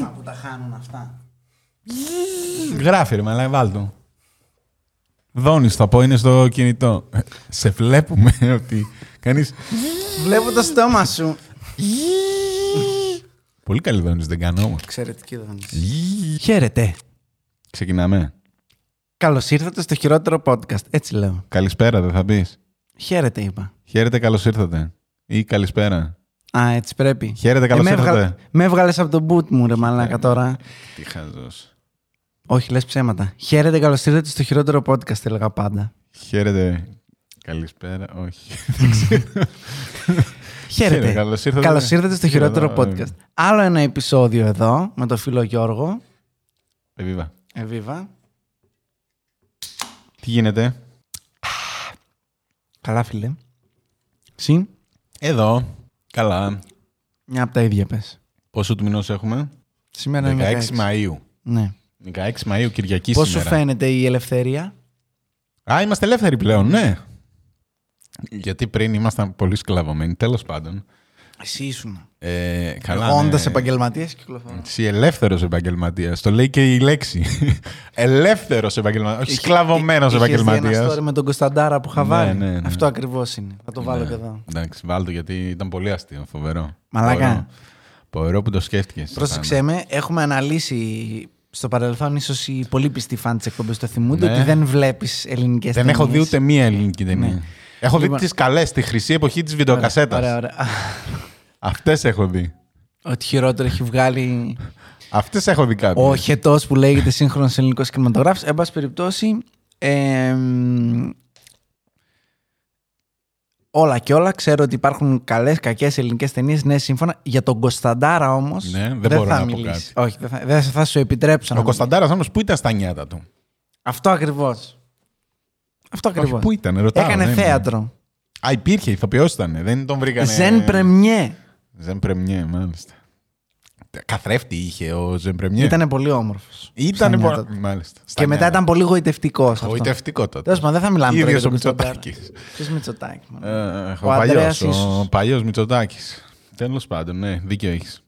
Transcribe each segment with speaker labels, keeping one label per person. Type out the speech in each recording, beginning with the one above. Speaker 1: Μα που τα χάνουν αυτά.
Speaker 2: Γράφει ρε μαλάκα, βάλ το. Δόνης θα πω, είναι στο κινητό. Σε βλέπουμε ότι κάνεις...
Speaker 1: Βλέπω το στόμα σου.
Speaker 2: Πολύ καλή Δόνης, δεν κάνω όμως.
Speaker 1: Εξαιρετική δόνη.
Speaker 3: Χαίρετε.
Speaker 2: Ξεκινάμε.
Speaker 1: Καλώς ήρθατε στο χειρότερο podcast. Έτσι λέω.
Speaker 2: Καλησπέρα δεν θα πεις.
Speaker 1: Χαίρετε, είπα.
Speaker 2: Χαίρετε καλώς ήρθατε. Ή καλησπέρα.
Speaker 1: Α, έτσι πρέπει. Ε,
Speaker 2: Χαίρετε καλώς
Speaker 1: με έβγα-
Speaker 2: ήρθατε.
Speaker 1: Με έβγαλες από τον boot μου, ρε μαλάκα τώρα.
Speaker 2: Τι χαζός.
Speaker 1: Όχι, λες ψέματα. Χαίρετε, καλώς ήρθατε στο χειρότερο podcast, έλεγα πάντα.
Speaker 2: Χαίρετε. Καλησπέρα, όχι. Δεν ξέρω.
Speaker 1: Χαίρετε.
Speaker 2: καλώς ήρθατε.
Speaker 1: Καλώς ήρθατε στο χειρότερο
Speaker 2: Χαίρετε.
Speaker 1: podcast. Άλλο ένα επεισόδιο εδώ με τον φίλο Γιώργο. Ε,
Speaker 2: Εβίβα.
Speaker 1: Εβίβα.
Speaker 2: Τι γίνεται.
Speaker 1: Καλά, φίλε. Συν.
Speaker 2: Εδώ. Καλά.
Speaker 1: Μια από τα ίδια πες.
Speaker 2: Πόσο του μηνός έχουμε.
Speaker 1: Σήμερα
Speaker 2: 16
Speaker 1: είναι
Speaker 2: Μαΐου.
Speaker 1: Ναι.
Speaker 2: 16 Μαΐου, Κυριακή
Speaker 1: Πώς σου
Speaker 2: σήμερα.
Speaker 1: φαίνεται η ελευθερία.
Speaker 2: Α, είμαστε ελεύθεροι πλέον, ναι. Γιατί πριν ήμασταν πολύ σκλαβωμένοι, τέλος πάντων.
Speaker 1: Εσύ ήσουν.
Speaker 2: Ε, καλά,
Speaker 1: Όντας
Speaker 2: ναι.
Speaker 1: επαγγελματίας κυκλοφορώ.
Speaker 2: Εσύ ελεύθερος επαγγελματίας. Το λέει και η λέξη. ελεύθερος επαγγελματίας. Όχι σκλαβωμένος
Speaker 1: Είχες δει Ένα
Speaker 2: επαγγελματίας.
Speaker 1: story με τον Κωνσταντάρα που είχα
Speaker 2: Ναι,
Speaker 1: βάλει.
Speaker 2: ναι, ναι.
Speaker 1: Αυτό ακριβώς είναι. Θα το βάλω και εδώ.
Speaker 2: Εντάξει, βάλ το γιατί ήταν πολύ αστείο, φοβερό.
Speaker 1: Μαλάκα.
Speaker 2: Πορό. Πορό που το σκέφτηκες.
Speaker 1: Πρόσεξε
Speaker 2: ναι.
Speaker 1: με, έχουμε αναλύσει στο παρελθόν ίσως οι πολύ πιστοί φαν της εκπομπής το θυμούνται
Speaker 2: Ναι.
Speaker 1: ότι δεν βλέπεις ελληνικές
Speaker 2: Δεν έχω δει ούτε μία ελληνική ταινία.
Speaker 1: Ναι.
Speaker 2: Έχω δει
Speaker 1: Λοιπόν.
Speaker 2: τις καλές, τη χρυσή εποχή της βιντεοκασέτας.
Speaker 1: Ωραία, ωραία.
Speaker 2: Αυτές έχω δει.
Speaker 1: Ότι χειρότερο έχει βγάλει
Speaker 2: Αυτές έχω δει κάποιες.
Speaker 1: ο χετός που λέγεται σύγχρονος ελληνικός κινηματογράφος. Εν πάση περιπτώσει. εμ, όλα και όλα ξέρω ότι υπάρχουν καλές, κακές ελληνικές ταινίες. Ναι, σύμφωνα. Για τον Κωνσταντάρα όμως.
Speaker 2: Ναι, δεν μπορώ να πω
Speaker 1: Όχι, δεν θα, δεν θα σου επιτρέψω. να
Speaker 2: Ο
Speaker 1: μιλήσεις.
Speaker 2: Κωνσταντάρας όμως πού ήταν στα νιάτα του.
Speaker 1: Αυτό ακριβώς. Αυτό
Speaker 2: Όχι,
Speaker 1: ακριβώς.
Speaker 2: πού ήταν, ρωτάω.
Speaker 1: Έκανε
Speaker 2: ναι.
Speaker 1: θέατρο.
Speaker 2: Α, υπήρχε, ηθοποιός ήταν. Δεν τον βρήκανε.
Speaker 1: Ζεν Πρεμιέ.
Speaker 2: Ναι. Ζεν Πρεμιέ, μάλιστα. Καθρέφτη είχε ο Ζεν Πρεμιέ.
Speaker 1: Ήταν πολύ όμορφος.
Speaker 2: Ήταν. πο- Μάλιστα. Στα
Speaker 1: Και μετά
Speaker 2: νιάτα.
Speaker 1: ήταν πολύ γοητευτικό.
Speaker 2: Γοητευτικό τότε.
Speaker 1: Τέλος πάντων, δεν θα μιλάμε τώρα.
Speaker 2: Ίδιος ο
Speaker 1: για τον Κωνσταντάρα.
Speaker 2: Μητσοτάκης.
Speaker 1: Ποιος Μητσοτάκη. μάλλον.
Speaker 2: Ε, Ο
Speaker 1: Ο Ανδρέας
Speaker 2: παλιός, ο
Speaker 1: ίσως.
Speaker 2: παλιός Μητσοτάκης. Τέλος πάντων, ναι, δίκιο έχεις.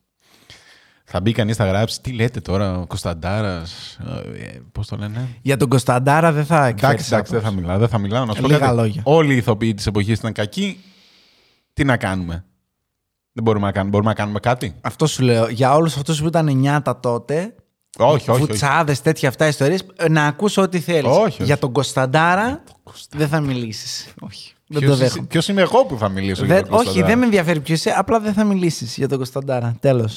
Speaker 2: Θα μπει κανείς, θα γράψει, τι λέτε τώρα, ο Κωνσταντάρας, ε, πώς το λένε.
Speaker 1: Για τον Κωνσταντάρα δεν θα εκφέρεις
Speaker 2: Εντάξει, εντάξει, δεν θα
Speaker 1: άποψη.
Speaker 2: μιλάω, δεν θα μιλάω. Να σου πω
Speaker 1: Λίγα
Speaker 2: κάτι.
Speaker 1: λόγια.
Speaker 2: Όλοι οι ηθοποιοί της εποχής ήταν κακοί. Τι να κάνουμε. Δεν μπορούμε να κάνουμε, μπορούμε να κάνουμε κάτι.
Speaker 1: Αυτό σου λέω. Για όλους αυτούς που ήταν νιάτα τότε.
Speaker 2: Όχι, όχι. όχι.
Speaker 1: Φουτσάδες, τέτοια αυτά ιστορίες. Να ακούσω ό,τι θέλεις.
Speaker 2: Όχι, όχι.
Speaker 1: Για τον Κωνσταντάρα δεν θα μιλήσεις. Όχι. Δεν το
Speaker 2: Ποιος
Speaker 1: δέχομαι.
Speaker 2: είσαι- ποιος είμαι εγώ που θα μιλήσω για
Speaker 1: Δεν-
Speaker 2: τον
Speaker 1: όχι, δεν
Speaker 2: Κωνσταντάρα.
Speaker 1: με ενδιαφέρει ποιος είσαι. Απλά δεν θα μιλήσεις για τον Κωνσταντάρα. Τέλος.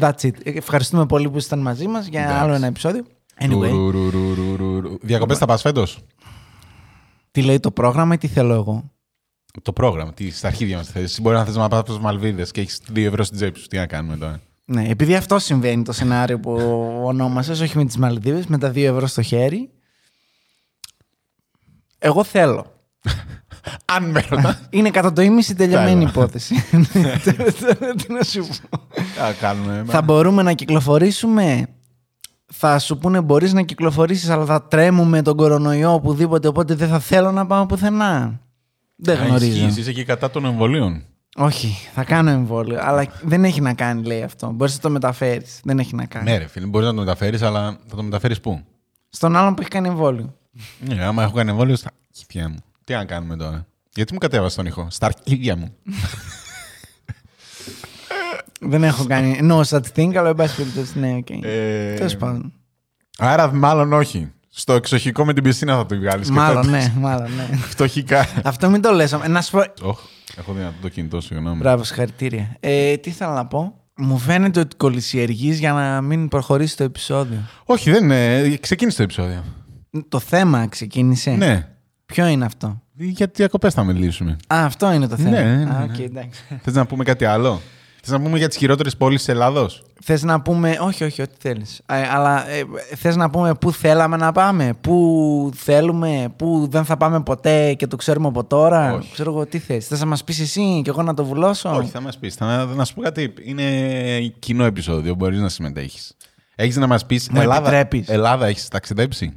Speaker 1: That's it. Ε, Ευχαριστούμε πολύ που ήσασταν μαζί μας για
Speaker 2: Εντάξει.
Speaker 1: άλλο ένα επεισόδιο. Anyway,
Speaker 2: Ρουρουρουρουρουρου. Διακοπές θα πας φέτος.
Speaker 1: τι λέει το πρόγραμμα ή τι θέλω εγώ.
Speaker 2: Το πρόγραμμα, τι, στα αρχίδια μας θες. Μπορεί να θες να πας στις Μαλβίδες και έχεις 2 ευρώ στην τσέπη σου. Τι να κάνουμε τώρα.
Speaker 1: Ναι, επειδή αυτό συμβαίνει το σενάριο που ονόμασες, όχι με τις Μαλδίβες, με τα δύο ευρώ στο χέρι. Εγώ θέλω.
Speaker 2: Αν με ρωτάς.
Speaker 1: Είναι κατά το ίμιση τελειωμένη
Speaker 2: Θέλω.
Speaker 1: υπόθεση. Τι να σου πω.
Speaker 2: Θα κάνουμε.
Speaker 1: Θα μπορούμε να κυκλοφορήσουμε. Θα σου πούνε μπορείς να κυκλοφορήσεις, αλλά θα τρέμουμε τον κορονοϊό οπουδήποτε. Οπότε δεν θα θέλω να πάω πουθενά. Δεν
Speaker 2: Α,
Speaker 1: γνωρίζω.
Speaker 2: ισχύει, Είσαι και κατά των εμβολίων.
Speaker 1: Όχι, θα κάνω εμβόλιο. Αλλά δεν έχει να κάνει, λέει αυτό. Μπορείς να το μεταφέρεις. Δεν έχει να κάνει.
Speaker 2: Ναι, ρε φίλε, μπορείς να το μεταφέρεις, αλλά θα το μεταφέρεις πού.
Speaker 1: Στον άλλον που έχει κάνει εμβόλιο.
Speaker 2: Ναι, άμα έχω κάνει εμβόλιο, στα αρχίδια μου. Τι να κάνουμε τώρα. Γιατί μου κατέβασε τον ηχό. Στα αρχίδια μου.
Speaker 1: Δεν έχω κάνει. No such thing, αλλά εν πάση περιπτώσει, ναι, οκ.
Speaker 2: Ε,
Speaker 1: Τέλος πάντων.
Speaker 2: Άρα μάλλον όχι. Στο εξοχικό με την πισίνα θα το βγάλεις.
Speaker 1: Μάλλον, ναι, μάλλον, ναι.
Speaker 2: Φτωχικά.
Speaker 1: Αυτό μην το λες. Να σου πω.
Speaker 2: Οχ, έχω δυνατό το κινητό, συγγνώμη.
Speaker 1: Μπράβο, συγχαρητήρια. Ε, τι ήθελα να πω. Μου φαίνεται ότι κολυσιεργείς για να μην προχωρήσει το επεισόδιο.
Speaker 2: Όχι, δεν είναι. Ξεκίνησε το επεισόδιο.
Speaker 1: Το θέμα ξεκίνησε.
Speaker 2: Ναι.
Speaker 1: Ποιο είναι αυτό.
Speaker 2: Για τι διακοπές θα μιλήσουμε.
Speaker 1: Α, αυτό είναι το θέμα.
Speaker 2: Ναι, ναι, ναι,
Speaker 1: Α,
Speaker 2: ναι.
Speaker 1: οκ, εντάξει.
Speaker 2: Θες να πούμε κάτι άλλο. Θες να πούμε για τις χειρότερες πόλεις της Ελλάδος.
Speaker 1: Θες να πούμε. Όχι, όχι, ό,τι θέλεις. Αλλά ε, θες να πούμε πού θέλαμε να πάμε, πού θέλουμε, πού δεν θα πάμε ποτέ και το ξέρουμε από τώρα.
Speaker 2: Όχι.
Speaker 1: Ξέρω εγώ τι θες. Θες να μας πεις εσύ και εγώ να το βουλώσω.
Speaker 2: Όχι, θα μας πεις. Θα, να σου πω κάτι. Είναι κοινό επεισόδιο. Μπορείς να συμμετέχεις. Έχεις να μας πεις.
Speaker 1: Μου
Speaker 2: Ελλάδα,
Speaker 1: επιτρέπεις.
Speaker 2: Ελλάδα έχεις ταξιδέψει.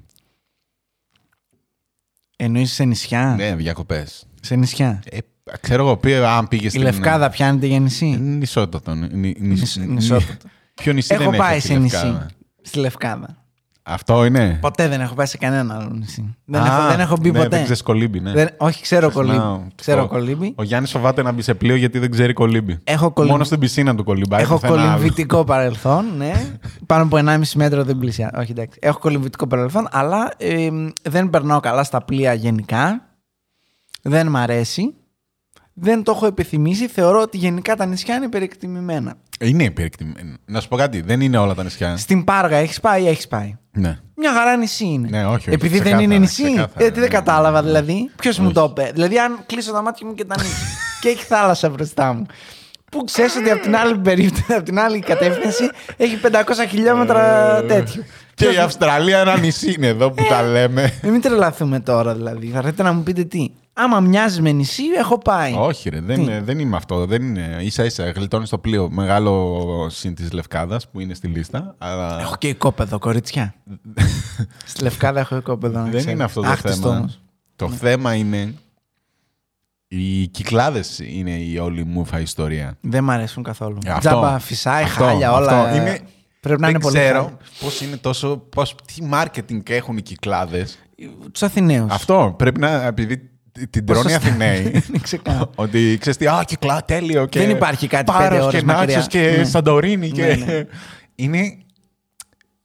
Speaker 1: Εννοείς σε νησιά.
Speaker 2: Ναι, διακοπές.
Speaker 1: Σε νησιά.
Speaker 2: Ε, Ξέρω εγώ, πει, αν πήγε
Speaker 1: Η
Speaker 2: στην. Ε,
Speaker 1: Λευκάδα πιάνει τη γεννησή.
Speaker 2: Νησότατο. νη- νη-
Speaker 1: Νησ-
Speaker 2: νη-
Speaker 1: νησότατο.
Speaker 2: Ποιο νησί
Speaker 1: Έχω
Speaker 2: δεν έχει
Speaker 1: πάει
Speaker 2: αυτή
Speaker 1: σε
Speaker 2: η
Speaker 1: νησί.
Speaker 2: Λευκάδα?
Speaker 1: Στη Λευκάδα.
Speaker 2: Αυτό είναι.
Speaker 1: Ποτέ δεν έχω πάει σε κανένα άλλο νησί. Δεν,
Speaker 2: Α,
Speaker 1: έχω, δεν έχω μπει
Speaker 2: ναι,
Speaker 1: ποτέ.
Speaker 2: Δεν ξέρεις κολύμπι, ναι.
Speaker 1: Δεν- όχι, ξέρω
Speaker 2: Ξεχνάω.
Speaker 1: κολύμπι. Ξέρω
Speaker 2: Ο-
Speaker 1: κολύμπι.
Speaker 2: Ο Γιάννης φοβάται να μπει σε πλοίο γιατί δεν ξέρει κολύμπι.
Speaker 1: Έχω κολυμ-
Speaker 2: Μόνο στην πισίνα του κολυμπάει.
Speaker 1: Έχω
Speaker 2: πουθενά άλλο.
Speaker 1: κολυμβητικό παρελθόν, ναι. Πάνω από 1,5 μέτρο δεν πλησιάζω. Όχι, εντάξει. Έχω κολυμβητικό παρελθόν, αλλά ε, δεν περνάω καλά στα πλοία γενικά. Δεν μ' αρέσει. Δεν το έχω επιθυμήσει. Θεωρώ ότι γενικά τα νησιά είναι
Speaker 2: Ναι.
Speaker 1: υπερεκτιμημένα.
Speaker 2: Είναι υπερεκτιμένο. Να σου πω κάτι, δεν είναι όλα τα νησιά.
Speaker 1: Στην Πάργα έχεις πάει ή έχεις πάει.
Speaker 2: Ναι.
Speaker 1: Μια χαρά νησί είναι.
Speaker 2: Ναι, όχι, όχι,
Speaker 1: Επειδή
Speaker 2: ξεκάθαρα,
Speaker 1: δεν είναι νησί.
Speaker 2: ξεκάθαρα,
Speaker 1: γιατί δεν
Speaker 2: ναι, ναι,
Speaker 1: κατάλαβα,
Speaker 2: ναι.
Speaker 1: δηλαδή. Ποιος μου
Speaker 2: Όχι.
Speaker 1: το είπε. Δηλαδή, αν κλείσω τα μάτια μου και τα ανοίξω και έχει θάλασσα μπροστά μου. Που ξέρεις ότι από την άλλη περίπτωση, από την άλλη κατεύθυνση έχει 500 χιλιόμετρα τέτοιο.
Speaker 2: Ε, Και
Speaker 1: Ποιος Ε,
Speaker 2: η
Speaker 1: μου-
Speaker 2: Αυστραλία ένα νησί είναι εδώ που τα λέμε.
Speaker 1: Μην τρελαθούμε τώρα, δηλαδή. Θα έρθετε να μου πείτε τι. Άμα μοιάζει με νησί, έχω πάει.
Speaker 2: Όχι, ρε, δεν,
Speaker 1: ε, Τι?
Speaker 2: είναι- δεν είμαι αυτό. Δεν είναι. σα ίσα γλιτώνεις το πλοίο. Μεγάλο συν της Λευκάδας που είναι στη λίστα. Αλλά
Speaker 1: Έχω και οικόπεδο, κοριτσιά. Στη Λευκάδα έχω οικόπεδο. να
Speaker 2: δεν
Speaker 1: ξέρετε.
Speaker 2: είναι αυτό το
Speaker 1: Άκτιστο
Speaker 2: θέμα.
Speaker 1: όμως. Ναι.
Speaker 2: Το θέμα είναι. Οι κυκλάδες είναι η όλη μουφα ιστορία.
Speaker 1: Δεν μ' αρέσουν καθόλου.
Speaker 2: Ε, αυτό.
Speaker 1: Τζάμπα, φυσάει,
Speaker 2: Αυτό,
Speaker 1: χάλια,
Speaker 2: αυτό.
Speaker 1: όλα.
Speaker 2: Είναι-
Speaker 1: Πρέπει να
Speaker 2: δεν
Speaker 1: είναι πολύ.
Speaker 2: ξέρω πώς είναι τόσο. Πώς, τι marketing έχουν οι κυκλάδες.
Speaker 1: Τους Αθηναίους.
Speaker 2: Αυτό πρέπει να. Επειδή την τρώνε οι
Speaker 1: Ποσοστά.
Speaker 2: Αθηναίοι.
Speaker 1: Είναι ξεκάθαρο.
Speaker 2: ότι ξέρεις τι, Α, κυκλά, τέλειο. Και
Speaker 1: Δεν υπάρχει κάτι
Speaker 2: Πάρος
Speaker 1: πέντε ώρες
Speaker 2: και Νάξο
Speaker 1: μακριά.
Speaker 2: και
Speaker 1: Ναι.
Speaker 2: Σαντορίνη. Και...
Speaker 1: Ναι, ναι.
Speaker 2: είναι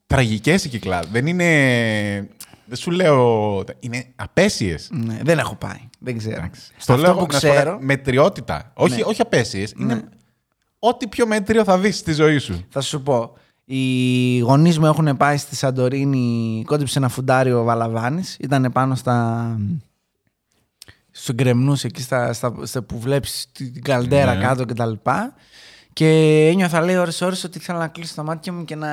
Speaker 2: τραγικές οι κυκλάδε. Δεν είναι. Δεν σου λέω. Είναι απέσιες.
Speaker 1: Ναι, δεν έχω πάει. Δεν ξέρω.
Speaker 2: Στο
Speaker 1: Αυτό
Speaker 2: λέω
Speaker 1: που
Speaker 2: να σου πω,
Speaker 1: ξέρω. Ναι.
Speaker 2: μετριότητα. Όχι, όχι απέσιες. Είναι ό,τι πιο μέτριο θα δεις στη ζωή σου.
Speaker 1: Θα σου πω. Οι γονείς μου έχουν πάει στη Σαντορίνη, κόντυψε ένα φουντάριο ο Βαλαβάνη. Ήταν πάνω στα. στου γκρεμνού εκεί στα, στα, στα που βλέπεις την καλντέρα
Speaker 2: Ναι.
Speaker 1: κάτω κτλ. Και, και ένιωθα λέει ώρες ώρες ότι ήθελα να κλείσω τα μάτια μου και να.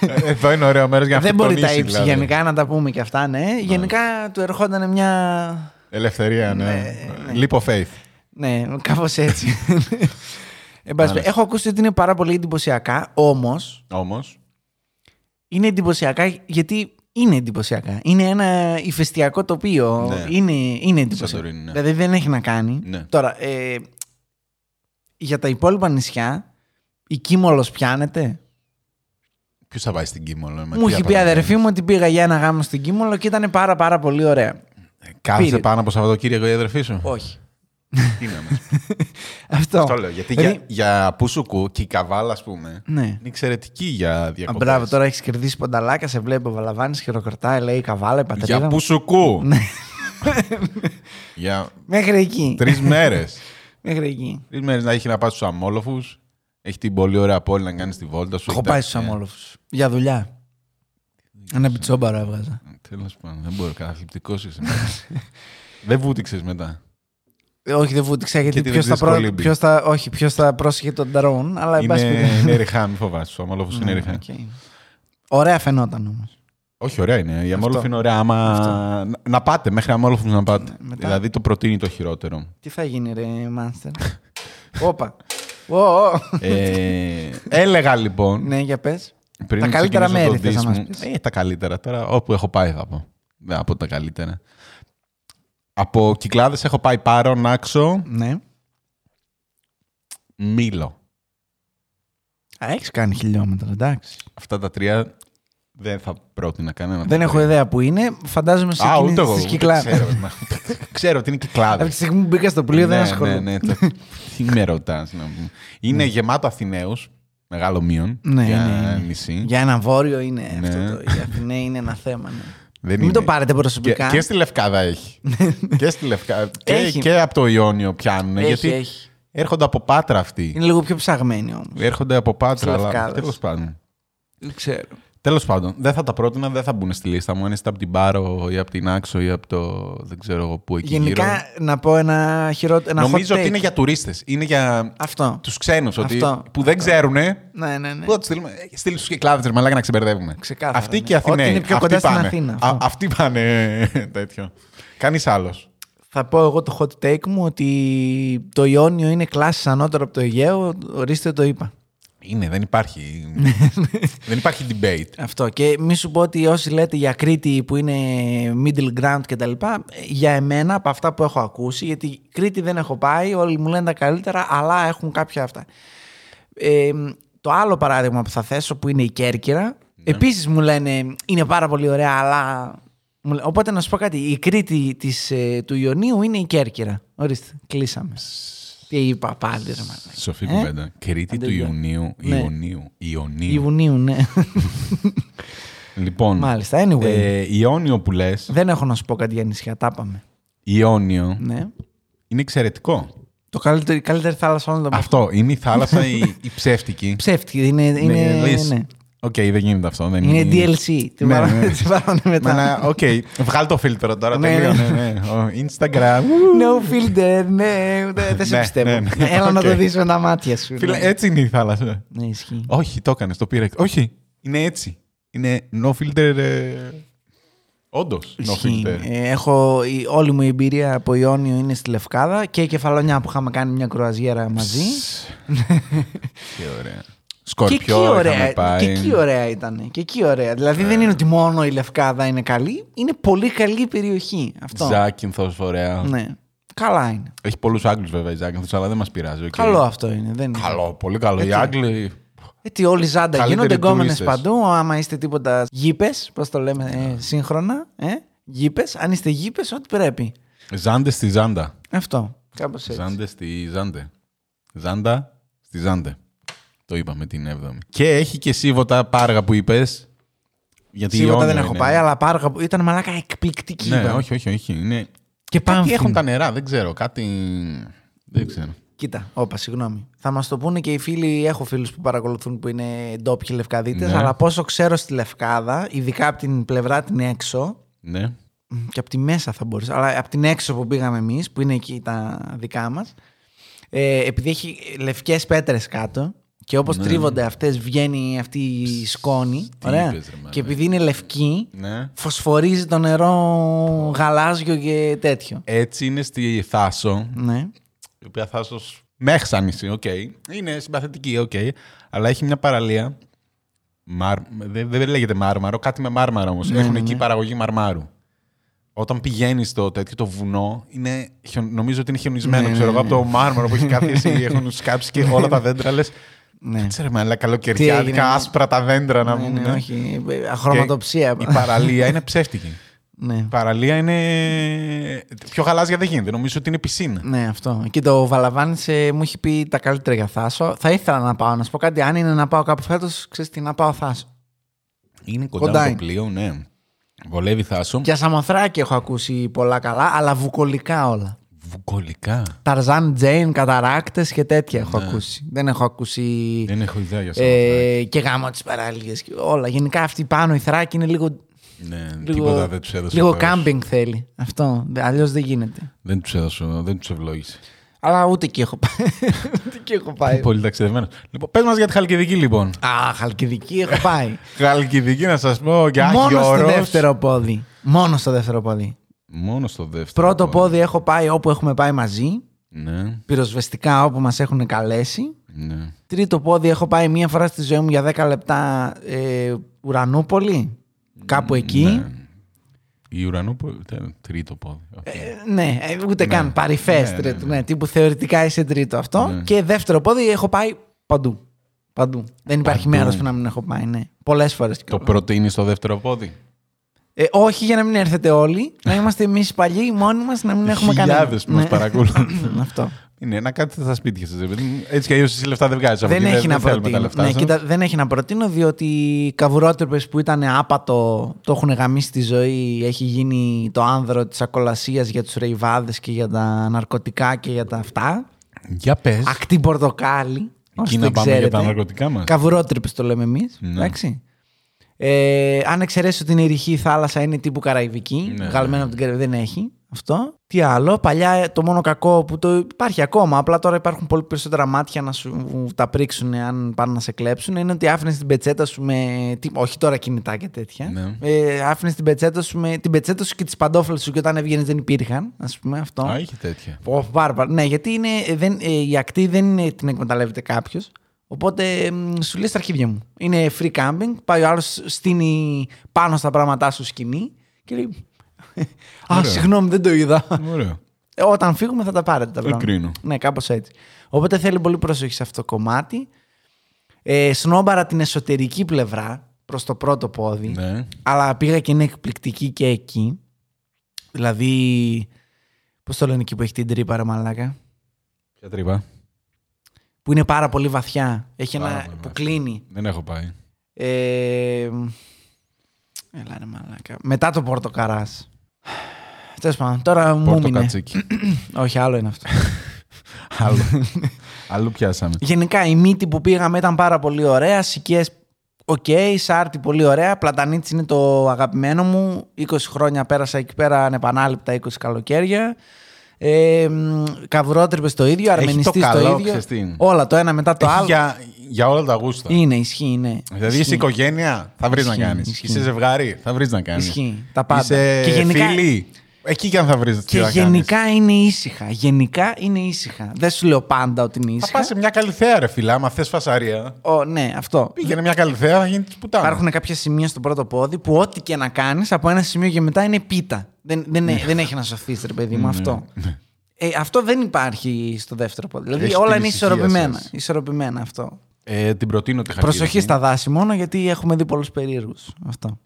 Speaker 1: Ε,
Speaker 2: Εδώ είναι ωραίο μέρος για να
Speaker 1: Δεν μπορεί τα
Speaker 2: αυτοκτονήσεις,
Speaker 1: ύψη
Speaker 2: δηλαδή.
Speaker 1: γενικά να τα πούμε και αυτά, ναι. Γενικά του ερχόταν μια.
Speaker 2: Ελευθερία, ναι. Leap of faith.
Speaker 1: Ναι, κάπως έτσι. Εν πάση περιπτώσει, Έχω ακούσει ότι είναι πάρα πολύ εντυπωσιακά, όμως
Speaker 2: Όμως.
Speaker 1: είναι εντυπωσιακά γιατί είναι εντυπωσιακά. Είναι ένα ηφαιστειακό τοπίο.
Speaker 2: Ναι.
Speaker 1: Είναι, είναι εντυπωσιακό.
Speaker 2: Σαντορίνη, ναι.
Speaker 1: Δηλαδή δεν έχει να κάνει.
Speaker 2: Ναι.
Speaker 1: Τώρα, ε, για τα υπόλοιπα νησιά, η Κίμολος πιάνεται.
Speaker 2: Ποιος θα πάει στην Κίμολο. με
Speaker 1: μου
Speaker 2: τι
Speaker 1: έχει πει η
Speaker 2: απαντάει.
Speaker 1: αδερφή μου ότι πήγα για ένα γάμο στην Κίμολο και ήταν πάρα πάρα πολύ ωραία.
Speaker 2: Κάθεσαι
Speaker 1: Πήρε.
Speaker 2: Ε, πάνω από Σαββατοκύριακο η αδερφή σου.
Speaker 1: Όχι.
Speaker 2: Τι να μας.
Speaker 1: Αυτό.
Speaker 2: Αυτό λέω. Γιατί
Speaker 1: Δηλαδή-
Speaker 2: για, για Πούσουκου και η Καβάλα, ας πούμε,
Speaker 1: Ναι.
Speaker 2: είναι εξαιρετική για
Speaker 1: Α,
Speaker 2: διακοπές.
Speaker 1: μπράβο, τώρα έχεις κερδίσει πονταλάκα, σε βλέπει ο Βαλαβάνη, χειροκροτάει, λέει καβάλα, η πατρίδα.
Speaker 2: Για
Speaker 1: μου». Ναι.
Speaker 2: Πούσουκου. για
Speaker 1: Μέχρι εκεί.
Speaker 2: τρεις μέρες.
Speaker 1: Μέχρι εκεί.
Speaker 2: τρεις μέρες να έχει να πα στους αμόλοφους. Έχει την πολύ ωραία πόλη να κάνει τη βόλτα σου. Ε,
Speaker 1: Έχω πάει στου αμόλοφους. Για δουλειά. Ένα πιτσόμπαρο έβγαζα.
Speaker 2: Τέλος πάντων, δεν μπορώ. Καταθλιπτικό είσαι. δεν βούτυξες μετά.
Speaker 1: Ε, Όχι, δεν βούτυξα γιατί
Speaker 2: Γιατί δεν
Speaker 1: ποιος θα,
Speaker 2: ξέρεις
Speaker 1: προ...
Speaker 2: κολύμπι.
Speaker 1: ποιος θα... Όχι, ποιος θα πρόσεχε τον drone, αλλά εν
Speaker 2: Είναι,
Speaker 1: πάση περιπτώσει.
Speaker 2: είναι ρηχά, μην φοβάσαι. Στου αμόλοφου είναι ρηχά.
Speaker 1: Οκ. Ωραία φαινόταν όμως.
Speaker 2: Όχι, ωραία είναι. Η αμόλοφη
Speaker 1: Αυτό.
Speaker 2: είναι ωραία. Άμα... να- Να πάτε, μέχρι αμόλοφους να πάτε.
Speaker 1: Ναι, μετά.
Speaker 2: Δηλαδή το προτείνει το χειρότερο.
Speaker 1: Τι θα γίνει, ρε Μάνστερ. Όπα. Ω, ω.
Speaker 2: ε, έλεγα λοιπόν.
Speaker 1: Ναι, για πες.
Speaker 2: Πριν
Speaker 1: Τα καλύτερα
Speaker 2: ξεκινήσω
Speaker 1: μέρη
Speaker 2: το
Speaker 1: θες να
Speaker 2: diss
Speaker 1: μας
Speaker 2: μου-
Speaker 1: πεις.
Speaker 2: Ε, τα καλύτερα. Τώρα όπου έχω πάει θα πω. Δεν θα πω τα καλύτερα. Από κυκλάδες έχω πάει Πάρον, Άξο,
Speaker 1: Ναι.
Speaker 2: Μήλο.
Speaker 1: Α, έχεις κάνει χιλιόμετρα, εντάξει.
Speaker 2: Αυτά τα τρία δεν θα πρότεινα κανένα.
Speaker 1: Δεν έχω ιδέα που είναι. Φαντάζομαι σε
Speaker 2: Α,
Speaker 1: εκείνη-
Speaker 2: ούτε εγώ.
Speaker 1: στις
Speaker 2: ούτε
Speaker 1: κυκλάδες.
Speaker 2: Ξέρω, να- ξέρω ότι είναι
Speaker 1: Από
Speaker 2: κυκλάδε.
Speaker 1: τη στιγμή που μπήκα στο πλοίο δεν ασχολούμαι.
Speaker 2: Ναι, ναι, το- Τι με ρωτάς. Είναι γεμάτο Αθηναίους. Μεγάλο μείον.
Speaker 1: Ναι,
Speaker 2: για
Speaker 1: ναι, ναι.
Speaker 2: νησί.
Speaker 1: Για ένα βόρειο είναι
Speaker 2: Ναι.
Speaker 1: αυτό το. Η Αθηναία είναι ένα θέμα. Ναι.
Speaker 2: Δεν
Speaker 1: Μην
Speaker 2: είναι.
Speaker 1: το πάρετε
Speaker 2: Και,
Speaker 1: προσωπικά.
Speaker 2: και στη Λευκάδα έχει. και στη Λευκάδα. Και,
Speaker 1: Έχει.
Speaker 2: και από το Ιόνιο πιάνουν.
Speaker 1: Έχει,
Speaker 2: ναι, γιατί
Speaker 1: έχει.
Speaker 2: έρχονται από πάτρα αυτοί.
Speaker 1: Είναι λίγο πιο ψαγμένη όμως.
Speaker 2: Έρχονται από πάτρα.
Speaker 1: Στις
Speaker 2: Αλλά...
Speaker 1: Λευκάδες.
Speaker 2: Τέλος πάντων.
Speaker 1: Δεν ξέρω.
Speaker 2: Τέλος πάντων, δεν θα τα πρότεινα, δεν θα μπουν στη λίστα μου. Αν είστε από την Πάρο ή από την Άξο ή από το. δεν ξέρω εγώ πού εκεί
Speaker 1: Γενικά,
Speaker 2: γύρω.
Speaker 1: να πω ένα χειρότερο. Ένα
Speaker 2: Νομίζω
Speaker 1: hot
Speaker 2: ότι
Speaker 1: take.
Speaker 2: είναι για τουρίστες. Είναι για
Speaker 1: Αυτό.
Speaker 2: τους ξένους. Ότι...
Speaker 1: Αυτό.
Speaker 2: που δεν ξέρουνε.
Speaker 1: Ναι, ναι, ναι.
Speaker 2: Πού θα του στείλουμε. Ε, Στείλ τους κυκλάδε, μαλάκα να ξεμπερδεύουμε.
Speaker 1: Ξεκάθαρα,
Speaker 2: Αυτοί
Speaker 1: ναι.
Speaker 2: και οι Αθηναίοι.
Speaker 1: Ό,τι είναι πιο
Speaker 2: Αυτοί
Speaker 1: κοντά στην
Speaker 2: πάνε.
Speaker 1: Αθήνα,
Speaker 2: Α,
Speaker 1: αυτό.
Speaker 2: αυτοί πάνε τέτοιο. Κανείς άλλος.
Speaker 1: Θα πω εγώ το hot take μου ότι το Ιόνιο είναι κλάση ανώτερο από το Αιγαίο. Ορίστε το είπα.
Speaker 2: Είναι, δεν υπάρχει. δεν υπάρχει debate.
Speaker 1: Αυτό. Και μη σου πω ότι όσοι λέτε για Κρήτη που είναι middle ground κτλ. Για εμένα, από αυτά που έχω ακούσει, γιατί Κρήτη δεν έχω πάει, όλοι μου λένε τα καλύτερα, αλλά έχουν κάποια αυτά. Ε, το άλλο παράδειγμα που θα θέσω που είναι η
Speaker 2: Ναι.
Speaker 1: Κέρκυρα. Επίσης μου λένε είναι πάρα πολύ ωραία, αλλά. μου λέ- Οπότε να σου πω κάτι. Η Κρήτη της, ε, του Ιωνίου είναι η Κέρκυρα. Ορίστε, κλείσαμε. Τι είπα πάλι, ρε μαλάκα.
Speaker 2: Σοφή
Speaker 1: Ε?
Speaker 2: κουβέντα. Κρήτη
Speaker 1: Αντί
Speaker 2: του
Speaker 1: για-
Speaker 2: Ιουνίου.
Speaker 1: Ναι.
Speaker 2: Ιωνίου. Ιωνίου.
Speaker 1: Ιουνίου, ναι.
Speaker 2: Λοιπόν,
Speaker 1: Μάλιστα, anyway.
Speaker 2: ε, Ιόνιο που λες,
Speaker 1: Δεν έχω να σου πω κάτι για νησιά, τα είπαμε.
Speaker 2: Ιόνιο
Speaker 1: Ναι.
Speaker 2: είναι εξαιρετικό.
Speaker 1: Το καλύτερο, η καλύτερη θάλασσα όλων των
Speaker 2: Αυτό είναι η θάλασσα, η, η ψεύτικη.
Speaker 1: Ψεύτικη, είναι. είναι,
Speaker 2: Ναι, λες,
Speaker 1: ναι.
Speaker 2: Οκ, δεν γίνεται αυτό. Δεν
Speaker 1: είναι DLC. Την
Speaker 2: Ναι,
Speaker 1: βάλανε-
Speaker 2: ναι.
Speaker 1: την βάλανε μετά.
Speaker 2: Μα, οκ, βγάλ το φίλτρο τώρα,
Speaker 1: Ναι,
Speaker 2: τελείωνε. ναι. Ο Instagram. ου,
Speaker 1: No filter, ναι, δε- δεν σε
Speaker 2: Ναι,
Speaker 1: πιστεύω.
Speaker 2: ναι, ναι.
Speaker 1: Έλα να
Speaker 2: Οκ.
Speaker 1: το δεις με τα μάτια σου.
Speaker 2: Φίλε, ε-
Speaker 1: ναι.
Speaker 2: έτσι είναι η θάλασσα.
Speaker 1: Ναι, ισχύει.
Speaker 2: Όχι, το έκανες, το πήρες. Όχι, είναι έτσι. Είναι no filter. Όντως, no
Speaker 1: Ισχύει.
Speaker 2: filter.
Speaker 1: Ε, Έχω η- όλη μου η εμπειρία από Ιόνιο είναι στη Λευκάδα και η κεφαλονιά που είχαμε κάνει μια κρουαζιέρα μαζί.
Speaker 2: Τι ωραία.
Speaker 1: Και εκεί,
Speaker 2: Σκορπιό, είχαμε
Speaker 1: ωραία,
Speaker 2: πάει. Ε.
Speaker 1: και εκεί ωραία ήταν. Και εκεί ωραία. Δηλαδή δεν είναι ότι μόνο η Λευκάδα είναι καλή, είναι πολύ καλή η περιοχή. Αυτό.
Speaker 2: Ζάκυνθος, ωραία.
Speaker 1: Ναι. Καλά είναι.
Speaker 2: Έχει πολλούς Άγγλους βέβαια η Ζάκυνθος, αλλά δεν μας πειράζει. οκ.
Speaker 1: Καλό αυτό είναι. Δεν είναι.
Speaker 2: Καλό, πολύ καλό. Οι
Speaker 1: Έτσι.
Speaker 2: Άγγλοι.
Speaker 1: Έτσι, όλοι ζάντα
Speaker 2: Καλύτεροι
Speaker 1: γίνονται γκόμενες
Speaker 2: τουρίστες.
Speaker 1: παντού. Άμα είστε τίποτα γήπες, πώς το λέμε
Speaker 2: Ναι.
Speaker 1: ε, σύγχρονα, ε, γήπες. Αν είστε γήπες, ό,τι πρέπει.
Speaker 2: Ζάντες στη Ζάντα.
Speaker 1: Αυτό. Κάπως έτσι.
Speaker 2: Ζάντες στη Ζάντε. Ζάντα στη Ζάντε. Το είπαμε την 7η. Και έχει και Σίβωτα Πάργα που είπες. Γιατί
Speaker 1: Σίγουρα
Speaker 2: Ιόνιο
Speaker 1: δεν έχω
Speaker 2: είναι.
Speaker 1: πάει, αλλά πάργα που ήταν μαλάκα εκπληκτική.
Speaker 2: Ναι,
Speaker 1: ήταν.
Speaker 2: όχι, όχι, όχι. Είναι...
Speaker 1: Και
Speaker 2: Κάτι
Speaker 1: πάμφιν.
Speaker 2: έχουν τα νερά, δεν ξέρω. Κάτι. Δεν ξέρω.
Speaker 1: Κοίτα, όπα, συγγνώμη. Θα μας το πούνε και οι φίλοι. Έχω φίλους που παρακολουθούν που είναι ντόπιοι λευκαδίτες,
Speaker 2: Ναι.
Speaker 1: αλλά πόσο ξέρω στη Λευκάδα, ειδικά από την πλευρά την έξω,
Speaker 2: Ναι.
Speaker 1: Μ, και από τη μέσα θα μπορούσε, αλλά από την έξω που πήγαμε εμείς, που είναι εκεί τα δικά μας, ε, επειδή έχει λευκές πέτρες κάτω και όπως
Speaker 2: Ναι.
Speaker 1: τρίβονται αυτές βγαίνει αυτή η σκόνη,
Speaker 2: τι
Speaker 1: ωραία,
Speaker 2: είπες, ρε, μάνα.
Speaker 1: και επειδή είναι λευκή,
Speaker 2: ναι.
Speaker 1: φωσφορίζει το νερό γαλάζιο και τέτοιο.
Speaker 2: Έτσι είναι στη Θάσο.
Speaker 1: Ναι.
Speaker 2: Η οποία Θάσος. Μέχσανηση, οκ. Είναι συμπαθητική, οκ. Αλλά έχει μια παραλία. Μαρ... Δεν, δεν λέγεται μάρμαρο, κάτι με μάρμαρο όμως.
Speaker 1: Ναι,
Speaker 2: Έχουν
Speaker 1: ναι,
Speaker 2: εκεί
Speaker 1: ναι.
Speaker 2: παραγωγή μαρμάρου. Όταν πηγαίνεις στο τέτοιο το βουνό, είναι, χιον- νομίζω ότι είναι χιονισμένο.
Speaker 1: Ναι, ναι,
Speaker 2: ξέρω εγώ
Speaker 1: ναι.
Speaker 2: από το μάρμαρο που έχει καθίσει, έχουν σκάψει και όλα τα δέντρα. Λες.
Speaker 1: Ναι.
Speaker 2: Ξέρω, με, αλλά
Speaker 1: Τι έγινε,
Speaker 2: καλοκαιριάτικα,
Speaker 1: ναι.
Speaker 2: άσπρα τα δέντρα να
Speaker 1: ναι,
Speaker 2: πούμε.
Speaker 1: ναι, όχι. ε, Αχρωματοψία.
Speaker 2: Η παραλία είναι ψεύτικη.
Speaker 1: ναι.
Speaker 2: Η παραλία είναι. Πιο γαλάζια δεν γίνεται. Νομίζω ότι είναι πισίνα.
Speaker 1: Ναι, αυτό. Και το Βαλαβάνη ε, μου έχει πει τα καλύτερα για Θάσο. Θα ήθελα να πάω, να σου πω κάτι. Αν είναι να πάω κάπου φέτος, ξέρεις τι, να πάω Θάσο.
Speaker 2: Είναι
Speaker 1: Κοντά
Speaker 2: κοντά,
Speaker 1: είναι.
Speaker 2: στο πλοίο, ναι. Βολεύει θάσο.
Speaker 1: Για Σαμοθράκη έχω ακούσει πολλά καλά, αλλά βουκολικά όλα.
Speaker 2: Βουκολικά.
Speaker 1: Ταρζάν Τζέιν, καταράκτες και τέτοια έχω ακούσει. Δεν έχω ακούσει.
Speaker 2: Ναι. Δεν έχω ιδέα για Σαμοθράκη.
Speaker 1: Ε, και γάμο της παράλια και όλα. Γενικά αυτή πάνω η Θράκη είναι λίγο.
Speaker 2: ναι,
Speaker 1: λίγο
Speaker 2: τίποτα δεν του έδωσε. ο
Speaker 1: λίγο
Speaker 2: Θεός.
Speaker 1: κάμπινγκ θέλει. Αυτό. Αλλιώς δεν γίνεται.
Speaker 2: Δεν τους έδωσε, δεν τους ευλόγησε.
Speaker 1: Αλλά ούτε εκεί έχω πάει. ούτε εκεί έχω πάει.
Speaker 2: Πολύ ταξιδευμένος. Λοιπόν, πες μας για τη Χαλκιδική, λοιπόν.
Speaker 1: Α, χαλκιδική έχω πάει.
Speaker 2: Χαλκιδική, να σας πω για
Speaker 1: Μόνο στο
Speaker 2: Όρος.
Speaker 1: δεύτερο πόδι. Μόνο στο δεύτερο πόδι.
Speaker 2: Μόνο στο δεύτερο.
Speaker 1: Πρώτο πόδι έχω πάει όπου έχουμε πάει μαζί.
Speaker 2: Ναι,
Speaker 1: Πυροσβεστικά όπου μας έχουν καλέσει.
Speaker 2: ναι.
Speaker 1: Τρίτο πόδι έχω πάει μία φορά στη ζωή μου για 10 λεπτά ε, Ουρανούπολη, κάπου εκεί.
Speaker 2: Ναι. Η Ουρανούπολη. τε- Τρίτο πόδι. Οκ.
Speaker 1: Ε, ναι, ε, ούτε καν παρυφές
Speaker 2: Ναι, ναι,
Speaker 1: τρίτο,
Speaker 2: ναι.
Speaker 1: ναι, τύπου θεωρητικά είσαι τρίτο αυτό.
Speaker 2: Ναι.
Speaker 1: Και δεύτερο πόδι έχω πάει παντού. Παντού. Δεν υπάρχει
Speaker 2: Παντού.
Speaker 1: μέρος που να μην έχω πάει, ναι. Πολλές φορές.
Speaker 2: Το προτείνει στο δεύτερο πόδι.
Speaker 1: Ε, όχι για να μην έρθετε όλοι, να είμαστε εμείς οι παλιοί, μόνοι μας, να μην έχουμε κανένα.
Speaker 2: Χιλιάδες που μας
Speaker 1: Ναι.
Speaker 2: παρακολουθούν.
Speaker 1: Αυτό.
Speaker 2: Είναι να κάτσετε στα σπίτια σας. Έτσι κι αλλιώς εσύ λεφτά δεν βγάζεις.
Speaker 1: δεν, έχει να προτείνω. Ναι, κοίτα, δεν έχει να προτείνω, διότι οι καβουρότρεπες που ήταν άπατο, το έχουν γαμίσει τη ζωή, έχει γίνει το άνδρο της ακολασίας για τους ρεϊβάδες και για τα ναρκωτικά και για τα αυτά.
Speaker 2: Για πες.
Speaker 1: Ακτή πορτοκάλι. όσοι
Speaker 2: Εκεί να πάμε
Speaker 1: δεν
Speaker 2: για
Speaker 1: ξέρετε.
Speaker 2: τα ναρκωτικά μας.
Speaker 1: Καβουρότρυπες το λέμε εμείς,
Speaker 2: Ναι.
Speaker 1: εντάξει. Ε, αν εξαιρέσεις ότι είναι η ρηχή θάλασσα, είναι τύπου καραϊβική.
Speaker 2: Ναι,
Speaker 1: γαλμένο
Speaker 2: ναι.
Speaker 1: από την Καραϊβική δεν έχει αυτό. Τι άλλο, παλιά το μόνο κακό που το υπάρχει ακόμα, απλά τώρα υπάρχουν πολύ περισσότερα μάτια να σου τα πρίξουν αν πάνε να σε κλέψουν, είναι ότι άφηνες την πετσέτα σου με. τι- Όχι τώρα κινητά και τέτοια.
Speaker 2: Ναι.
Speaker 1: Ε, άφηνες την πετσέτα σου με την πετσέτα σου και τις παντόφλες σου και όταν έβγαινες δεν υπήρχαν, ας πούμε αυτό.
Speaker 2: Α, είχε τέτοια.
Speaker 1: ε, Ω, βάρβαρο. Ναι, γιατί είναι, δεν, ε, η ακτή δεν είναι, την εκμεταλλεύεται κάποιος. Οπότε μ, σου λέει στα αρχίδια μου. Είναι free camping. Πάει ο άλλος, στείνει πάνω στα πράγματά σου σκηνή και λέει. Α,
Speaker 2: Ωραία.
Speaker 1: συγγνώμη, δεν το είδα.
Speaker 2: Ωραίο.
Speaker 1: Ε, Όταν φύγουμε θα τα πάρετε τα
Speaker 2: Δεν
Speaker 1: πράγματα.
Speaker 2: κρίνω.
Speaker 1: Ναι, κάπως έτσι. Οπότε θέλει πολύ προσοχή σε αυτό το κομμάτι. Ε, σνόμπαρα την εσωτερική πλευρά προς το πρώτο πόδι.
Speaker 2: Ναι.
Speaker 1: Αλλά πήγα και είναι εκπληκτική και εκεί. Δηλαδή. Πώς το λένε εκεί που έχει την τρύπα, ρε Μαλάκα.
Speaker 2: Ποια τρύπα.
Speaker 1: Που είναι πάρα πολύ βαθιά. Έχει
Speaker 2: Πάρα
Speaker 1: ένα.
Speaker 2: πολύ
Speaker 1: που
Speaker 2: βαθιά.
Speaker 1: κλείνει.
Speaker 2: Δεν έχω πάει.
Speaker 1: Ε, έλα ρε μαλάκα. Μετά το πορτοκαράς. Τέλος πάντων, τώρα μου έμεινε.
Speaker 2: Πορτοκατσίκι.
Speaker 1: Όχι, άλλο είναι αυτό.
Speaker 2: Άλλο. Αλλού πιάσαμε.
Speaker 1: Γενικά η μύτη που πήγαμε ήταν πάρα πολύ ωραία. Σικιές, οκ, σάρτη πολύ ωραία. Πλατανίτης είναι το αγαπημένο μου. 20 χρόνια πέρασα εκεί πέρα ανεπανάληπτα 20 καλοκαίρια. Ε, μ, Καβουρότρυπες το
Speaker 2: Έχει το
Speaker 1: ίδιο, αρμενιστής το,
Speaker 2: καλό,
Speaker 1: ίδιο.
Speaker 2: ξέρεις τι είναι.
Speaker 1: Όλα το ένα μετά το
Speaker 2: Έχει
Speaker 1: άλλο.
Speaker 2: για, για όλα τα γούστα.
Speaker 1: Είναι, ισχύει, ναι.
Speaker 2: Δηλαδή είσαι οικογένεια, θα βρεις να
Speaker 1: Ισχύει,
Speaker 2: κάνεις.
Speaker 1: ισχύει.
Speaker 2: Είσαι ζευγάρι, θα βρεις να κάνεις.
Speaker 1: Ισχύει, τα πάντα.
Speaker 2: Είσαι
Speaker 1: Και γενικά-
Speaker 2: φίλοι. Εκεί και αν θα βρεις.
Speaker 1: Και γενικά είναι ήσυχα. Γενικά είναι ήσυχα. Δεν σου λέω πάντα ότι είναι
Speaker 2: Θα
Speaker 1: ήσυχα.
Speaker 2: πας σε μια καλυθέα, ρε φίλα. Άμα θες φασαρία,
Speaker 1: Ω, ναι, αυτό.
Speaker 2: πήγαινε μια καλυθέα, θα γίνει της πουτάνας.
Speaker 1: Υπάρχουν κάποια σημεία στο πρώτο πόδι που ό,τι και να κάνεις από ένα σημείο και μετά είναι πίτα. Δεν, δεν,
Speaker 2: Ναι.
Speaker 1: δεν έχει να σωθεί, ρε παιδί μου, αυτό. Ε, αυτό δεν υπάρχει στο δεύτερο πόδι. Δηλαδή
Speaker 2: Έχει
Speaker 1: όλα
Speaker 2: την
Speaker 1: είναι
Speaker 2: ησυχία
Speaker 1: ισορροπημένα.
Speaker 2: σας.
Speaker 1: Ισορροπημένα αυτό.
Speaker 2: Ε, την προτείνω τη χαρτίδα.
Speaker 1: Προσοχή στα δάση μόνο γιατί έχουμε δει πολλούς περίεργους. Αυτό.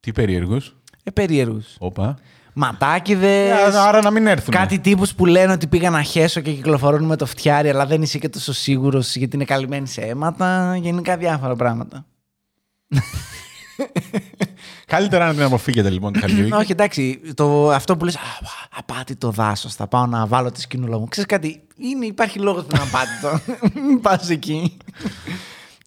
Speaker 2: Τι περίεργους.
Speaker 1: Ε, περίεργους.
Speaker 2: Όπα.
Speaker 1: Ματάκιδε.
Speaker 2: Ε, άρα να μην έρθουν.
Speaker 1: Κάτι τύπους που λένε ότι πήγα να χέσω και κυκλοφορούν με το φτιάρι, αλλά δεν είσαι και τόσο σίγουρος γιατί είναι καλυμμένοι σε αίματα. Γενικά διάφορα πράγματα.
Speaker 2: Καλύτερα να την αποφύγετε λοιπόν τη χαρτίδα.
Speaker 1: Όχι, εντάξει, το, αυτό που λες. Απάτη το δάσος. Θα πάω να βάλω τη σκηνούλα μου. Ξέρεις κάτι, είναι, υπάρχει λόγος που είναι απάτητο. Μην πας εκεί.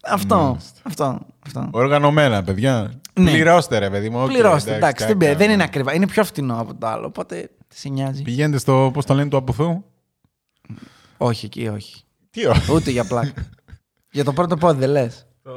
Speaker 1: αυτό, αυτό, αυτό.
Speaker 2: Οργανωμένα, παιδιά.
Speaker 1: Ναι.
Speaker 2: Πληρώστε, ρε παιδί μου. Οκ,
Speaker 1: Πληρώστε, εντάξει, δεν, παι-
Speaker 2: κάνουμε.
Speaker 1: δεν είναι ακριβά. Είναι πιο φτηνό από το άλλο, οπότε τι σε νοιάζει.
Speaker 2: Πηγαίνετε στο, πώς το λένε, του Απουθού.
Speaker 1: όχι, εκεί όχι.
Speaker 2: Τι ω-
Speaker 1: Ούτε για πλάκα. για το πρώτο πόδι δεν λες.
Speaker 2: Το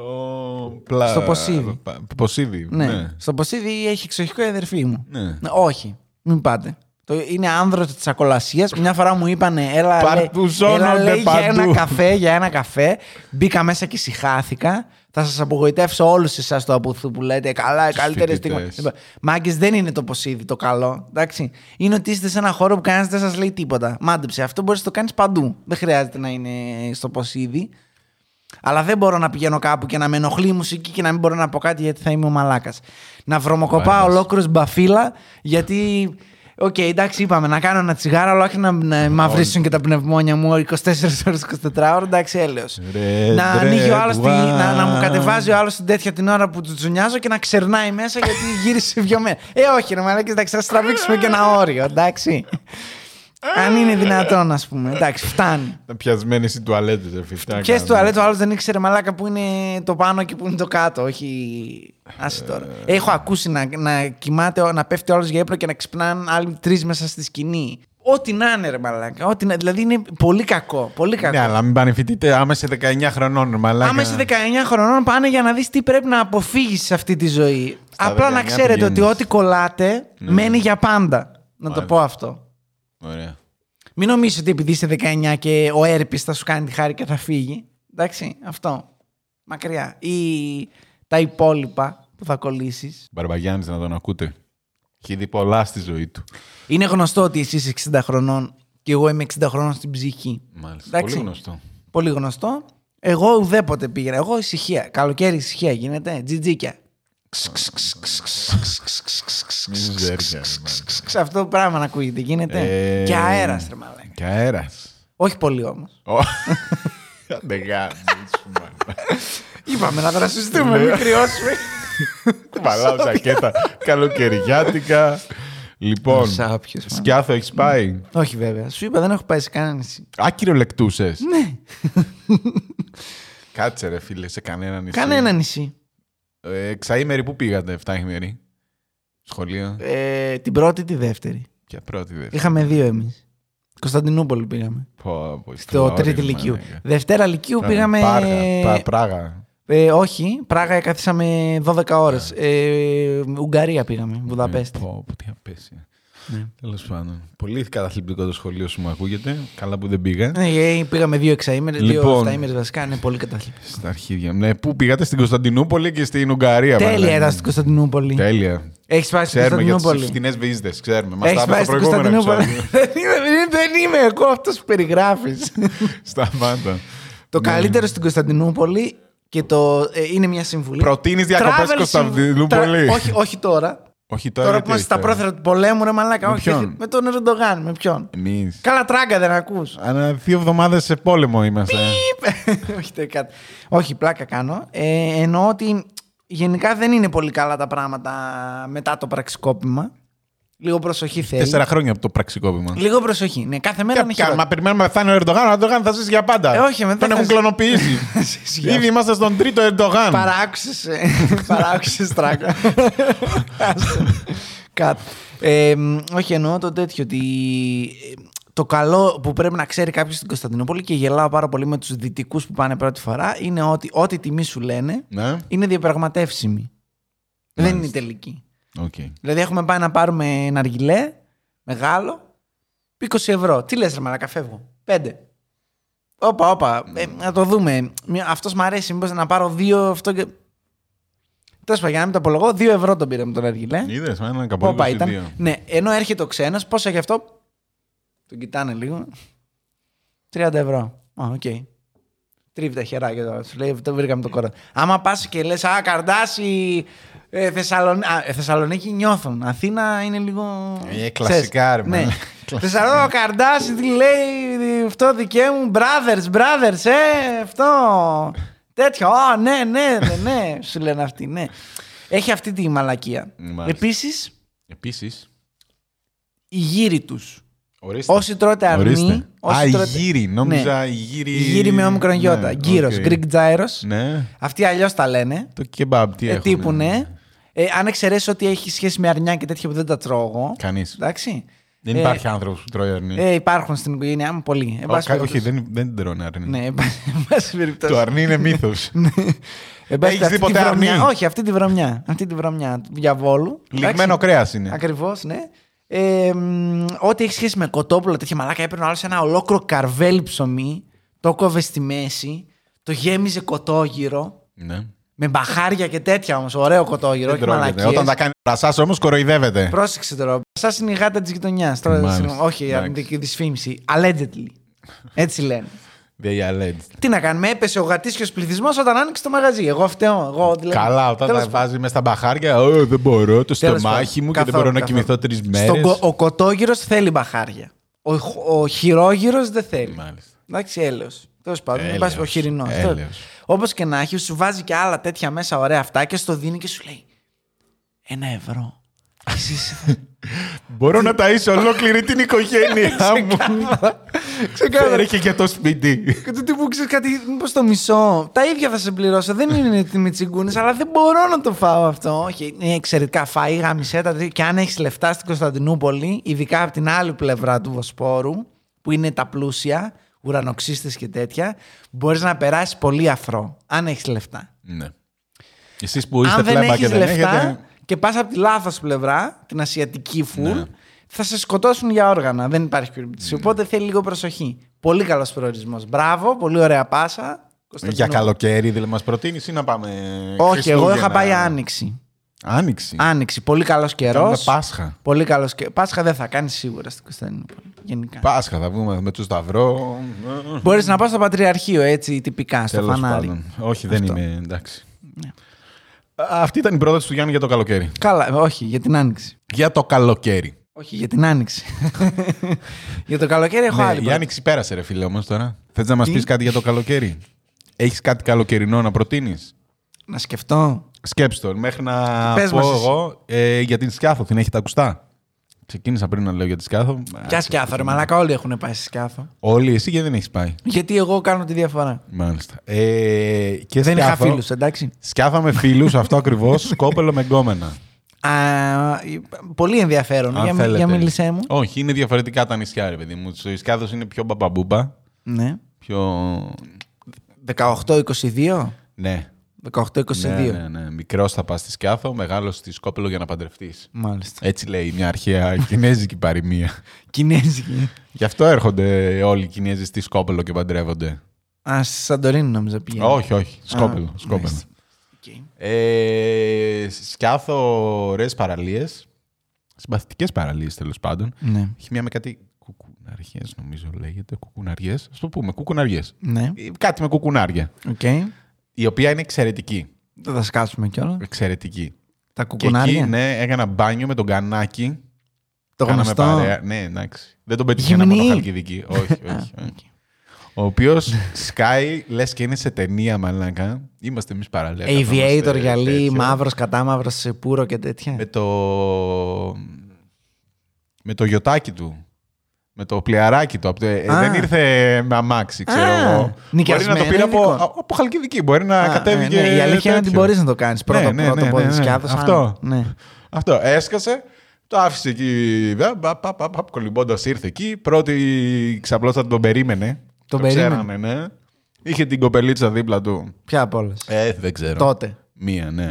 Speaker 2: πλα-
Speaker 1: Στο Ποσίδι.
Speaker 2: πα- Ποσίδι,
Speaker 1: Ναι.
Speaker 2: ναι.
Speaker 1: Στο Ποσίδι έχει εξοχικό η αδερφή μου.
Speaker 2: Ναι.
Speaker 1: Ναι, Όχι, μην πάτε. Το, είναι άνδρος της ακολασίας. Μια φορά μου είπανε, έλα, λέει,
Speaker 2: Παρτουζώνονται
Speaker 1: έλα λέει, για
Speaker 2: παντού».
Speaker 1: ένα καφέ, για ένα καφέ. Μπήκα μέσα και συχάθηκα. Θα σας απογοητεύσω όλους εσάς το απουθού που λέτε. Καλά,
Speaker 2: Τους
Speaker 1: καλύτερη
Speaker 2: φοιτητές.
Speaker 1: στιγμή. Μάγκες δεν είναι το ποσίδι το καλό. Εντάξει. Είναι ότι είστε σε ένα χώρο που κανένας δεν σας λέει τίποτα. Μάντεψε. Αυτό μπορείς να το κάνεις παντού. Δεν χρειάζεται να είναι στο ποσίδι. Αλλά δεν μπορώ να πηγαίνω κάπου και να με ενοχλεί η μουσική και να μην μπορώ να πω κάτι γιατί θα είμαι ο μαλάκας. Να βρωμοκοπάω
Speaker 2: Βάρβαρος.
Speaker 1: ολόκληρος μπαφίλα γιατί. Οκ, εντάξει, είπαμε να κάνω ένα τσιγάρο, αλλά όχι να, να μαυρίσουν και τα πνευμόνια μου 24 ώρε 24 ώρε. Εντάξει, έλεος.
Speaker 2: Red,
Speaker 1: Να ανοίγει ο
Speaker 2: red
Speaker 1: άλλος τη- να, να μου
Speaker 2: wine.
Speaker 1: κατεβάζει ο άλλος την τέτοια την ώρα που του τζουνιάζω και να ξερνάει μέσα γιατί γύρισε βιωμένο. Ε, όχι, ρε μαλάκα, εντάξει, θα στραβήξουμε και ένα όριο, εντάξει. Αν είναι δυνατόν, ας πούμε. Εντάξει, φτάνει.
Speaker 2: Τα πιασμένε οι τουαλέτε, ρε ναι. φίλε.
Speaker 1: Ποιε τουαλέτε, ο άλλος δεν ήξερε μαλάκα που είναι το πάνω και που είναι το κάτω. Όχι. Άσε τώρα.
Speaker 2: Ε.
Speaker 1: Έχω ακούσει να, να κοιμάται, ο- να πέφτει ο άλλος για έπρο και να ξυπνάνε άλλοι τρεις μέσα στη σκηνή. Ό,τι να είναι, ρε μαλάκα. Ό,τι να... Δηλαδή είναι πολύ κακό. Πολύ κακό.
Speaker 2: Ναι, αλλά μην πανηφητείτε άμεσα 19 χρονών, μαλάκα.
Speaker 1: Άμα είσαι 19 χρονών, πάνε για να δεις τι πρέπει να αποφύγεις σε αυτή τη ζωή.
Speaker 2: Στα
Speaker 1: Απλά να
Speaker 2: 19
Speaker 1: ξέρετε ότι
Speaker 2: πηγαίνεις. Ναι.
Speaker 1: ό,τι κολλάτε μένει για πάντα. Να το πω αυτό.
Speaker 2: Ωραία.
Speaker 1: Μην νομίζετε ότι επειδή είσαι 19 και ο έρπης θα σου κάνει τη χάρη και θα φύγει. Εντάξει, αυτό. Μακριά. Ή τα υπόλοιπα που θα κολλήσεις.
Speaker 2: Μπαρμπαγιάννης να τον ακούτε. Έχει δει πολλά στη ζωή του.
Speaker 1: Είναι γνωστό ότι εσύ είσαι 60 χρονών και εγώ είμαι 60 χρονών στην ψυχή.
Speaker 2: Μάλιστα.
Speaker 1: Εντάξει.
Speaker 2: Πολύ γνωστό.
Speaker 1: Πολύ γνωστό. Εγώ ουδέποτε πήγαινα. Εγώ ησυχία. Καλοκαίρι ησυχία γίνεται. Τζιτζίκια.
Speaker 2: Μιζέρια, ρε
Speaker 1: Ξ, Αυτό το πράγμα να ακούγεται. Γίνεται.
Speaker 2: Ε,
Speaker 1: Και αέρα, ρε μαλάκα.
Speaker 2: Και αέρα.
Speaker 1: Όχι πολύ όμω. Είπαμε να δρασιστούμε,
Speaker 2: Ναι.
Speaker 1: μην κρυώσουμε.
Speaker 2: Κουβαλάω ζακέτα. Καλοκαιριάτικα. Λοιπόν,
Speaker 1: Σάπιος, μάλλον.
Speaker 2: σκιάθο έχει πάει.
Speaker 1: Όχι βέβαια. Σου είπα, δεν έχω πάει σε κανένα νησί.
Speaker 2: Άκυρο λεκτούσε.
Speaker 1: Ναι.
Speaker 2: Κάτσε ρε φίλε, σε κανένα νησί.
Speaker 1: Κανένα νησί.
Speaker 2: Ε, εξαήμερη που πήγατε, εφτάήμερη. Σχολείο.
Speaker 1: Ε, την πρώτη, τη δεύτερη.
Speaker 2: Και πρώτη δεν.
Speaker 1: Είχαμε δύο εμείς. Κωνσταντινούπολη πήγαμε.
Speaker 2: Πω, πω,
Speaker 1: Στο
Speaker 2: ωραία,
Speaker 1: τρίτη
Speaker 2: ρε,
Speaker 1: Λυκείου.
Speaker 2: μαλάκα.
Speaker 1: Δευτέρα Λυκείου πήγαμε.
Speaker 2: Πάργα, Πα- Πράγα.
Speaker 1: Ε, όχι, Πράγα
Speaker 2: Ναι.
Speaker 1: καθίσαμε 12 ώρε. Ε, Ουγγαρία πήγαμε, Βουδαπέστη.
Speaker 2: Πω, πω, τι απέσια.
Speaker 1: Ναι.
Speaker 2: Τέλος πάντων. Πολύ καταθλιπτικό το σχολείο σου μου ακούγεται. Καλά που δεν πήγα.
Speaker 1: Ναι, ε, πήγαμε δύο εξαήμερες, δύο
Speaker 2: Λοιπόν.
Speaker 1: εφταήμερες βασικά. Είναι πολύ καταθλιπτικό.
Speaker 2: Στα αρχίδια. μου. Ναι, πού πήγατε στην Κωνσταντινούπολη και στην Ουγγαρία,
Speaker 1: Τέλεια
Speaker 2: μάλλον.
Speaker 1: ήταν στην Κωνσταντινούπολη.
Speaker 2: Τέλεια.
Speaker 1: Έχεις πάει στην
Speaker 2: ναι, Ξέρουμε για τις
Speaker 1: Κωνσταντινούπολη.
Speaker 2: φθηνές βίζε. Ξέρουμε. Μας
Speaker 1: Έχεις
Speaker 2: τα
Speaker 1: πάει
Speaker 2: είπε στο
Speaker 1: στην
Speaker 2: προηγούμενο
Speaker 1: Κωνσταντινούπολη.
Speaker 2: επεισόδιο.
Speaker 1: Δεν είμαι- Δεν είμαι εγώ αυτός που περιγράφεις.
Speaker 2: Σταμάτα.
Speaker 1: Το
Speaker 2: Ναι.
Speaker 1: καλύτερο στην Κωνσταντινούπολη και το. ε, είναι μια συμβουλή.
Speaker 2: Προτείνεις διακοπές
Speaker 1: Travel
Speaker 2: στην Κωνσταντινούπολη.
Speaker 1: συμβ- τρα- όχι, όχι τώρα.
Speaker 2: Όχι τώρα.
Speaker 1: Τώρα που είμαστε στα πρόθυρα του πολέμου, ρε Μαλάκα.
Speaker 2: Με
Speaker 1: όχι,
Speaker 2: ποιον?
Speaker 1: όχι. με τον Ερντογάν, με ποιον.
Speaker 2: Εμείς.
Speaker 1: Καλά τράγκα δεν ακούς.
Speaker 2: Ανά δύο εβδομάδες σε πόλεμο είμαστε.
Speaker 1: Πιπ. όχι, δεν κάτι. Όχι, πλάκα κάνω. Ε, εννοώ ότι γενικά δεν είναι πολύ καλά τα πράγματα μετά το πραξικόπημα. Λίγο προσοχή θέλει.
Speaker 2: Τέσσερα χρόνια από το πραξικόπημα.
Speaker 1: Λίγο προσοχή. Ναι, κάθε μέρα είναι
Speaker 2: Ποια-
Speaker 1: χειρότερο.
Speaker 2: Μα περιμένουμε να πεθάνει ο Ερντογάν. Ο Ερντογάν θα ζήσει για πάντα.
Speaker 1: Ε, όχι, μετά
Speaker 2: Τον
Speaker 1: θα
Speaker 2: έχουν
Speaker 1: ζήσει.
Speaker 2: κλωνοποιήσει. Ήδη είμαστε στον τρίτο Ερντογάν.
Speaker 1: Παράξεις, ε, παράξεις τράγκα. Κάτω. Ε, μ, όχι, εννοώ το τέτοιο ότι ε, το καλό που πρέπει να ξέρει κάποιος στην Κωνσταντινούπολη και γελάω πάρα πολύ με τους δυτικούς που πάνε πρώτη φορά είναι ότι ό,τι τιμή σου λένε
Speaker 2: Ναι,
Speaker 1: είναι διαπραγματεύσιμη. Δεν είναι
Speaker 2: Μάλιστα.
Speaker 1: τελική.
Speaker 2: οκ.
Speaker 1: Δηλαδή έχουμε πάει να πάρουμε ένα αργιλέ μεγάλο 20 ευρώ. Τι λες ρε μαλάκα φεύγω. Πέντε. Όπα, όπα. Ε, να το δούμε. Μια- Αυτός μου αρέσει. Μήπως να πάρω δύο αυτό και... Τέλος πάντων, για να μην το απολογώ, δύο ευρώ τον πήραμε τον αργιλέ.
Speaker 2: Είδες με έναν καπόλιο.
Speaker 1: Όπα ήταν. Ναι, ενώ έρχεται ο ξένος, πόσα έχει αυτό. Τον κοιτάνε λίγο. 30 ευρώ. Α, οκ. Τρίβει τα χεράκια τώρα. Σου λέει, το βρήκαμε το κόρο. Άμα πας και λες, Α, Καρδάση, ε, Θεσσαλον... α, ε, Θεσσαλονίκη νιώθουν. Αθήνα είναι λίγο.
Speaker 2: Ε, κλασικά, ρε,
Speaker 1: Ξέρεις. Ναι.
Speaker 2: μάνα.
Speaker 1: Θεσσαλονίκη, Καρδάση, τι λέει, αυτό δικαί μου. Brothers, brothers, ε, αυτό. Τέτοιο. Α, ναι, ναι, ναι, ναι, σου λένε αυτοί, ναι. Έχει αυτή τη μαλακία.
Speaker 2: Μάλιστα.
Speaker 1: Επίσης,
Speaker 2: Επίσης.
Speaker 1: οι γύροι τους.
Speaker 2: Ορίστε.
Speaker 1: Όσοι τρώτε αρνί.
Speaker 2: Ορίστε.
Speaker 1: όσοι
Speaker 2: Α, οι
Speaker 1: τρώτε-
Speaker 2: γύρι. Νόμιζα οι γύρι.
Speaker 1: Οι Ναι. γύρι με όμικρον γιώτα.
Speaker 2: Ναι,
Speaker 1: Γύρο,
Speaker 2: οκ.
Speaker 1: Greek gyros.
Speaker 2: Ναι.
Speaker 1: Αυτοί αλλιώς τα λένε.
Speaker 2: Το κεμπάμπ, τι
Speaker 1: Ε,
Speaker 2: έχουν.
Speaker 1: τύπου ναι. Ε, αν εξαιρέσεις ότι έχει σχέση με αρνιά και τέτοια που δεν τα τρώω εγώ.
Speaker 2: Κανείς.
Speaker 1: Εντάξει.
Speaker 2: Δεν
Speaker 1: Ε,
Speaker 2: υπάρχει άνθρωπος που τρώει αρνί.
Speaker 1: Ε, υπάρχουν στην οικογένειά μου πολλοί. Εν
Speaker 2: Ο-
Speaker 1: πάση
Speaker 2: κα-
Speaker 1: περιπτώσει.
Speaker 2: Όχι, δεν, δεν τρώνε αρνί.
Speaker 1: Ναι, εν πά- εν πάση
Speaker 2: Το
Speaker 1: περιπτώσει.
Speaker 2: αρνί είναι μύθος.
Speaker 1: Εν πάση-
Speaker 2: Έχεις
Speaker 1: αυτή
Speaker 2: δει
Speaker 1: τη
Speaker 2: ποτέ αρνί?
Speaker 1: βρωμιά- Όχι, αυτή τη βρωμιά. Αυτή τη βρωμιά του διαβόλου.
Speaker 2: Λιγμένο κρέας είναι.
Speaker 1: Ακριβώς, ναι. Ε, μ, ό,τι έχει σχέση με κοτόπουλο, τέτοια μαλάκα έπαιρνε άλλος ένα ολόκληρο καρβέλι ψωμί, το κόβε στη μέση, το γέμιζε κοτόγυρο,
Speaker 2: Ναι.
Speaker 1: με μπαχάρια και τέτοια όμως. Ωραίο κοτόγυρο,
Speaker 2: Δεν
Speaker 1: όχι
Speaker 2: τρώγεται.
Speaker 1: μαλακίες.
Speaker 2: Όταν τα κάνει ρασά όμως κοροϊδεύεται.
Speaker 1: Πρόσεξε τώρα. Σα είναι η γάτα της γειτονιάς.
Speaker 2: Μάλιστα.
Speaker 1: Όχι, η
Speaker 2: Εντάξει.
Speaker 1: αρνητική δυσφήμιση. Allegedly. Έτσι λένε.
Speaker 2: They alleged.
Speaker 1: Τι να κάνουμε, έπεσε ο γατήσιο πληθυσμός όταν άνοιξε το μαγαζί. Εγώ φταίω. Εγώ, δηλαδή,
Speaker 2: Καλά, όταν
Speaker 1: τέλος
Speaker 2: τα βάζει με στα μπαχάρια, «Ω, δεν μπορώ, το
Speaker 1: Τέλος
Speaker 2: στομάχι
Speaker 1: πάντων.
Speaker 2: μου και δεν
Speaker 1: Καθόλου,
Speaker 2: μπορώ να
Speaker 1: καθόλου.
Speaker 2: κοιμηθώ τρεις
Speaker 1: Στον
Speaker 2: μέρες.
Speaker 1: κο- ο κοτόγυρος θέλει μπαχάρια. Ο, χ- ο χειρόγυρος δεν θέλει.
Speaker 2: Μάλιστα.
Speaker 1: Εντάξει, έλεος. Τέλος πάντων,
Speaker 2: Έλεος.
Speaker 1: μην πας ο χοιρινός.
Speaker 2: Έλεος.
Speaker 1: Όπως και να έχει, σου βάζει και άλλα τέτοια μέσα ωραία αυτά και στο δίνει και σου λέει Ένα ευρώ. Εσύ είσαι-
Speaker 2: Μπορώ να ταΐσω ολόκληρη την οικογένειά μου.
Speaker 1: Ξεκάθαρα.
Speaker 2: Έρχε και το σπίτι.
Speaker 1: Και του τύπου ξέρεις κάτι, μήπως το μισό. Τα ίδια θα σε πληρώσω. Δεν είναι τιμή τσιγκούνη, αλλά δεν μπορώ να το φάω αυτό. Όχι, είναι εξαιρετικά φαΐ, γαμισέτα. τέτοια. Και αν έχεις λεφτά στην Κωνσταντινούπολη, ειδικά από την άλλη πλευρά του Βοσπόρου, που είναι τα πλούσια, ουρανοξύστες και τέτοια, μπορείς να περάσεις πολύ αφρό, αν έχεις λεφτά.
Speaker 2: Ναι. Εσείς που είστε
Speaker 1: αν δεν
Speaker 2: φλέμπα
Speaker 1: έχεις
Speaker 2: και δεν
Speaker 1: λεφτά
Speaker 2: έχετε.
Speaker 1: και πας από τη λάθος πλευρά, την ασιατική φουλ,
Speaker 2: Ναι.
Speaker 1: θα σε σκοτώσουν για όργανα. Δεν υπάρχει περίπτωση. Οπότε θέλει λίγο προσοχή. Πολύ καλός προορισμός. Μπράβο, πολύ ωραία πάσα.
Speaker 2: Για
Speaker 1: Κωνσταντινούπολη.
Speaker 2: καλοκαίρι, δηλαδή μας προτείνεις ή να πάμε.
Speaker 1: Όχι,
Speaker 2: Χριστούγεννα?
Speaker 1: εγώ είχα πάει Άνοιξη.
Speaker 2: Άνοιξη.
Speaker 1: Άνοιξη. Πολύ καλός καιρό.
Speaker 2: Κάνουμε Πάσχα.
Speaker 1: Πολύ καλός καιρός. Πάσχα δεν θα κάνεις σίγουρα στην Κωνσταντινούπολη. Γενικά.
Speaker 2: Πάσχα, θα βγούμε με του Σταυρό.
Speaker 1: Μπορείς να πας στο Πατριαρχείο έτσι τυπικά, στο
Speaker 2: Τέλος
Speaker 1: φανάρι.
Speaker 2: πάντων. Όχι, δεν
Speaker 1: Αυτό. Ναι.
Speaker 2: είμαι εντάξει. Α, Αυτή ήταν η πρόταση του Γιάννη για το καλοκαίρι.
Speaker 1: Καλά, όχι, για την Άνοιξη.
Speaker 2: Για το καλοκαίρι.
Speaker 1: Όχι, για την Άνοιξη. για το καλοκαίρι έχω
Speaker 2: Ναι,
Speaker 1: άλλη.
Speaker 2: η Άνοιξη πέρασε, ρε φίλε, όμως τώρα. Θες να μας πεις κάτι για το καλοκαίρι. Έχεις κάτι καλοκαιρινό να προτείνεις.
Speaker 1: πρόταση. Να σκεφτώ.
Speaker 2: Σκέψτε το, μέχρι να
Speaker 1: Πες
Speaker 2: πω
Speaker 1: μας εσύ.
Speaker 2: εγώ ε, για την Σκιάθο. Την έχετε ακουστά. Ξεκίνησα πριν να λέω για τη Σκιάθο.
Speaker 1: Ποια σκιάθο, ρε Μαλάκα, όλοι έχουν πάει σε σκιάθο.
Speaker 2: Όλοι εσύ και δεν έχεις πάει.
Speaker 1: Γιατί εγώ κάνω τη διαφορά.
Speaker 2: Μάλιστα. Ε, και
Speaker 1: Δεν είχα
Speaker 2: Σκιάθο-
Speaker 1: φίλους, εντάξει.
Speaker 2: Σκιάθο με φίλους, αυτό ακριβώς. Σκόπελο με γκόμενα.
Speaker 1: Α, πολύ ενδιαφέρον.
Speaker 2: Αν
Speaker 1: Για, μι-
Speaker 2: θέλετε.
Speaker 1: για μίλησέ μου.
Speaker 2: Όχι, είναι διαφορετικά τα νησιά, ρε παιδί μου. Η Σκιάθος είναι πιο μπαμπαμπούμπα.
Speaker 1: Ναι.
Speaker 2: Πιο.
Speaker 1: 18-22.
Speaker 2: Ναι.
Speaker 1: 18-22.
Speaker 2: Ναι, ναι, ναι. Μικρός θα πας στη Σκιάθο, μεγάλος στη Σκόπελο για να παντρευτείς.
Speaker 1: Μάλιστα.
Speaker 2: Έτσι λέει μια αρχαία κινέζικη παροιμία.
Speaker 1: Κινέζικη.
Speaker 2: Γι' αυτό έρχονται όλοι οι Κινέζοι στη Σκόπελο και παντρεύονται.
Speaker 1: Α, στη Σαντορίνη νόμιζα πήγαινε.
Speaker 2: Όχι, όχι. Σκόπελο.
Speaker 1: Α,
Speaker 2: σκόπελο.
Speaker 1: μάλιστα. Οκ.
Speaker 2: Ε, σκιάθο ωραίες παραλίες. Συμπαθητικές παραλίες τέλος πάντων.
Speaker 1: Ναι.
Speaker 2: Έχει μια με κάτι κουκουναριές, νομίζω λέγεται. Κουκουναριές. Ας το πούμε, κουκουναριές.
Speaker 1: Ναι.
Speaker 2: Κάτι με κουκουνάρια.
Speaker 1: Οκ.
Speaker 2: Η οποία είναι εξαιρετική.
Speaker 1: Δεν θα σκάσουμε κιόλας.
Speaker 2: Εξαιρετική.
Speaker 1: Τα
Speaker 2: Και εκεί,
Speaker 1: κουκουνάρια.
Speaker 2: ναι, έκανα μπάνιο με τον κανάκι.
Speaker 1: Το
Speaker 2: Κάναμε
Speaker 1: γνωστό.
Speaker 2: παρέα. Ναι, εντάξει. Δεν τον πετυχαίναμε
Speaker 1: Γυμνή.
Speaker 2: μόνο χαλκιδική. όχι, όχι. όχι. Ο οποίος σκάει, λες και είναι σε ταινία μαλάκα. Είμαστε εμείς παραλία.
Speaker 1: Aviator,
Speaker 2: καθόμαστε
Speaker 1: γυαλί,
Speaker 2: τέτοιο.
Speaker 1: μαύρο, κατάμαυρο, πουρο και τέτοια.
Speaker 2: Με το. Με το γιοτάκι του. Με το πλιαράκι του. απ' το- ε,
Speaker 1: Α.
Speaker 2: δεν ήρθε με αμάξι, ξέρω
Speaker 1: Α,
Speaker 2: εγώ. Μπορεί να
Speaker 1: νοικιασμένο
Speaker 2: το πήρε από,
Speaker 1: ελληνικό.
Speaker 2: α- από χαλκιδική. Μπορεί να
Speaker 1: Α,
Speaker 2: κατέβηκε.
Speaker 1: ναι, ναι. Η αλήθεια είναι ότι
Speaker 2: τέτοιο.
Speaker 1: μπορείς να το κάνεις. Πρώτο,
Speaker 2: ναι,
Speaker 1: πρώτο
Speaker 2: ναι,
Speaker 1: πόδι
Speaker 2: ναι, ναι.
Speaker 1: σκιάδος, αν-
Speaker 2: Αυτό.
Speaker 1: Ναι.
Speaker 2: Αυτό. Έσκασε. Το άφησε εκεί. Κολυμπώντας ήρθε εκεί. Πρώτη ξαπλώστα τον περίμενε.
Speaker 1: Τον περίμενε.
Speaker 2: ξέραμε, ναι. Είχε την κοπελίτσα δίπλα του.
Speaker 1: Ποια από όλες.
Speaker 2: Ε, δεν ξέρω.
Speaker 1: Τότε.
Speaker 2: Μία, ναι.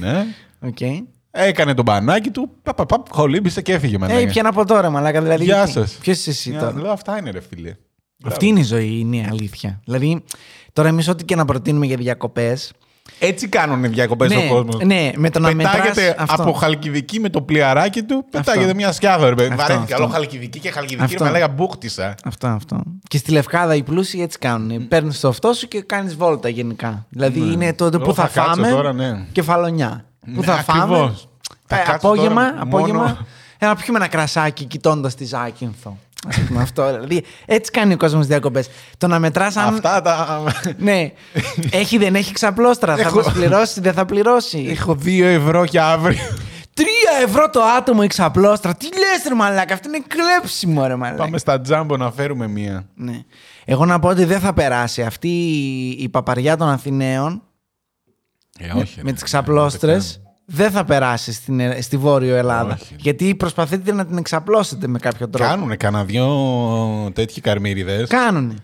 Speaker 2: ναι.
Speaker 1: Οκ. Ε,
Speaker 2: Έκανε τον μπανάκι του. Παπ, παπ, παπ, χολύμπησε και έφυγε μετά.
Speaker 1: Ε, πια από τώρα, μαλάκα. Δηλαδή,
Speaker 2: Γεια σας.
Speaker 1: Ποιος είσαι εσύ τώρα.
Speaker 2: Λέω, αυτά είναι ρε φίλε.
Speaker 1: Αυτή είναι η ζωή, είναι η αλήθεια. Δηλαδή, τώρα εμείς ό,τι και να προτείνουμε για διακοπές.
Speaker 2: Έτσι κάνουν οι διακοπές
Speaker 1: Ναι,
Speaker 2: ο κόσμος.
Speaker 1: ναι, με το να μετράς
Speaker 2: πετάγεται
Speaker 1: αυτό.
Speaker 2: από χαλκιδική με το πλιαράκι του, πετάγεται μια σκιάδα. Ρε,
Speaker 1: Αυτό,
Speaker 2: παιδί. Βαρέθηκα.
Speaker 1: αυτό.
Speaker 2: Λέω χαλκιδική και χαλκιδική.
Speaker 1: Αυτό.
Speaker 2: Ρε, λέγα μπούχτισα.
Speaker 1: Αυτό, αυτό. Και στη Λευκάδα οι πλούσιοι έτσι κάνουν. Παίρνεις το αυτό σου και κάνεις βόλτα γενικά. Δηλαδή είναι τότε
Speaker 2: Εγώ
Speaker 1: που θα,
Speaker 2: θα κάτσω
Speaker 1: φάμε.
Speaker 2: τώρα, ναι.
Speaker 1: Κεφαλονιά. Που
Speaker 2: Ναι,
Speaker 1: θα φάμε.
Speaker 2: ακριβώς. Θα
Speaker 1: Ε,
Speaker 2: κάτσω
Speaker 1: απόγευμα,
Speaker 2: τώρα
Speaker 1: απόγευμα.
Speaker 2: μόνο-
Speaker 1: Ε, να πιούμε ένα κρασάκι κοιτώντας τη Ζάκυνθο. Ας πούμε αυτό. Δηλαδή έτσι κάνει ο κόσμος διακοπές. Το να μετράς αν.
Speaker 2: Αυτά τα.
Speaker 1: Ναι. έχει, δεν έχει ξαπλώστρα. θα
Speaker 2: Έχω- Ε.
Speaker 1: μας πληρώσει, δεν θα πληρώσει.
Speaker 2: Έχω δύο ευρώ για αύριο.
Speaker 1: Τρία ευρώ το άτομο η ξαπλώστρα. Τι λες, ρε μαλάκα, αυτό είναι κλέψιμο, ρε μαλάκα.
Speaker 2: Πάμε στα τζάμπο να φέρουμε μία.
Speaker 1: Ναι. Εγώ να πω ότι δεν θα περάσει αυτή η, η παπαριά των Αθηναίων
Speaker 2: Ε,
Speaker 1: με τις ξαπλώστρες δεν θα περάσεις στην, Ε- στη Βόρειο Ελλάδα.
Speaker 2: Όχι.
Speaker 1: Γιατί προσπαθείτε να την εξαπλώσετε με κάποιο τρόπο.
Speaker 2: Κάνουνε κανένα δυο τέτοιοι καρμύριδες.
Speaker 1: Κάνουνε.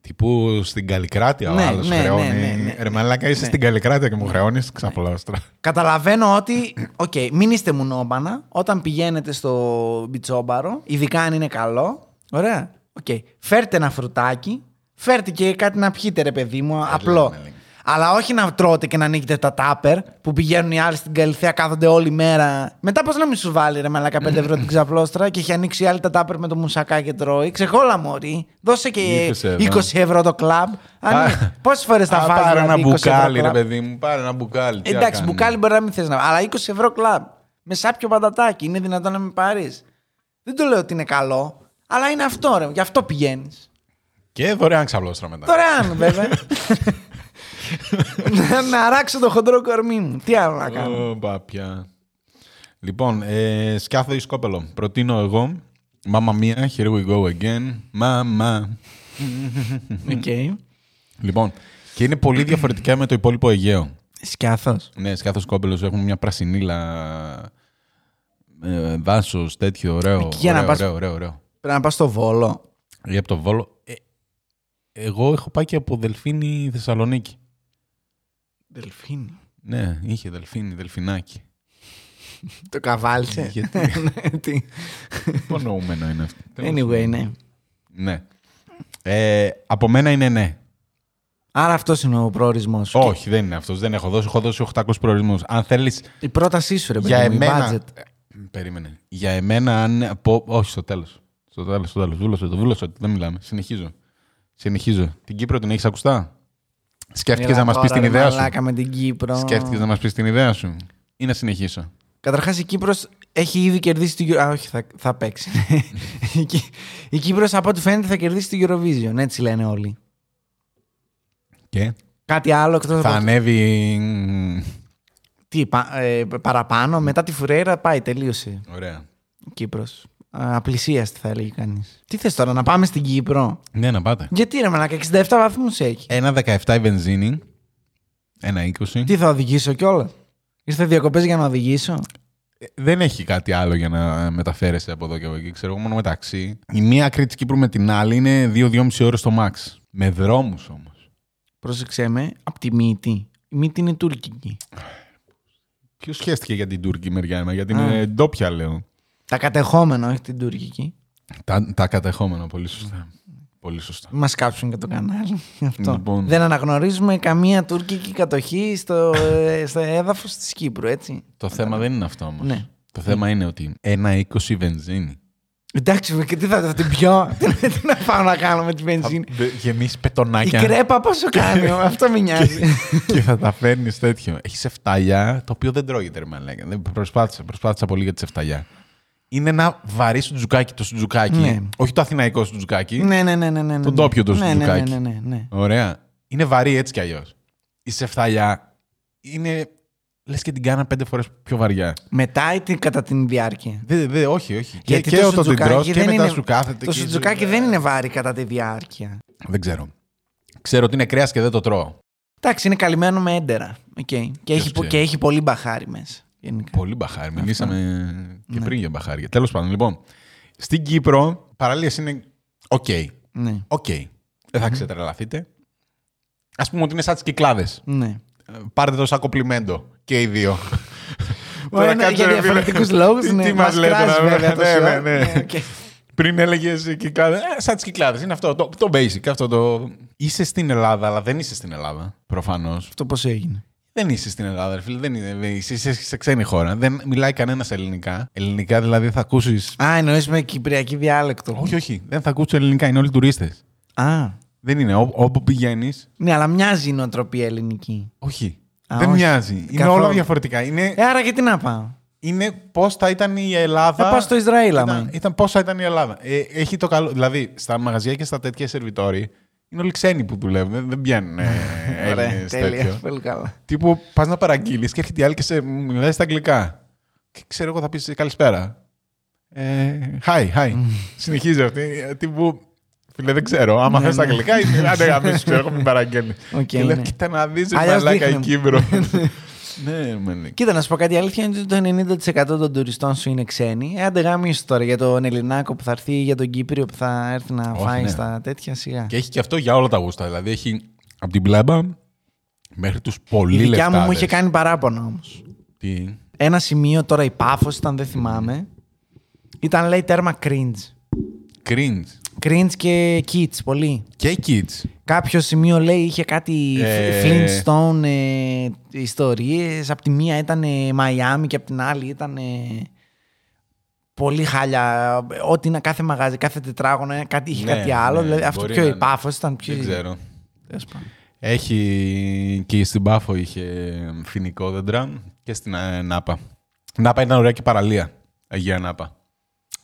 Speaker 2: Τύπου στην Καλικράτεια ο
Speaker 1: Ναι,
Speaker 2: άλλος
Speaker 1: ναι, ναι,
Speaker 2: χρεώνει.
Speaker 1: ναι, ναι,
Speaker 2: Ρε μαλάκα, είσαι στην Καλικράτεια και μου χρεώνει ξαπλώστρα.
Speaker 1: Καταλαβαίνω ότι, οκ, μην είστε μουνόμπανα όταν πηγαίνετε στο μπιτσόμπαρο, ειδικά αν είναι καλό. Ωραία. Οκ. Φέρτε ένα φρουτάκι, φέρτε και κάτι να πιείτε, ρε παιδί μου, απλό.
Speaker 2: ναι, ναι.
Speaker 1: Αλλά όχι να τρώτε και να ανοίγετε τα τάπερ που πηγαίνουν οι άλλοι στην Καλυθέα, κάθονται όλη μέρα. Μετά πώς να μην σου βάλει ρε μαλάκα 5 ευρώ την ξαπλώστρα και έχει ανοίξει η άλλη τα τάπερ με το μουσακά και τρώει. Ξεχόλα μωρή. Δώσε και
Speaker 2: 20 ευρώ.
Speaker 1: 20 ευρώ το κλαμπ.
Speaker 2: Α,
Speaker 1: Πόσες φορές τα
Speaker 2: Α,
Speaker 1: βάζει.
Speaker 2: Πάρε ένα
Speaker 1: δηλαδή, 20 ευρώ
Speaker 2: μπουκάλι, ρε
Speaker 1: κλαμπ?
Speaker 2: παιδί μου. Πάρε ένα μπουκάλι. Τι να
Speaker 1: Εντάξει,
Speaker 2: κάνουμε.
Speaker 1: μπουκάλι μπορεί να μην θες να. Αλλά 20 ευρώ κλαμπ. Με σάπιο πατατάκι. Είναι δυνατόν να μην πάρεις. Δεν το λέω ότι είναι καλό. Αλλά είναι αυτό, ρε. Γι' αυτό πηγαίνεις.
Speaker 2: Και δωρεάν ξαπλώστρα μετά.
Speaker 1: Δωρεάν, βέβαια. να, να αράξω το χοντρό κορμί μου. Τι άλλο να κάνω.
Speaker 2: Ω, Πάπια. Λοιπόν, ε, σκιάθο ή σκόπελο. Προτείνω εγώ. Μάμα μία, here we go again. Μάμα.
Speaker 1: Okay.
Speaker 2: Λοιπόν, και είναι πολύ διαφορετικά με το υπόλοιπο Αιγαίο.
Speaker 1: Σκιάθος.
Speaker 2: Ναι, σκιάθος σκόπελος έχουν μια πρασινίλα. Ε, Δάσος, τέτοιο ωραίο.
Speaker 1: Εκεί Ε, για να
Speaker 2: ωραίο,
Speaker 1: πας-
Speaker 2: ωραίο, ωραίο, ωραίο.
Speaker 1: Πρέπει να πας στο βόλο.
Speaker 2: Ή από το Βόλο. Ε, εγώ έχω πάει και από Δελφίνη Θεσσαλονίκη.
Speaker 1: Δελφίνι.
Speaker 2: Ναι, είχε Δελφίνη, Δελφινάκι.
Speaker 1: Το καβάλισε.
Speaker 2: Ε, Γιατί?
Speaker 1: Ναι, τι.
Speaker 2: Υπονοούμενο είναι αυτό.
Speaker 1: anyway, ναι.
Speaker 2: Ναι. Ε, από μένα είναι ναι.
Speaker 1: Άρα αυτός είναι ο προορισμός σου.
Speaker 2: Όχι, δεν είναι αυτός. Δεν έχω δώσει. Έχω δώσει 800 προορισμούς. Αν θέλεις.
Speaker 1: Η πρότασή σου, ρε παιδί
Speaker 2: Για
Speaker 1: μου, η
Speaker 2: εμένα.
Speaker 1: budget.
Speaker 2: Ε, Περίμενε. Για εμένα, αν. απο- Όχι, στο τέλος. Στο τέλος, στο τέλος. Δούλωσε το. Δούλωσε το. Δεν μιλάμε. Συνεχίζω. Συνεχίζω. Την Κύπρο την έχεις ακουστά. Σκέφτηκες να
Speaker 1: Έλα
Speaker 2: μας πεις την
Speaker 1: τώρα, ρε
Speaker 2: ιδέα σου.
Speaker 1: Μαλάκα με την Κύπρο.
Speaker 2: Σκέφτηκες να μας πεις την ιδέα σου. Ή να συνεχίσω.
Speaker 1: Καταρχάς η Κύπρος έχει ήδη κερδίσει την Euro- Α, όχι, θα, θα παίξει. η Κύ- η Κύπρος από ό,τι φαίνεται θα κερδίσει την Eurovision. Έτσι λένε όλοι.
Speaker 2: Και.
Speaker 1: Κάτι άλλο εκτός από.
Speaker 2: Θα ανέβει.
Speaker 1: Τι, πα- ε, παραπάνω. Μετά τη Φουρέιρα πάει, τελείωσε
Speaker 2: Ωραία.
Speaker 1: η Κύπρος. Απλησίαστη θα έλεγε κανείς. Τι θες τώρα, να πάμε στην Κύπρο.
Speaker 2: Ναι, να πάτε.
Speaker 1: Γιατί ρε Μαλάκα, 67 βαθμούς έχει.
Speaker 2: Ένα 17 η βενζίνη. Ένα 20.
Speaker 1: Τι θα οδηγήσω κιόλας. Είστε διακοπές για να οδηγήσω.
Speaker 2: δεν έχει κάτι άλλο για να μεταφέρεσαι από εδώ και από εκεί. Ξέρω εγώ μόνο μεταξύ. Η μία άκρη της Κύπρου με την άλλη είναι 2-2,5 ώρες το max. Με δρόμους όμως.
Speaker 1: Πρόσεξε με, από τη μύτη. Η μύτη είναι τουρκική.
Speaker 2: Ποιος σχέστηκε για την τουρκική μεριά, εμένα, για την
Speaker 1: Α.
Speaker 2: ε, ντόπια λέω.
Speaker 1: Τα κατεχόμενα, όχι την τουρκική.
Speaker 2: Τα, τα κατεχόμενα, πολύ σωστά. Πολύ σωστά.
Speaker 1: Μας κάψουν και το κανάλι. Αυτό.
Speaker 2: Λοιπόν.
Speaker 1: Δεν αναγνωρίζουμε καμία τουρκική κατοχή στο, ε, στο έδαφος της Κύπρου, έτσι.
Speaker 2: Το θέμα δεν είναι αυτό όμως.
Speaker 1: Ναι.
Speaker 2: Το θέμα είναι ότι ένα 20 βενζίνη.
Speaker 1: Εντάξει, και τι θα, θα την πιω, τι, να- τι να πάω να κάνω με τη βενζίνη.
Speaker 2: Θα- δε- Γεμίσει
Speaker 1: Η
Speaker 2: πετονάκια.
Speaker 1: κρέπα πόσο κάνει, αυτό με νοιάζει.
Speaker 2: και θα τα φέρνεις τέτοιο. Έχεις εφταλιά, το οποίο δεν τρώγεται, ρε μαλάκα. Δεν- Προσπάθησα, προσπάθησα πολύ για τις εφταλιά. Είναι ένα βαρύ σουτζουκάκι το σουτζουκάκι.
Speaker 1: Ναι.
Speaker 2: Όχι το αθηναϊκό σουτζουκάκι.
Speaker 1: ναι, ναι, ναι, ναι, ναι.
Speaker 2: Το ντόπιο το
Speaker 1: ναι, ναι, ναι,
Speaker 2: σουτζουκάκι.
Speaker 1: ναι, ναι, ναι.
Speaker 2: Ωραία. Είναι βαρύ έτσι κι αλλιώς. Η σεφταλιά είναι. Λες και την κάνα πέντε φορές πιο βαριά.
Speaker 1: Μετά ή την- κατά την διάρκεια.
Speaker 2: Δε, δε, όχι, όχι.
Speaker 1: Γιατί
Speaker 2: και,
Speaker 1: το
Speaker 2: και όταν την
Speaker 1: σουτζουκάκι
Speaker 2: τρως και
Speaker 1: δεν
Speaker 2: μετά
Speaker 1: είναι-
Speaker 2: σου κάθεται.
Speaker 1: Το
Speaker 2: και-
Speaker 1: σουτζουκάκι δεν είναι βάρη κατά τη διάρκεια.
Speaker 2: Δεν ξέρω. Ξέρω ότι είναι κρέας και δεν το τρώω.
Speaker 1: Εντάξει, είναι καλυμμένο με έντερα. Okay. Και, έχει,
Speaker 2: ξέρει.
Speaker 1: και έχει πολύ μπαχάρι μέσα. γενικά.
Speaker 2: Πολύ μπαχάρι. Μιλήσαμε
Speaker 1: Ναι.
Speaker 2: και πριν για μπαχάρια. Τέλος πάντων, λοιπόν. Στην Κύπρο, παραλίες είναι. Οκ.
Speaker 1: Ναι.
Speaker 2: Οκ. Δεν θα ξετρελαθείτε. Ας πούμε ότι είναι σαν τις κυκλάδες.
Speaker 1: ναι.
Speaker 2: Πάρτε το σαν κομπλιμέντο και οι δύο.
Speaker 1: Ο
Speaker 2: Τώρα
Speaker 1: ένα-
Speaker 2: κάτσε,
Speaker 1: ναι, για
Speaker 2: ρε, φίλε.
Speaker 1: διαφορετικούς λόγους.
Speaker 2: Τι-
Speaker 1: Ναι,
Speaker 2: Τι
Speaker 1: μας
Speaker 2: μας λέτε,
Speaker 1: κράζει,
Speaker 2: να-
Speaker 1: βέβαια, τόση
Speaker 2: ναι, ναι,
Speaker 1: ώρα.
Speaker 2: ναι.
Speaker 1: Ναι, οκ.
Speaker 2: Πριν έλεγες κυκλάδε. Ε, σαν τις κυκλάδες. Είναι αυτό. Το, το basic. Αυτό το... Είσαι στην Ελλάδα, αλλά δεν είσαι στην Ελλάδα. Προφανώς.
Speaker 1: Αυτό πώς έγινε.
Speaker 2: Δεν είσαι στην Ελλάδα, ρε φίλε. Δεν είναι, δεν είσαι, είσαι σε ξένη χώρα. Δεν μιλάει κανένας ελληνικά. Ελληνικά δηλαδή θα ακούσεις.
Speaker 1: Α, εννοείς με κυπριακή διάλεκτο.
Speaker 2: Όχι, όχι. Δεν θα ακούσει ελληνικά. Είναι όλοι τουρίστες.
Speaker 1: Α,
Speaker 2: Δεν είναι. Ό- όπου πηγαίνεις.
Speaker 1: ναι, αλλά μοιάζει η νοοτροπία ελληνική.
Speaker 2: Όχι.
Speaker 1: Α,
Speaker 2: δεν
Speaker 1: όχι.
Speaker 2: μοιάζει. Είναι
Speaker 1: Καθόλου.
Speaker 2: όλα διαφορετικά. Είναι,
Speaker 1: Ε, άρα γιατί να πάω.
Speaker 2: είναι πώς θα ήταν η Ελλάδα.
Speaker 1: Θα πάω στο Ισραήλ, άμα.
Speaker 2: ήταν, ήταν πώς θα ήταν η Ελλάδα. Ε, έχει το καλό. Δηλαδή στα μαγαζιά και στα τέτοια σερβιτόροι είναι όλοι ξένοι που δουλεύουν. Δεν, δεν πιάνουν ε,
Speaker 1: Ωραία,
Speaker 2: Έλληνες τέτοιο.
Speaker 1: τέλεια. Πολύ καλά.
Speaker 2: Τύπου πας να παραγγείλεις και έρχεται η άλλη και σε μιλάει στα αγγλικά. Και ξέρω εγώ θα πεις καλησπέρα. Ε, hi, hi. Συνεχίζει αυτή. ε, Τύπου. Φίλε, δεν ξέρω. Άμα
Speaker 1: Ναι,
Speaker 2: θες τα
Speaker 1: ναι.
Speaker 2: αγγλικά, ή άντε γαμίσου, ξέρω εγώ, μην παραγγέλνεις.
Speaker 1: Οκ,
Speaker 2: Και λέω,
Speaker 1: ναι.
Speaker 2: κοίτα να δεις,
Speaker 1: Αλλιώς
Speaker 2: μαλάκα η
Speaker 1: δείχνε μου.
Speaker 2: Κύπρο. Ναι, μεν.
Speaker 1: Κοίτα, να σου πω κάτι. Η αλήθεια είναι ότι το 90% των τουριστών σου είναι ξένοι. Ε, άντε γάμισε τώρα για τον Ελληνάκο που θα έρθει ή για τον Κύπριο που θα έρθει να
Speaker 2: Όχι,
Speaker 1: φάει
Speaker 2: ναι.
Speaker 1: στα τέτοια σιγά.
Speaker 2: Και έχει και αυτό για όλα τα γούστα. Δηλαδή έχει από την πλάμπα μέχρι τους πολύ
Speaker 1: Η
Speaker 2: λεπτά.
Speaker 1: δικιά μου μου είχε κάνει παράπονο όμως.
Speaker 2: Τι.
Speaker 1: Ένα σημείο τώρα η πάφος ήταν, δεν θυμάμαι. Ήταν λέει τέρμα cringe.
Speaker 2: Cringe.
Speaker 1: Cringe και kids, πολύ.
Speaker 2: Και kids.
Speaker 1: Κάποιο σημείο λέει είχε κάτι
Speaker 2: Ε.
Speaker 1: Flintstone ε, ιστορίες. Απ' τη μία ήταν ε, Μαϊάμι και απ' την άλλη ήταν ε, πολύ χάλια. Ό,τι είναι κάθε μαγάζι, κάθε τετράγωνο ε, κάτι, είχε
Speaker 2: Ναι,
Speaker 1: κάτι άλλο.
Speaker 2: ναι,
Speaker 1: δηλαδή, αυτό
Speaker 2: μπορεί
Speaker 1: πιο
Speaker 2: να
Speaker 1: η
Speaker 2: είναι.
Speaker 1: πάφος ήταν πιο...
Speaker 2: Δεν ξέρω.
Speaker 1: Τέλος πάντων.
Speaker 2: Έχει και στην Πάφο είχε φοινικό δέντρα και στην ε, Νάπα. Νάπα ήταν ωραία και παραλία. Αγία Νάπα.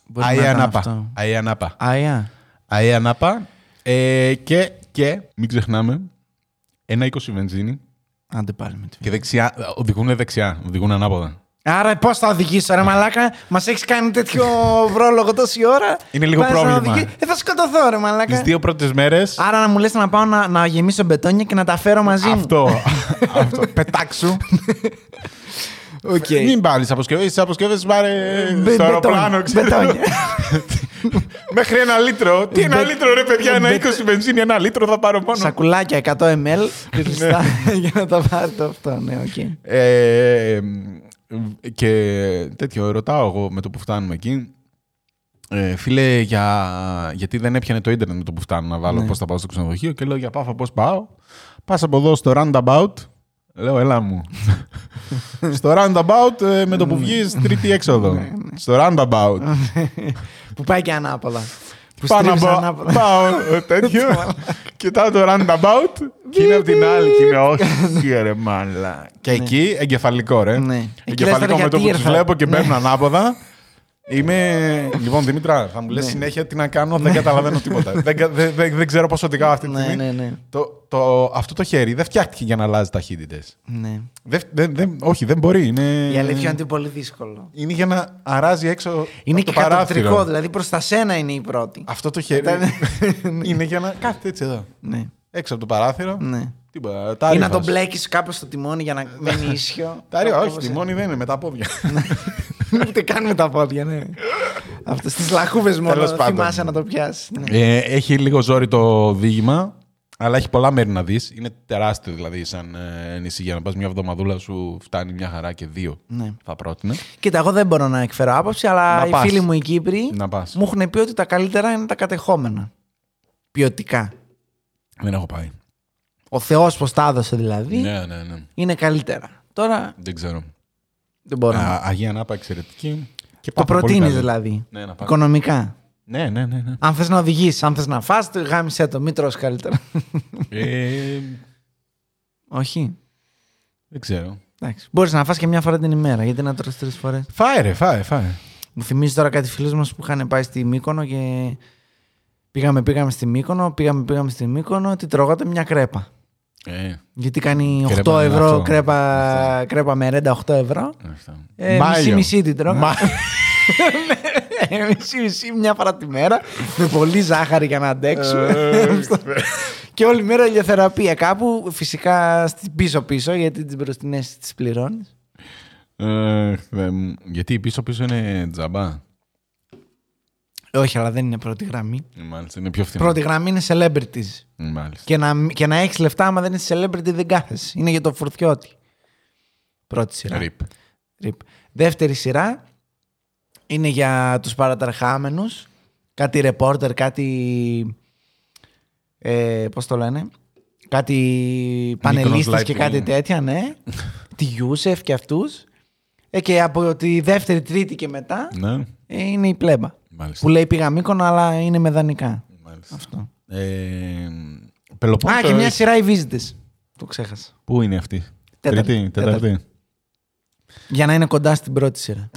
Speaker 1: Μπορεί να
Speaker 2: Αγία
Speaker 1: ήταν
Speaker 2: Νάπα.
Speaker 1: αυτό.
Speaker 2: Αγία Νάπα.
Speaker 1: Αία.
Speaker 2: Αγία Νάπα. Ε, και, και μην ξεχνάμε ένα 20 βενζίνη
Speaker 1: Άντε πάλι με τη
Speaker 2: και δεξιά, οδηγούν δεξιά, οδηγούν ανάποδα.
Speaker 1: Άρα πώς θα οδηγήσω, ρε Μαλάκα. Μας έχεις κάνει τέτοιο πρόλογο τόση ώρα.
Speaker 2: Είναι λίγο
Speaker 1: Βάζεις να
Speaker 2: πρόβλημα.
Speaker 1: οδηγεί- Ε, θα σκοτωθώ, ρε
Speaker 2: Τις
Speaker 1: Μαλάκα.
Speaker 2: δύο πρώτες μέρες
Speaker 1: Άρα να μου λες να πάω να, να γεμίσω μπετόνια και να τα φέρω μαζί μου.
Speaker 2: αυτό, αυτό πετάξου.
Speaker 1: Οκ.
Speaker 2: Μην πάρεις αποσκευές. Τι αποσκευές πάρε
Speaker 1: Μπε-
Speaker 2: στο
Speaker 1: μπετόνια,
Speaker 2: αεροπλάνο, ξέρω.
Speaker 1: μπετόνια.
Speaker 2: Μέχρι ένα λίτρο. Τι ένα
Speaker 1: Ε, Μπε-
Speaker 2: λίτρο, ρε παιδιά, ένα
Speaker 1: μπε-
Speaker 2: 20 μπενζίνη, ένα λίτρο θα πάρω μόνο.
Speaker 1: Σακουλάκια 100 ml
Speaker 2: Ναι.
Speaker 1: κλειστά για να τα πάρετε αυτό. Ναι, οκ.
Speaker 2: Ε, και τέτοιο, ρωτάω εγώ με το που φτάνουμε εκεί. Ε, φίλε, για... γιατί δεν έπιανε το ίντερνετ με το που φτάνω να βάλω
Speaker 1: Ναι.
Speaker 2: πώς θα πάω στο ξενοδοχείο και λέω για πάφα πώς πάω. Πας από εδώ στο roundabout. Λέω, έλα μου. στο roundabout ε, με το που βγεις τρίτη έξοδο. στο roundabout.
Speaker 1: Που πάει και ανάποδα. Που
Speaker 2: Πάω να
Speaker 1: στρίβεις
Speaker 2: μπω-
Speaker 1: ανάποδα.
Speaker 2: πάω ε, τέτοιο. Κοιτάω το roundabout και είναι από την άλλη. Και είναι όχι, ρε μάλα. Και εκεί εγκεφαλικό, ρε.
Speaker 1: Ναι. Εκεί λες,
Speaker 2: Εγκεφαλικό
Speaker 1: τώρα,
Speaker 2: με το
Speaker 1: γιατί
Speaker 2: που του
Speaker 1: ήρθα.
Speaker 2: βλέπω και
Speaker 1: Ναι.
Speaker 2: παίρνω ανάποδα. Είμαι. Λοιπόν, Δημήτρα, θα μου
Speaker 1: Ναι.
Speaker 2: λε συνέχεια τι να κάνω. Δεν καταλαβαίνω τίποτα. Δεν κα- δεν- δεν- Δεν ξέρω πόσο οδηγάω αυτή τη
Speaker 1: Ναι, ναι,
Speaker 2: στιγμή.
Speaker 1: ναι.
Speaker 2: Το- το- Αυτό το χέρι δεν φτιάχτηκε για να αλλάζει ταχύτητες.
Speaker 1: ναι.
Speaker 2: Όχι, δεν μπορεί. Είναι-
Speaker 1: Η αλήθεια είναι ότι είναι πολύ δύσκολο.
Speaker 2: Είναι για να αράζει έξω.
Speaker 1: Είναι
Speaker 2: από
Speaker 1: και
Speaker 2: το παράθυρο.
Speaker 1: κατοπτρικό, δηλαδή προς τα σένα είναι η πρώτη.
Speaker 2: Αυτό το χέρι είναι για να κάθεται έτσι εδώ.
Speaker 1: Ναι,
Speaker 2: Έξω από το παράθυρο.
Speaker 1: ναι.
Speaker 2: Τίποτα.
Speaker 1: Ή να
Speaker 2: τάριφας.
Speaker 1: τον μπλέκεις κάπως στο τιμόνι για να μείνει ίσιο.
Speaker 2: Τάριφα, όχι,
Speaker 1: Όπως
Speaker 2: τη μόνη δεν είναι με τα πόδια.
Speaker 1: Ούτε καν με τα πόδια, ναι. Αυτό στι λαχούβες μόνο
Speaker 2: Τέλος πάντων. ναι.
Speaker 1: Ναι. θυμάσαι να το πιάσεις.
Speaker 2: Ε, έχει λίγο ζόρι το δίγημα. Αλλά έχει πολλά μέρη να δεις. Είναι τεράστιο δηλαδή σαν ε, νησί για να πας μια εβδομαδούλα σου φτάνει μια χαρά και δύο.
Speaker 1: Ναι.
Speaker 2: Θα πρότεινα.
Speaker 1: Κοίτα, εγώ δεν μπορώ να εκφέρω άποψη, αλλά
Speaker 2: Να
Speaker 1: οι
Speaker 2: πας.
Speaker 1: φίλοι μου οι Κύπροι
Speaker 2: Να πας.
Speaker 1: Ε, μου έχουν πει ότι τα καλύτερα είναι τα κατεχόμενα. Ποιοτικά.
Speaker 2: Δεν έχω πάει.
Speaker 1: Ο Θεός πώ τα έδωσε δηλαδή
Speaker 2: Ναι, ναι, ναι.
Speaker 1: είναι καλύτερα. Τώρα
Speaker 2: Δεν ξέρω.
Speaker 1: δεν μπορώ. να-
Speaker 2: Α, Αγία Νάπα εξαιρετική. Και
Speaker 1: το
Speaker 2: Πάπα πολύ
Speaker 1: προτείνεις
Speaker 2: καλή.
Speaker 1: δηλαδή.
Speaker 2: Ναι, να πάω.
Speaker 1: Οικονομικά.
Speaker 2: Ναι, ναι, ναι. ναι.
Speaker 1: Αν θες να οδηγήσει, αν θες να φας, το γάμισε το, μην τρως καλύτερα.
Speaker 2: ε,
Speaker 1: Όχι.
Speaker 2: δεν ξέρω.
Speaker 1: Εντάξει. Μπορείς να φας και μια φορά την ημέρα, γιατί να τρως τρεις φορές.
Speaker 2: Φάε ρε, φάε, φάε.
Speaker 1: Μου θυμίζει τώρα κάτι φίλους μας που είχαν πάει στη Μύκονο και πήγαμε, πήγαμε στη Μύκονο, πήγαμε, πήγαμε στη Μύκονο, ότι τρώγατε μια κρέπα.
Speaker 2: Ε,
Speaker 1: Γιατί κάνει 8
Speaker 2: Κρέπα είναι
Speaker 1: ευρώ
Speaker 2: αυτό.
Speaker 1: κρέπα, κρέπα μερέντα 8 ευρώ.
Speaker 2: αυτά.
Speaker 1: Ε,
Speaker 2: Μάιο.
Speaker 1: μισή μισή την τρώγα.
Speaker 2: Μα-
Speaker 1: Ε, μισή μισή μια φορά τη μέρα με πολύ ζάχαρη για να αντέξουμε.
Speaker 2: Ε,
Speaker 1: και όλη μέρα ηλιοθεραπεία κάπου. Φυσικά στην πίσω-πίσω γιατί τι μπροστινέ τι πληρώνεις.
Speaker 2: ε, Θεέ μου. Γιατί πίσω-πίσω είναι τζαμπά.
Speaker 1: Όχι, αλλά δεν είναι πρώτη γραμμή.
Speaker 2: Ε, Μάλιστα, είναι πιο φθηνό.
Speaker 1: Πρώτη γραμμή είναι celebrities.
Speaker 2: Ε, Μάλιστα.
Speaker 1: Και να, και να έχεις λεφτά, άμα δεν είσαι celebrity, δεν κάθεσαι. Είναι για το φουρτιώτη. Πρώτη σειρά.
Speaker 2: Ρίπ.
Speaker 1: Ρίπ. Δεύτερη σειρά είναι για τους παραταρχάμενους. Κάτι ρεπόρτερ, κάτι... Ε, πώς το λένε... Κάτι πανελίστες
Speaker 2: Live
Speaker 1: και
Speaker 2: Team.
Speaker 1: κάτι τέτοια, ναι. τη Γιούσεφ και αυτούς. Ε, και από τη δεύτερη, τρίτη και μετά
Speaker 2: Ναι,
Speaker 1: ε, είναι η πλέμπα. Που
Speaker 2: μάλιστα.
Speaker 1: λέει πήγα Μύκονο, αλλά είναι με δανεικά.
Speaker 2: μάλιστα.
Speaker 1: Αυτό.
Speaker 2: Ε,
Speaker 1: Α,
Speaker 2: Πελοπόννησο.
Speaker 1: και μια σειρά οι Visitors. Το ξέχασα.
Speaker 2: Πού είναι αυτή.
Speaker 1: Τέταρτη,
Speaker 2: Τρίτη,
Speaker 1: τέταρτη.
Speaker 2: τέταρτη.
Speaker 1: Για να είναι κοντά στην πρώτη σειρά.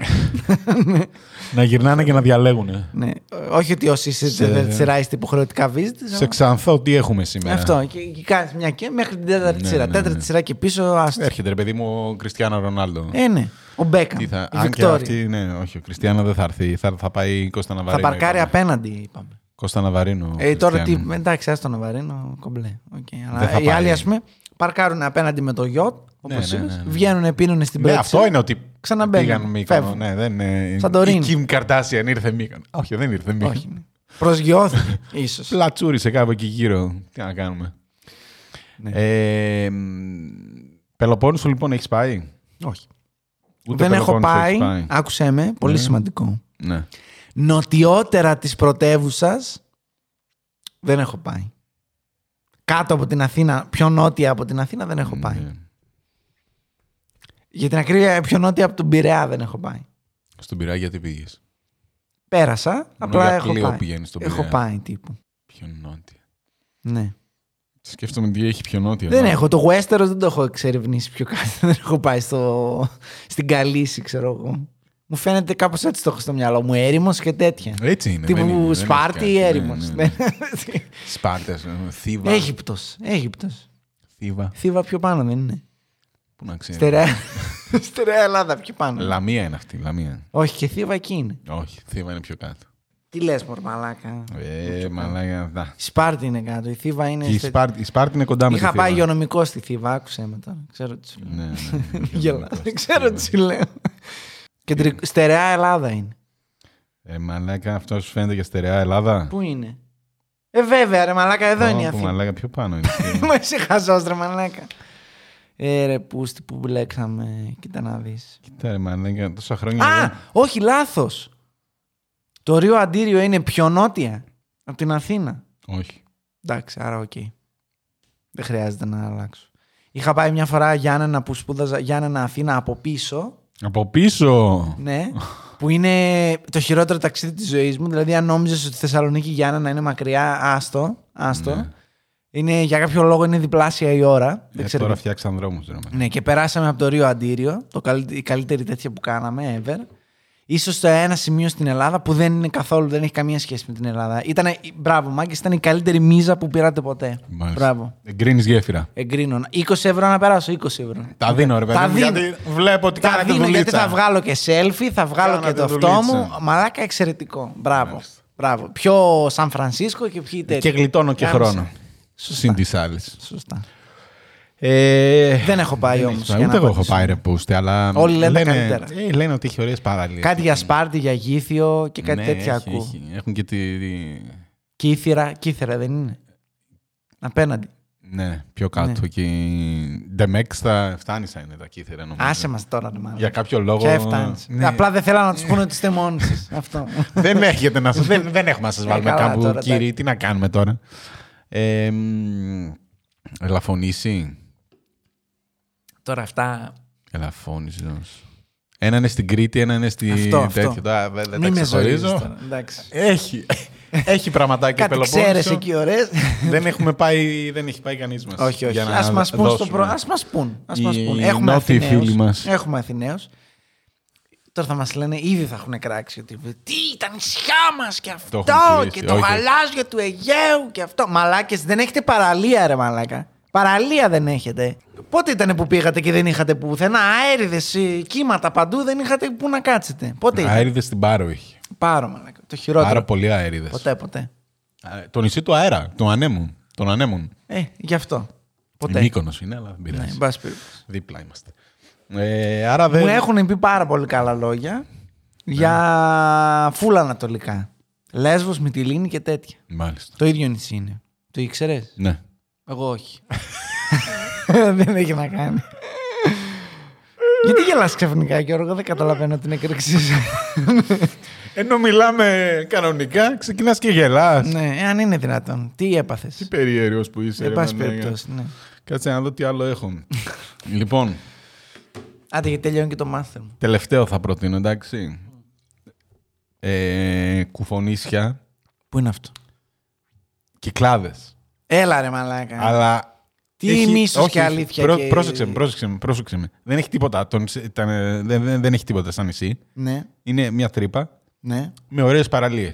Speaker 2: Να γυρνάνε και να διαλέγουν.
Speaker 1: ναι. Ε, Όχι ότι όσοι είστε
Speaker 2: Σε-
Speaker 1: σε... τέταρτη σειρά είστε υποχρεωτικά visitors.
Speaker 2: Σε
Speaker 1: αλλά-
Speaker 2: ξανθώ, τι έχουμε σήμερα.
Speaker 1: Ναι. Αυτό. Και, και κάνεις μια και μέχρι την τέταρτη
Speaker 2: Ναι,
Speaker 1: σειρά.
Speaker 2: ναι,
Speaker 1: τέταρτη
Speaker 2: ναι.
Speaker 1: σειρά και πίσω. άστο.
Speaker 2: Έρχεται ρε παιδί μου ο Κριστιανό Ρονάλντο.
Speaker 1: Ε, ναι. Ο Μπέκαμ.
Speaker 2: Τι θα,
Speaker 1: η
Speaker 2: αν και
Speaker 1: Βικτόρια.
Speaker 2: αυτή, ναι, όχι, ο Κριστιανό δεν θα έρθει. Θα, θα πάει Κώστα
Speaker 1: Θα
Speaker 2: Ναβαρίνο.
Speaker 1: παρκάρει
Speaker 2: είπαμε.
Speaker 1: απέναντι, είπαμε.
Speaker 2: Κώστα Ναβαρίνο. ο
Speaker 1: Ε, τώρα τι.
Speaker 2: Κριστιανό.
Speaker 1: Εντάξει, άστο να βαρύνω κομπλέ. Okay.
Speaker 2: Δεν
Speaker 1: Αλλά
Speaker 2: θα
Speaker 1: οι
Speaker 2: πάει.
Speaker 1: άλλοι, ας πούμε, παρκάρουν απέναντι με το γιότ, όπως
Speaker 2: Ναι, ναι, ναι, ναι.
Speaker 1: Βγαίνουν, πίνουν στην
Speaker 2: Ναι,
Speaker 1: πέτσα.
Speaker 2: αυτό είναι ότι
Speaker 1: Ξαναμπαίνουν,
Speaker 2: πήγαν Μύκονο.
Speaker 1: φεύγουν.
Speaker 2: Ναι, δεν είναι...
Speaker 1: Σαντορίνη.
Speaker 2: Η Κιμ Καρτάσιαν ήρθε Μύκονο. Όχι, δεν ήρθε Μύκονο.
Speaker 1: Όχι. ναι. Προσγειώθηκε, ίσως.
Speaker 2: Πλατσούρισε κάπου εκεί γύρω. Τι να κάνουμε.
Speaker 1: Ναι.
Speaker 2: Ε, μ, Πελοπόννησο λοιπόν έχεις πάει.
Speaker 1: Όχι.
Speaker 2: Ούτε
Speaker 1: Δεν έχω
Speaker 2: Πελοπόννησο
Speaker 1: πάει.
Speaker 2: έχεις
Speaker 1: Άκουσε με. Πολύ
Speaker 2: Ναι.
Speaker 1: σημαντικό.
Speaker 2: Ναι.
Speaker 1: Νοτιότερα της πρωτεύουσας δεν έχω πάει. Κάτω από την Αθήνα, πιο νότια από την Αθήνα δεν έχω πάει.
Speaker 2: Ναι.
Speaker 1: Για την ακρίβεια, πιο νότια από τον Πειραιά δεν έχω πάει.
Speaker 2: Στον Πειραιά γιατί πήγες.
Speaker 1: Πέρασα, απλά
Speaker 2: για
Speaker 1: έχω
Speaker 2: πλοίο
Speaker 1: πάει.
Speaker 2: πηγαίνεις στον
Speaker 1: έχω
Speaker 2: Πειραιά.
Speaker 1: πάει τύπου.
Speaker 2: Πιο νότια.
Speaker 1: Ναι.
Speaker 2: Σκέφτομαι τι έχει πιο νότια.
Speaker 1: Δεν
Speaker 2: να-
Speaker 1: έχω. Το Westeros δεν το έχω εξερευνήσει πιο κάτω. Δεν έχω πάει στο... στην Καλύση, ξέρω εγώ. Μου φαίνεται κάπως έτσι το έχω στο μυαλό μου. Έρημος και τέτοια.
Speaker 2: Έτσι είναι. δεν είναι,
Speaker 1: τύπου
Speaker 2: δεν
Speaker 1: Σπάρτη
Speaker 2: έχει
Speaker 1: ή
Speaker 2: κάτι.
Speaker 1: έρημος.
Speaker 2: Ναι, ναι, ναι. Σπάρτες, ε, Θήβα.
Speaker 1: Αίγυπτος. Αίγυπτος.
Speaker 2: Θήβα.
Speaker 1: Θήβα πιο πάνω δεν είναι.
Speaker 2: Πού να ξέρω.
Speaker 1: Στερεά, Στερεά Ελλάδα πιο πάνω.
Speaker 2: Λαμία είναι αυτή, Λαμία.
Speaker 1: Όχι, και Θήβα εκεί είναι.
Speaker 2: Όχι, Θήβα είναι πιο κάτω.
Speaker 1: Τι λες, Μορμαλάκα.
Speaker 2: Ε, μαλάκα. να.
Speaker 1: Η Σπάρτη είναι κάτω. Η Θήβα είναι.
Speaker 2: Και η
Speaker 1: στε-
Speaker 2: Σπάρτη, η Σπάρτη είναι κοντά με τη
Speaker 1: Ναι, Είχα πάει
Speaker 2: Θήβα.
Speaker 1: υγειονομικό στη Θήβα, άκουσε με τώρα. Ξέρω τι σου λέω.
Speaker 2: Ναι, ναι, ναι.
Speaker 1: Γελάς, δεν ξέρω τι σου λέω. Κεντρικ- Στερεά Ελλάδα είναι.
Speaker 2: Ε, μαλάκα, αυτός σου φαίνεται για στερεά Ελλάδα.
Speaker 1: Πού είναι. Ε, βέβαια, ρε Μαλάκα, εδώ είναι η
Speaker 2: Όπου,
Speaker 1: Αθήνα.
Speaker 2: Μαλάκα, πιο πάνω είναι. Ε,
Speaker 1: Μα είσαι χαζός, ρε Μαλάκα. Ε, ρε, πούστη που μπλέξαμε. Κοίτα να δεις.
Speaker 2: Κοίτα, ρε, μαλάκα, τόσα χρόνια.
Speaker 1: Α,
Speaker 2: εδώ.
Speaker 1: όχι, λάθος. Το Ρίο Αντίριο είναι πιο νότια από την Αθήνα.
Speaker 2: Όχι.
Speaker 1: Εντάξει, άρα οκ. Δεν χρειάζεται να αλλάξω. Είχα πάει μια φορά Γιάννενα που σπούδαζα Γιάννενα Αθήνα από πίσω.
Speaker 2: Από πίσω.
Speaker 1: Ναι. που είναι το χειρότερο ταξίδι της ζωής μου. Δηλαδή, αν νόμιζες ότι η Θεσσαλονίκη Γιάννενα είναι μακριά, άστο. άστο.
Speaker 2: Ναι.
Speaker 1: Είναι, για κάποιο λόγο είναι διπλάσια η ώρα.
Speaker 2: Ε,
Speaker 1: Δεν ξέρω.
Speaker 2: Τώρα
Speaker 1: γιατί.
Speaker 2: φτιάξαν δρόμους. ρε, μαλάκα.
Speaker 1: Ναι, και περάσαμε από το Ρίο Αντίριο, το καλ- η καλύτερη τέτοια που κάναμε ever. Ίσως το ένα σημείο στην Ελλάδα που δεν είναι καθόλου, δεν έχει καμία σχέση με την Ελλάδα. Ήτανε, μπράβο, Μάγκη, ήταν η καλύτερη μίζα που πήρατε ποτέ.
Speaker 2: Μάλιστα.
Speaker 1: Μπράβο.
Speaker 2: Εγκρίνεις γέφυρα.
Speaker 1: Εγκρίνω. 20 ευρώ να περάσω, 20 ευρώ.
Speaker 2: Τα δίνω, ρε
Speaker 1: Ναι, Τα
Speaker 2: παιδί μου,
Speaker 1: δίνω.
Speaker 2: γιατί βλέπω ότι
Speaker 1: Τα
Speaker 2: κάνατε
Speaker 1: δίνω γιατί
Speaker 2: δουλίτσα.
Speaker 1: θα βγάλω και selfie, θα βγάλω
Speaker 2: Κάνατε
Speaker 1: και το αυτό μου.
Speaker 2: δουλίτσα.
Speaker 1: Μαλάκα εξαιρετικό. Μπράβο.
Speaker 2: Μάλιστα.
Speaker 1: Μπράβο. Πιο Σαν Φρανσίσκο και ποιοι τέτοιοι.
Speaker 2: Και γλιτώνω και
Speaker 1: Κάμισε.
Speaker 2: χρόνο. Συν τις άλλες.
Speaker 1: Σωστά.
Speaker 2: Ε,
Speaker 1: Δεν έχω πάει
Speaker 2: δεν
Speaker 1: όμως,
Speaker 2: έχεις
Speaker 1: για να
Speaker 2: Ούτε εγώ έχω
Speaker 1: απαντήσω.
Speaker 2: πάει ρε πούστη, αλλά.
Speaker 1: Όλοι λένε τα καλύτερα.
Speaker 2: ε, λένε ότι έχει ωραίες παραλίες.
Speaker 1: Κάτι για Σπάρτη, για Γήθιο και
Speaker 2: Ναι,
Speaker 1: κάτι τέτοια ακούω.
Speaker 2: Έχουν και τη. τη-
Speaker 1: Κύθυρα, κύθυρα δεν είναι. Απέναντι.
Speaker 2: Ναι, πιο κάτω
Speaker 1: Ναι.
Speaker 2: εκεί. Ντεμέξ θα φτάνει σαν είναι τα κύθρα νομίζω.
Speaker 1: Άσε μας τώρα, ρε μάλλον.
Speaker 2: Για κάποιο λόγο.
Speaker 1: Ποια φτάνει.
Speaker 2: Ναι.
Speaker 1: Απλά δεν θέλω να τους πούνε ότι είστε μόνοι σας. Αυτό.
Speaker 2: δεν, έχετε να σας, δεν, δεν έχουμε να σας
Speaker 1: Ε,
Speaker 2: βάλουμε
Speaker 1: καλά
Speaker 2: κάπου,
Speaker 1: τώρα,
Speaker 2: κύριοι.
Speaker 1: εντάξει.
Speaker 2: Τι να κάνουμε τώρα. Ε, μ, ελαφωνήσει.
Speaker 1: Τώρα αυτά.
Speaker 2: Ελαφώνηση. όμως. Ένα είναι στην Κρήτη, ένα είναι στη
Speaker 1: Αυτό, αυτό.
Speaker 2: τέτοιο. Τώρα δεν, δεν τα
Speaker 1: Μην με
Speaker 2: ξεχωρίζω.
Speaker 1: ζορίζεις τώρα, εντάξει.
Speaker 2: Έχει. Έχει πραγματάκια
Speaker 1: Κάτι ξέρει
Speaker 2: Πελοπόννησο.
Speaker 1: εκεί, ωραίες.
Speaker 2: δεν, έχουμε πάει, δεν έχει πάει κανείς μας.
Speaker 1: όχι, όχι. Ας μας πούν στο προ... Ας μας πούν. Ας μας
Speaker 2: Οι-
Speaker 1: πούν.
Speaker 2: οι
Speaker 1: Έχουμε
Speaker 2: νότιοι
Speaker 1: Αθηναίους.
Speaker 2: φίλοι μας.
Speaker 1: Έχουμε Αθηναίους. Τώρα θα μας λένε, ήδη θα έχουν κράξει ότι τι ήταν νησιά μας και αυτό
Speaker 2: έχουν κλείσει,
Speaker 1: και το
Speaker 2: όχι.
Speaker 1: γαλάζιο του Αιγαίου και αυτό. Μαλάκες, δεν έχετε παραλία, ρε μαλάκα. Παραλία δεν έχετε. Πότε ήταν που πήγατε και δεν είχατε πουθενά αέριδες, κύματα παντού, δεν είχατε που να κάτσετε. Πότε ήταν.
Speaker 2: Αέριδες στην Πάρο είχε.
Speaker 1: Πάρο, μαλάκα. Το χειρότερο.
Speaker 2: Πάρα πολλοί αέριδες.
Speaker 1: Ποτέ, ποτέ.
Speaker 2: Το νησί του αέρα, του ανέμου. Των ανέμων.
Speaker 1: Ε, γι' αυτό. Ποτέ.
Speaker 2: Η Μύκονος είναι, αλλά δεν
Speaker 1: Ναι,
Speaker 2: πειράζει.
Speaker 1: εν πάση περιπτώσει.
Speaker 2: Δίπλα είμαστε. Ε, άρα δεν.
Speaker 1: Μου έχουν πει πάρα πολύ καλά λόγια για φουλ ανατολικά. Λέσβος, Μυτιλίνη και τέτοια.
Speaker 2: Μάλιστα.
Speaker 1: Το ίδιο νησί είναι. Το ήξερες.
Speaker 2: Ναι.
Speaker 1: Εγώ όχι. Δεν έχει να κάνει. Γιατί γελάς ξαφνικά, Γιώργο, δεν καταλαβαίνω την έκρηξή σου.
Speaker 2: Ενώ μιλάμε κανονικά, ξεκινάς και γελάς.
Speaker 1: ναι, εάν είναι δυνατόν. Τι έπαθες.
Speaker 2: Τι περίεργο που είσαι.
Speaker 1: Εν
Speaker 2: ρε
Speaker 1: πάση
Speaker 2: μαλάκα.
Speaker 1: περιπτώσει, ναι.
Speaker 2: Κάτσε να δω τι άλλο έχω. λοιπόν,
Speaker 1: Άντε, γιατί τελειώνει και το μάστερ μου.
Speaker 2: τελευταίο θα προτείνω, εντάξει. Ε, κουφονίσια,
Speaker 1: Πού είναι αυτό.
Speaker 2: κυκλάδες.
Speaker 1: Έλα ρε μαλάκα.
Speaker 2: Αλλά.
Speaker 1: Ε, Τι μίσος και αλήθεια και-
Speaker 2: Πρόσεξε με, πρόσεξε με, πρόσεξε με. Δεν έχει τίποτα. Το νησί- ήταν, ε, δεν, δεν, δεν έχει τίποτα σαν νησί.
Speaker 1: Ναι,
Speaker 2: Είναι μια τρύπα
Speaker 1: ναι,
Speaker 2: με ωραίες παραλίες.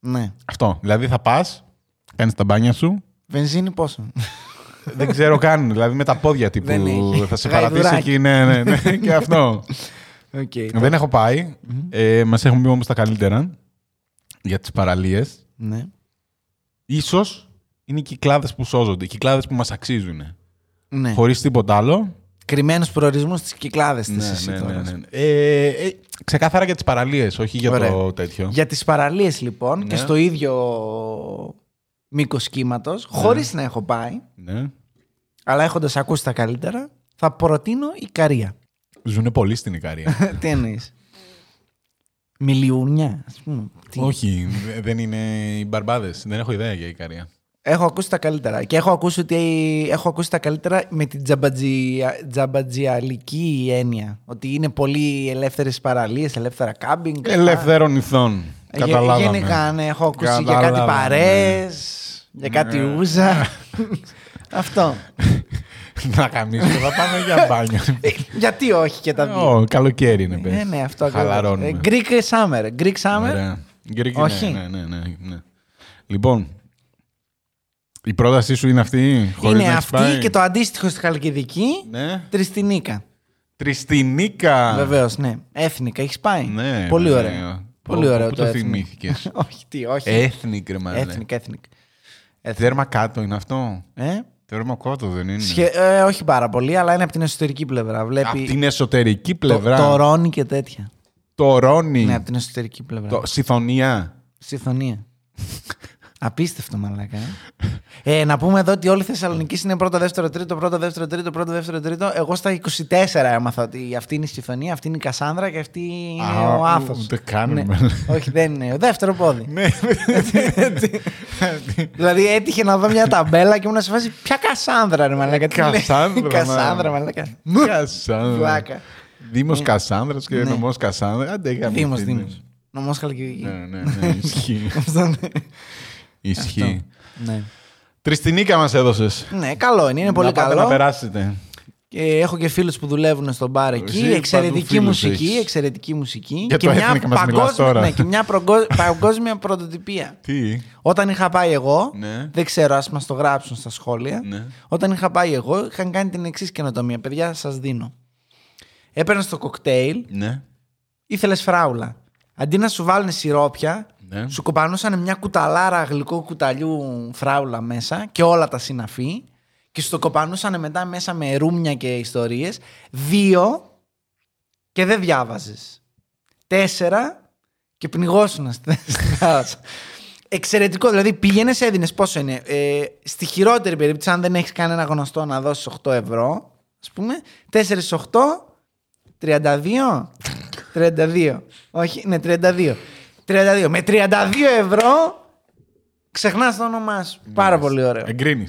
Speaker 1: ναι.
Speaker 2: Αυτό. Δηλαδή θα πας, κάνει τα μπάνια σου.
Speaker 1: Βενζίνη πόσο.
Speaker 2: Δεν ξέρω καν. Δηλαδή με τα πόδια
Speaker 1: Δεν
Speaker 2: τύπου.
Speaker 1: έχει.
Speaker 2: θα σε παρατήσει
Speaker 1: Γαϊδουράκι.
Speaker 2: εκεί. Ναι, ναι, ναι. και αυτό.
Speaker 1: Okay.
Speaker 2: δεν έχω πάει. Ε, Μας έχουν πει όμως τα καλύτερα για τις παραλίες.
Speaker 1: Ναι.
Speaker 2: Ίσως είναι οι κυκλάδες που σώζονται. Οι κυκλάδες που μας αξίζουν.
Speaker 1: ναι.
Speaker 2: Χωρίς τίποτα άλλο.
Speaker 1: κρυμμένους προορισμούς στις κυκλάδες της.
Speaker 2: Ναι, ναι, ναι, ναι, ναι. Ε, ε, ξεκάθαρα για τις παραλίες, όχι για το
Speaker 1: Ωραία.
Speaker 2: τέτοιο.
Speaker 1: Για τις παραλίες λοιπόν
Speaker 2: Ναι.
Speaker 1: και στο ίδιο μήκος κύματος, χωρίς να έχω πάει,
Speaker 2: Ναι.
Speaker 1: αλλά έχοντας ακούσει τα καλύτερα, θα προτείνω η Καρία.
Speaker 2: Ζουν πολύ στην Ικαρία.
Speaker 1: Τι εννοείς. Μιλιούνια, ας πούμε. Τι.
Speaker 2: όχι, δε- δεν είναι οι μπαρμπάδες. Δεν έχω ιδέα για Ικαρία.
Speaker 1: Έχω ακούσει τα καλύτερα. Και έχω ακούσει, ότι έχω ακούσει τα καλύτερα με την τζαμπατζια- τζαμπατζιαλική έννοια. Ότι είναι πολύ ελεύθερες παραλίες, ελεύθερα κάμπινγκ.
Speaker 2: Ελευθέρων ηθών.
Speaker 1: Ε, Γε-
Speaker 2: Καταλάβαμε.
Speaker 1: Γενικά, ναι, έχω ακούσει για
Speaker 2: Καταλάβαμε. ναι.
Speaker 1: κάτι παρέες, για κάτι ούζα. Αυτό.
Speaker 2: Να καμίσουμε, θα πάμε για μπάνιο.
Speaker 1: Ε, Γιατί όχι και τα δύο.
Speaker 2: Ω, καλοκαίρι είναι, Ε, πες.
Speaker 1: Ναι, ναι, αυτό ακριβώς.
Speaker 2: Χαλαρώνουμε.
Speaker 1: Ε, Greek summer. Greek summer.
Speaker 2: Ωραία. Γκρίκι,
Speaker 1: Όχι.
Speaker 2: Ναι, ναι, ναι, ναι. Λοιπόν, η πρότασή σου είναι αυτή, χωρίς
Speaker 1: Είναι
Speaker 2: να έχεις
Speaker 1: αυτή
Speaker 2: πάει.
Speaker 1: και το αντίστοιχο στη Χαλκιδική.
Speaker 2: Ναι.
Speaker 1: Τριστινίκα.
Speaker 2: Τριστινίκα.
Speaker 1: Βεβαίως, ναι. Έθνικα, έχεις πάει.
Speaker 2: Ναι,
Speaker 1: Πολύ
Speaker 2: βέβαια.
Speaker 1: ωραίο.
Speaker 2: Πού-
Speaker 1: Πολύ ωραίο
Speaker 2: πού
Speaker 1: το
Speaker 2: το
Speaker 1: Ethnic.
Speaker 2: θυμήθηκες?
Speaker 1: όχι, τι, όχι.
Speaker 2: Έθνη, ρε μαλάκα.
Speaker 1: Ethnic, ethnic.
Speaker 2: Δέρμα κάτω είναι αυτό.
Speaker 1: Ε?
Speaker 2: Δέρμα κάτω δεν είναι.
Speaker 1: Σχε- ε, όχι πάρα πολύ, αλλά είναι από την εσωτερική πλευρά.
Speaker 2: Απ'
Speaker 1: Βλέπει
Speaker 2: την εσωτερική
Speaker 1: το,
Speaker 2: πλευρά.
Speaker 1: το ρόνι και τέτοια.
Speaker 2: Το Ρόνι.
Speaker 1: Ναι, από την εσωτερική πλευρά.
Speaker 2: Το Σιθωνία.
Speaker 1: Συμφωνία. Απίστευτο μαλάκα. Ε. Ε, να πούμε εδώ ότι όλη η Θεσσαλονίκη είναι πρώτο, δεύτερο, τρίτο, πρώτο, δεύτερο, τρίτο, πρώτο, δεύτερο, τρίτο. Εγώ στα 24 έμαθα ότι αυτή είναι η Συμφωνία, αυτή είναι η Κασάνδρα και αυτή είναι
Speaker 2: Α,
Speaker 1: ο Άθο.
Speaker 2: ούτε καν,
Speaker 1: Ναι.
Speaker 2: μαλάκα.
Speaker 1: Όχι, δεν είναι. Ο δεύτερο πόδι.
Speaker 2: Ναι.
Speaker 1: δηλαδή έτυχε να δω μια ταμπέλα και ήμουν σε φάση ποια Κασάνδρα, ρε μαλάκα. τι λέει.
Speaker 2: Κασάνδρα,
Speaker 1: Κασάνδρα,
Speaker 2: μα.
Speaker 1: μαλάκα.
Speaker 2: Κασάνδρα.
Speaker 1: Βλάκα.
Speaker 2: Δήμος Κασάνδρας και
Speaker 1: Ναι.
Speaker 2: νομός Κασάνδρα. Άντε, γάμισε
Speaker 1: Δήμο,
Speaker 2: την.
Speaker 1: Δήμο. Νομός Χαλκιδικής.
Speaker 2: Ναι, ναι, ναι. Ισχύει.
Speaker 1: Αυτό, ναι.
Speaker 2: Ισχύει.
Speaker 1: Ναι.
Speaker 2: Τριστινίκα μας έδωσες.
Speaker 1: Ναι, καλό είναι, είναι
Speaker 2: να
Speaker 1: πολύ
Speaker 2: πάτε
Speaker 1: καλό.
Speaker 2: να περάσετε.
Speaker 1: Ε, έχω και φίλους που δουλεύουν στον μπαρ εκεί.
Speaker 2: Εσύ παντού
Speaker 1: εξαιρετική
Speaker 2: φίλους
Speaker 1: μουσική,
Speaker 2: έχεις.
Speaker 1: εξαιρετική μουσική.
Speaker 2: Για το έθνικα μας μιλάς τώρα.
Speaker 1: ναι, και μια προγκο- παγκόσμια πρωτοτυπία.
Speaker 2: Τι.
Speaker 1: Όταν είχα πάει εγώ,
Speaker 2: Ναι.
Speaker 1: δεν ξέρω, ας μας το γράψουν στα σχόλια.
Speaker 2: Ναι.
Speaker 1: Όταν είχα πάει εγώ, είχαν κάνει την εξής καινοτομία. Παιδιά, σας δίνω. Έπαιρνες το κοκτέιλ,
Speaker 2: Ναι.
Speaker 1: ήθελες φράουλα. Αντί να σου βάλουν σιρόπια,
Speaker 2: Ναι.
Speaker 1: σου κοπανούσαν μια κουταλάρα γλυκό κουταλιού φράουλα μέσα και όλα τα συναφή και σου το κοπανούσαν μετά μέσα με ρούμια και ιστορίες. Δύο και δεν διάβαζες. Τέσσερα και πνιγόσουν στη θάλασσα. Εξαιρετικό. Δηλαδή, πήγαινε, έδινες πόσο είναι. Ε, στη χειρότερη περίπτωση, αν δεν έχεις κανένα γνωστό να δώσεις 8 ευρώ, ας πούμε, 4 στις 8, 32. 32. Όχι, ναι, 32. 32. Με 32 ευρώ ξεχνάς το όνομά σου.
Speaker 2: Ναι,
Speaker 1: Πάρα πολύ ωραίο.
Speaker 2: Εγκρίνεις.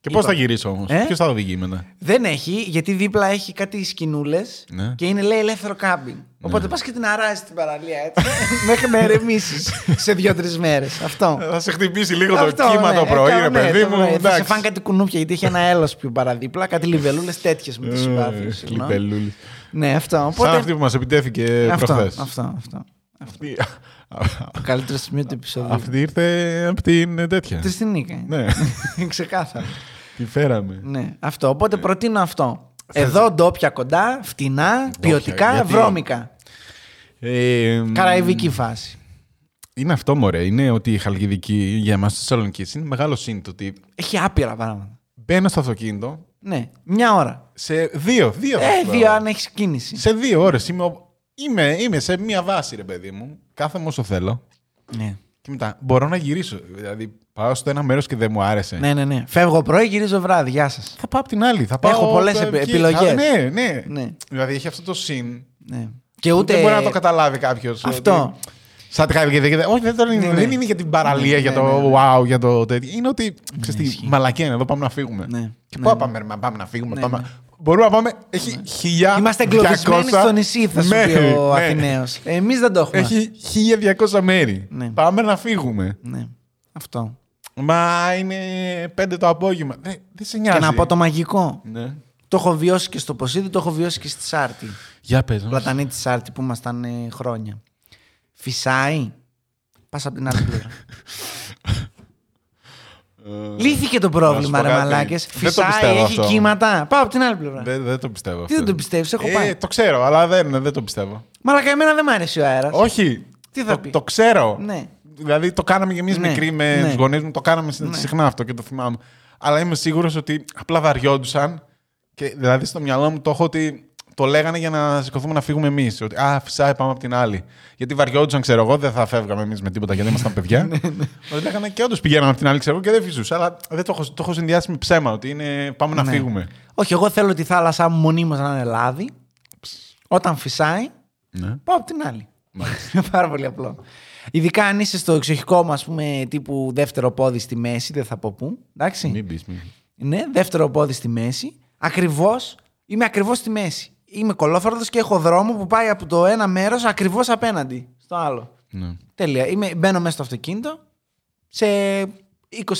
Speaker 2: Και πώς θα γυρίσω όμως,
Speaker 1: Ε?
Speaker 2: ποιος θα οδηγεί μετά.
Speaker 1: Δεν έχει, γιατί δίπλα έχει κάτι σκηνούλες
Speaker 2: Ναι.
Speaker 1: και είναι λέει ελεύθερο κάμπινγκ. Οπότε πας και την αράζεις στην παραλία έτσι, μέχρι να ερεμήσεις σε δύο-τρει μέρες. Αυτό.
Speaker 2: Ε, Θα σε χτυπήσει λίγο
Speaker 1: Αυτό,
Speaker 2: το κύμα
Speaker 1: ναι,
Speaker 2: το πρωί,
Speaker 1: ε,
Speaker 2: ρε
Speaker 1: ναι,
Speaker 2: παιδί
Speaker 1: το
Speaker 2: μου.
Speaker 1: πρωί. Θα σε
Speaker 2: εντάξει.
Speaker 1: φάνε κάτι κουνούπια γιατί είχε ένα έλος πιο παραδίπλα, κάτι λιβελούλες τέτοιες με τι
Speaker 2: Ε,
Speaker 1: συμπάθειε.
Speaker 2: λιπελούλη.
Speaker 1: Ναι, αυτό.
Speaker 2: Σαν
Speaker 1: Οπότε.
Speaker 2: αυτή που μας επιτέθηκε
Speaker 1: Αυτό,
Speaker 2: προχθές.
Speaker 1: αυτό, αυτό.
Speaker 2: Αυτή,
Speaker 1: Το καλύτερο σημείο του επεισόδιου.
Speaker 2: αυτή ήρθε από την ε, τέτοια.
Speaker 1: Τη την νίκα.
Speaker 2: Ναι,
Speaker 1: Ξεκάθαρα.
Speaker 2: τη φέραμε.
Speaker 1: Ναι, αυτό.
Speaker 2: Ε,
Speaker 1: Οπότε προτείνω αυτό. Εδώ ντόπια κοντά, φτηνά, ποιοτικά,
Speaker 2: γιατί-
Speaker 1: βρώμικα.
Speaker 2: Ε, μ,
Speaker 1: Καραϊβική φάση.
Speaker 2: Είναι αυτό, μωρέ. Είναι ότι η Χαλκιδική για εμάς της Θεσσαλονίκης είναι μεγάλο σύν το ότι
Speaker 1: Έχει άπειρα πράγματα.
Speaker 2: μπαίνω στο αυτοκίνητο
Speaker 1: Ναι, μια ώρα.
Speaker 2: σε δύο, δύο. θα
Speaker 1: Ε,
Speaker 2: σου πω.
Speaker 1: δύο αν έχεις κίνηση.
Speaker 2: Σε δύο ώρες. Είμαι, ο- είμαι, είμαι σε μία βάση, ρε παιδί μου. Κάθομαι όσο θέλω.
Speaker 1: Ναι.
Speaker 2: Και μετά μπορώ να γυρίσω. Δηλαδή, πάω στο ένα μέρος και δεν μου άρεσε.
Speaker 1: ναι, ναι, ναι. Φεύγω πρωί, γυρίζω βράδυ. Γεια σας.
Speaker 2: Θα πάω απ' την άλλη. Θα πάω
Speaker 1: Έχω πολλές
Speaker 2: ε,
Speaker 1: επι-
Speaker 2: εκεί.
Speaker 1: επιλογές.
Speaker 2: Α, Ναι, ναι,
Speaker 1: Ναι.
Speaker 2: Δηλαδή έχει αυτό το συν.
Speaker 1: Ναι. Και ούτε.
Speaker 2: Δεν μπορεί να το καταλάβει κάποιος.
Speaker 1: Αυτό.
Speaker 2: Σαν τη Χαλκιδική. δεν- Όχι, δεν, το είναι,
Speaker 1: Ναι, ναι.
Speaker 2: δεν είναι για την παραλία,
Speaker 1: Ναι,
Speaker 2: για
Speaker 1: ναι,
Speaker 2: το
Speaker 1: ναι,
Speaker 2: wow, για το τέτοιο. Είναι ότι. Ξέρεις τι, μαλακία είναι εδώ, πάμε να φύγουμε.
Speaker 1: Ναι,
Speaker 2: Και
Speaker 1: ναι,
Speaker 2: πού
Speaker 1: ναι.
Speaker 2: πάμε, ρε, μα, πάμε να φύγουμε.
Speaker 1: Ναι,
Speaker 2: πάμε...
Speaker 1: ναι.
Speaker 2: Μπορούμε να πάμε. Έχει χιλιά.
Speaker 1: Είμαστε εγκλωβισμένοι στο νησί, θα σου πει ο Αθηναίος. Εμείς δεν το έχουμε.
Speaker 2: Ναι, Έχει 1200 μέρη.
Speaker 1: Ναι.
Speaker 2: Πάμε να φύγουμε.
Speaker 1: Ναι. Αυτό.
Speaker 2: Μα είναι 5 το απόγευμα. Δεν, δεν σε νοιάζει.
Speaker 1: Και να πω το μαγικό.
Speaker 2: Ναι.
Speaker 1: Το έχω βιώσει και στο Ποσίδη, το έχω βιώσει και στη Σάρτη.
Speaker 2: Για πες μας.
Speaker 1: Πλατανή της Σάρτη που ήμασταν ε, χρόνια. Φυσάει. Πας από την άλλη πλευρά.
Speaker 2: Ε,
Speaker 1: Λύθηκε το
Speaker 2: Να
Speaker 1: πρόβλημα,
Speaker 2: σου
Speaker 1: ρε
Speaker 2: πω κάτι.
Speaker 1: μαλάκες.
Speaker 2: Δεν το πιστεύω
Speaker 1: Φυσάει, έχει
Speaker 2: αυτό.
Speaker 1: κύματα. Πάω από την άλλη πλευρά.
Speaker 2: Δεν, δεν το πιστεύω.
Speaker 1: Τι δεν το πιστεύεις, έχω
Speaker 2: ε,
Speaker 1: πάει.
Speaker 2: Το ξέρω, αλλά δεν, δεν το πιστεύω.
Speaker 1: Μαλάκα, εμένα δεν μ' αρέσει ο αέρας.
Speaker 2: Όχι.
Speaker 1: Τι θα
Speaker 2: το,
Speaker 1: πει.
Speaker 2: Το ξέρω.
Speaker 1: Ναι.
Speaker 2: Δηλαδή το κάναμε κι εμείς
Speaker 1: Ναι,
Speaker 2: μικροί με
Speaker 1: ναι.
Speaker 2: τους γονείς μου, το κάναμε συ- συχνά αυτό και το θυμάμαι. Αλλά είμαι σίγουρος ότι απλά βαριόντουσαν. Και, δηλαδή στο μυαλό μου το έχω ότι το λέγανε για να σηκωθούμε να φύγουμε εμείς. Ότι α, φυσάει, πάμε από την άλλη. Γιατί βαριόντουσαν, ξέρω εγώ, δεν θα φεύγαμε εμείς με τίποτα γιατί ήμασταν παιδιά.
Speaker 1: Ναι,
Speaker 2: Ότι λέγανε και όντως πηγαίναμε από την άλλη, ξέρω εγώ, και δεν φυσούσε. Αλλά δεν το έχω, το έχω συνδυάσει με ψέμα ότι είναι πάμε να
Speaker 1: Ναι.
Speaker 2: φύγουμε.
Speaker 1: Όχι, εγώ θέλω τη θάλασσά μου μονίμως να είναι λάδι. Όταν φυσάει,
Speaker 2: Ναι.
Speaker 1: πάω από την άλλη. Πάρα πολύ απλό. Ειδικά αν είσαι στο εξοχικό μου, ας πούμε, τύπου δεύτερο πόδι στη μέση, δεν θα πω πού. Εντάξει.
Speaker 2: πεις, μην
Speaker 1: Ναι, δεύτερο πόδι στη μέση. Ακριβώς, είμαι ακριβώς στη μέση. Είμαι κολόφαρδος και έχω δρόμο που πάει από το ένα μέρος ακριβώς απέναντι στο άλλο.
Speaker 2: Ναι.
Speaker 1: Τέλεια. Είμαι, μπαίνω μέσα στο αυτοκίνητο. Σε 20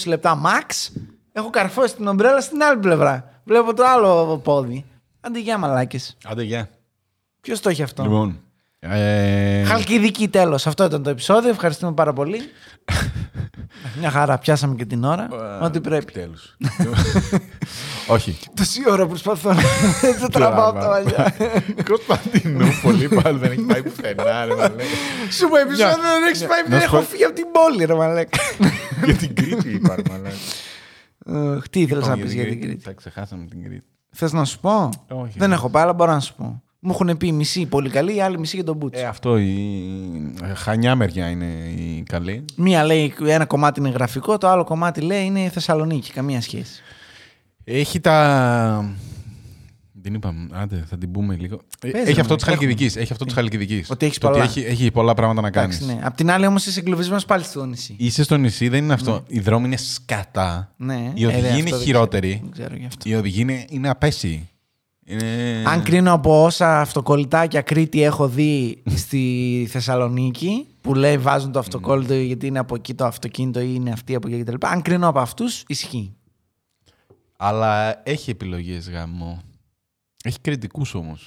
Speaker 1: λεπτά max έχω καρφώσει την ομπρέλα στην άλλη πλευρά. Βλέπω το άλλο πόδι. Αντί για μαλάκες.
Speaker 2: Άντε, γεια.
Speaker 1: Ποιος το έχει αυτό.
Speaker 2: Λοιπόν. Ε...
Speaker 1: Χαλκιδική τέλος. Αυτό ήταν το επεισόδιο. Ευχαριστούμε πάρα πολύ. Μια χαρά, πιάσαμε και την ώρα.
Speaker 2: Ε.
Speaker 1: Ό,τι πρέπει.
Speaker 2: Τέλος. Όχι.
Speaker 1: Τόση ώρα προσπαθώ. να- Δεν τραβάω τα μαλλιά.
Speaker 2: Κωνσταντινούπολη πάλι δεν έχει πάει πουθενά. ρε μαλάκα.
Speaker 1: Σου είπα επεισόδιο
Speaker 2: Μια-
Speaker 1: δεν έχει πάει.
Speaker 2: Να
Speaker 1: Δεν
Speaker 2: σου
Speaker 1: έχω
Speaker 2: πω-
Speaker 1: φύγει από την πόλη, ρε μαλάκα.
Speaker 2: Για την Κρήτη υπάρχει μαλάκα.
Speaker 1: Ε, Τι ήθελες να πει για την Κρήτη.
Speaker 2: Τα ξεχάσαμε την Κρήτη.
Speaker 1: Θες να σου πω.
Speaker 2: Όχι. ναι.
Speaker 1: Δεν έχω πάει, αλλά μπορώ να σου πω. Μου έχουν πει μισή πολύ καλή, η άλλη μισή για τον Μπούτσο.
Speaker 2: Ε, αυτό η ε, χανιά μεριά είναι η καλή.
Speaker 1: Μία λέει ένα κομμάτι είναι γραφικό, το άλλο κομμάτι λέει είναι Θεσσαλονίκη. Καμία σχέση.
Speaker 2: Έχει τα... Την είπαμε. Άντε, θα την πούμε λίγο. Ε,
Speaker 1: Πες,
Speaker 2: Έχει
Speaker 1: ρε,
Speaker 2: αυτό της
Speaker 1: έχουμε. Ε,
Speaker 2: Χαλκιδικής. Έχει αυτό της Χαλκιδικής.
Speaker 1: Ότι έχεις πολλά.
Speaker 2: Έχει, έχει πολλά πράγματα να κάνει.
Speaker 1: Εντάξει, ναι. Απ' την άλλη όμως είσαι εγκλωβισμένος πάλι στο νησί.
Speaker 2: Είσαι στο νησί, δεν είναι αυτό. Οι δρόμοι είναι σκατά.
Speaker 1: Ναι.
Speaker 2: Οι
Speaker 1: Ε, δε,
Speaker 2: οδηγοί
Speaker 1: αυτό
Speaker 2: είναι
Speaker 1: δεν
Speaker 2: χειρότεροι.
Speaker 1: ξέρω. Δεν ξέρω γι' αυτό.
Speaker 2: Οι οδηγοί είναι, είναι απέσιοι. Είναι...
Speaker 1: Αν κρίνω από όσα αυτοκολλητάκια Κρήτη έχω δει στη Θεσσαλονίκη, που λέει βάζουν
Speaker 2: Ναι.
Speaker 1: το αυτοκόλλητο γιατί είναι από εκεί το αυτοκίνητο ή είναι αυτή από εκεί κτλ. Αν κρίνω από αυτούς, ισχύει.
Speaker 2: Αλλά έχει επιλογές γάμο. Έχει κριτικούς όμως.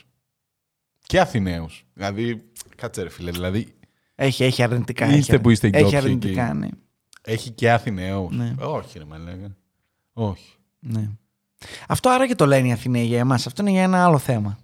Speaker 2: Και Αθηναίους. Δηλαδή, κάτσε ρε φίλε. Δηλαδή,
Speaker 1: Έχει, έχει αρνητικά.
Speaker 2: Είστε
Speaker 1: έχει αρ-
Speaker 2: που είστε
Speaker 1: Έχει
Speaker 2: ντόπιοι
Speaker 1: αρνητικά,
Speaker 2: εκεί.
Speaker 1: ναι.
Speaker 2: έχει και Αθηναίους.
Speaker 1: Ναι.
Speaker 2: Όχι, ρε μαλάκα. Όχι.
Speaker 1: ναι. Αυτό άρα και το λένε οι Αθηναίοι για εμάς. Αυτό είναι για ένα άλλο θέμα.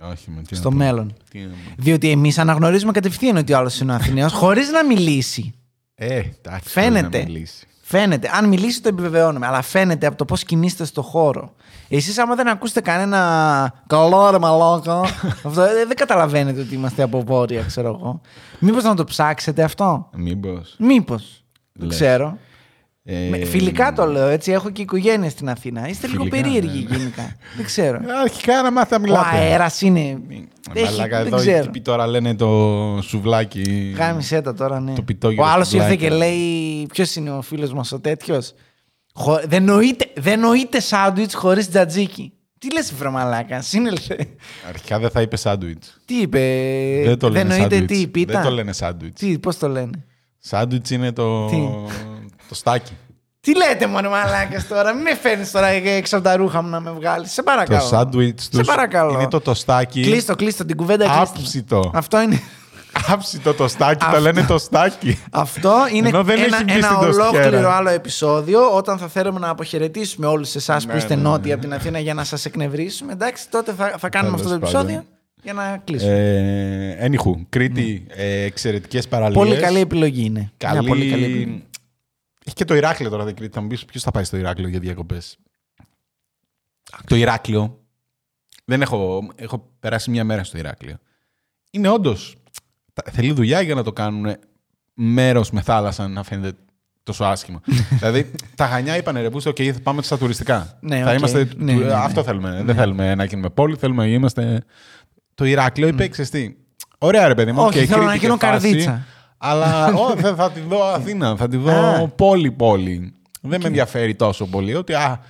Speaker 2: Όχι, με τι
Speaker 1: στο
Speaker 2: να πω.
Speaker 1: μέλλον.
Speaker 2: Τι να πω.
Speaker 1: Διότι εμείς αναγνωρίζουμε κατευθείαν ότι ο άλλος είναι ο Αθηναίος, χωρίς να μιλήσει.
Speaker 2: Ε, εντάξει.
Speaker 1: Φαίνεται.
Speaker 2: μπορεί να μιλήσει.
Speaker 1: Φαίνεται. Αν μιλήσει, το επιβεβαιώνουμε. Αλλά φαίνεται από το πώς κινείστε στο χώρο. Εσείς, άμα δεν ακούσετε κανένα. Καλό ρε μαλόκο. αυτό, ε, δεν καταλαβαίνετε ότι είμαστε από βόρεια, ξέρω εγώ. Μήπως να το ψάξετε αυτό.
Speaker 2: Μήπως.
Speaker 1: Μήπως. Δεν
Speaker 2: λες.
Speaker 1: ξέρω.
Speaker 2: Ε,
Speaker 1: Με- Φιλικά το λέω έτσι. Έχω και οικογένεια στην Αθήνα. Είστε λίγο
Speaker 2: Φιλικά,
Speaker 1: περίεργοι
Speaker 2: ναι.
Speaker 1: γενικά. Δεν ξέρω.
Speaker 2: Αρχικά να μάθει να
Speaker 1: Ο
Speaker 2: μιλάτε. Ε,
Speaker 1: αέρας είναι. Έχει-
Speaker 2: Μαλάκα,
Speaker 1: δεν
Speaker 2: εδώ οι
Speaker 1: ξέρω.
Speaker 2: τύποι τώρα λένε το σουβλάκι.
Speaker 1: Γάμισε τα τώρα, ναι.
Speaker 2: Το πιτόγυρο
Speaker 1: ο άλλο
Speaker 2: στην
Speaker 1: ήρθε
Speaker 2: πλάτη.
Speaker 1: και λέει: Ποιος είναι ο φίλος μας ο τέτοιος. Δεν νοείται, δεν νοείται σάντουιτ χωρίς τζατζίκι. Τι λες, βρωμαλάκα, σύνελθε.
Speaker 2: Αρχικά δεν θα είπε σάντουιτ.
Speaker 1: Τι είπε.
Speaker 2: δεν το λένε
Speaker 1: νοείται
Speaker 2: σάντουιτ.
Speaker 1: Ε, τι, η πίτα.
Speaker 2: Δεν το λένε σάντουιτ.
Speaker 1: Τι, πώς το λένε.
Speaker 2: Σάντουιτ είναι το.
Speaker 1: Τι?
Speaker 2: το στάκι.
Speaker 1: Τι λέτε μόνο μαλάκα τώρα, μην με φέρνεις τώρα έξω από τα ρούχα μου να με βγάλεις. Σε
Speaker 2: Το
Speaker 1: παρακαλώ.
Speaker 2: σάντουιτ τους.
Speaker 1: παρακαλώ.
Speaker 2: Είναι το τοστάκι.
Speaker 1: Κλείστο, κλείστο την κουβέντα. κλείστο.
Speaker 2: Άψητο.
Speaker 1: Αυτό είναι.
Speaker 2: Άψητο το στάκι. Το
Speaker 1: Αυτό.
Speaker 2: λένε το στάκι.
Speaker 1: Αυτό είναι
Speaker 2: Ενώ δεν
Speaker 1: ένα,
Speaker 2: έχει μπει
Speaker 1: ένα
Speaker 2: στην τοστιέρα.
Speaker 1: ολόκληρο άλλο επεισόδιο. Όταν θα θέλουμε να αποχαιρετήσουμε όλους εσάς
Speaker 2: Ναι,
Speaker 1: που είστε
Speaker 2: ναι, ναι.
Speaker 1: νότια από την Αθήνα για να σας εκνευρίσουμε, εντάξει, τότε θα, θα κάνουμε
Speaker 2: Τέλος
Speaker 1: αυτό το
Speaker 2: πάντων.
Speaker 1: επεισόδιο για να κλείσουμε.
Speaker 2: Ε, Anywho, Κρήτη, ε, εξαιρετικές παραλίες.
Speaker 1: πολύ καλή επιλογή είναι.
Speaker 2: Καλή...
Speaker 1: Μια πολύ καλή επιλογή.
Speaker 2: Έχει και το Ηράκλειο τώρα, δεν Κρήτη. Θα μου πεις ποιος θα πάει στο Ηράκλειο για διακοπές. Το Ηράκλειο. Δεν έχω, έχω περάσει μια μέρα στο Ηράκλειο. Είναι όντως. Θέλει δουλειά για να το κάνουν μέρος με θάλασσα να φαίνεται τόσο άσχημα. δηλαδή, τα Χανιά είπανε ρε, πούστε, okay, θα πάμε στα τουριστικά.
Speaker 1: Ναι,
Speaker 2: θα
Speaker 1: οκ.
Speaker 2: είμαστε,
Speaker 1: Ναι, ναι, ναι.
Speaker 2: Αυτό θέλουμε. Δεν θέλουμε να γίνουμε πόλη, θέλουμε να είμαστε. Το Ηράκλειο είπε, «Ξέρεις τι. Ωραία, ρε παιδί μου.
Speaker 1: Όχι,
Speaker 2: οκ,
Speaker 1: θέλω να
Speaker 2: Κρήτη και
Speaker 1: γίνω
Speaker 2: φάση».
Speaker 1: καρδίτσα.
Speaker 2: Αλλά ό, θα, θα τη δω Αθήνα, θα τη
Speaker 1: Α.
Speaker 2: δω πόλη-πόλη. Δεν με ενδιαφέρει τόσο πολύ ότι α,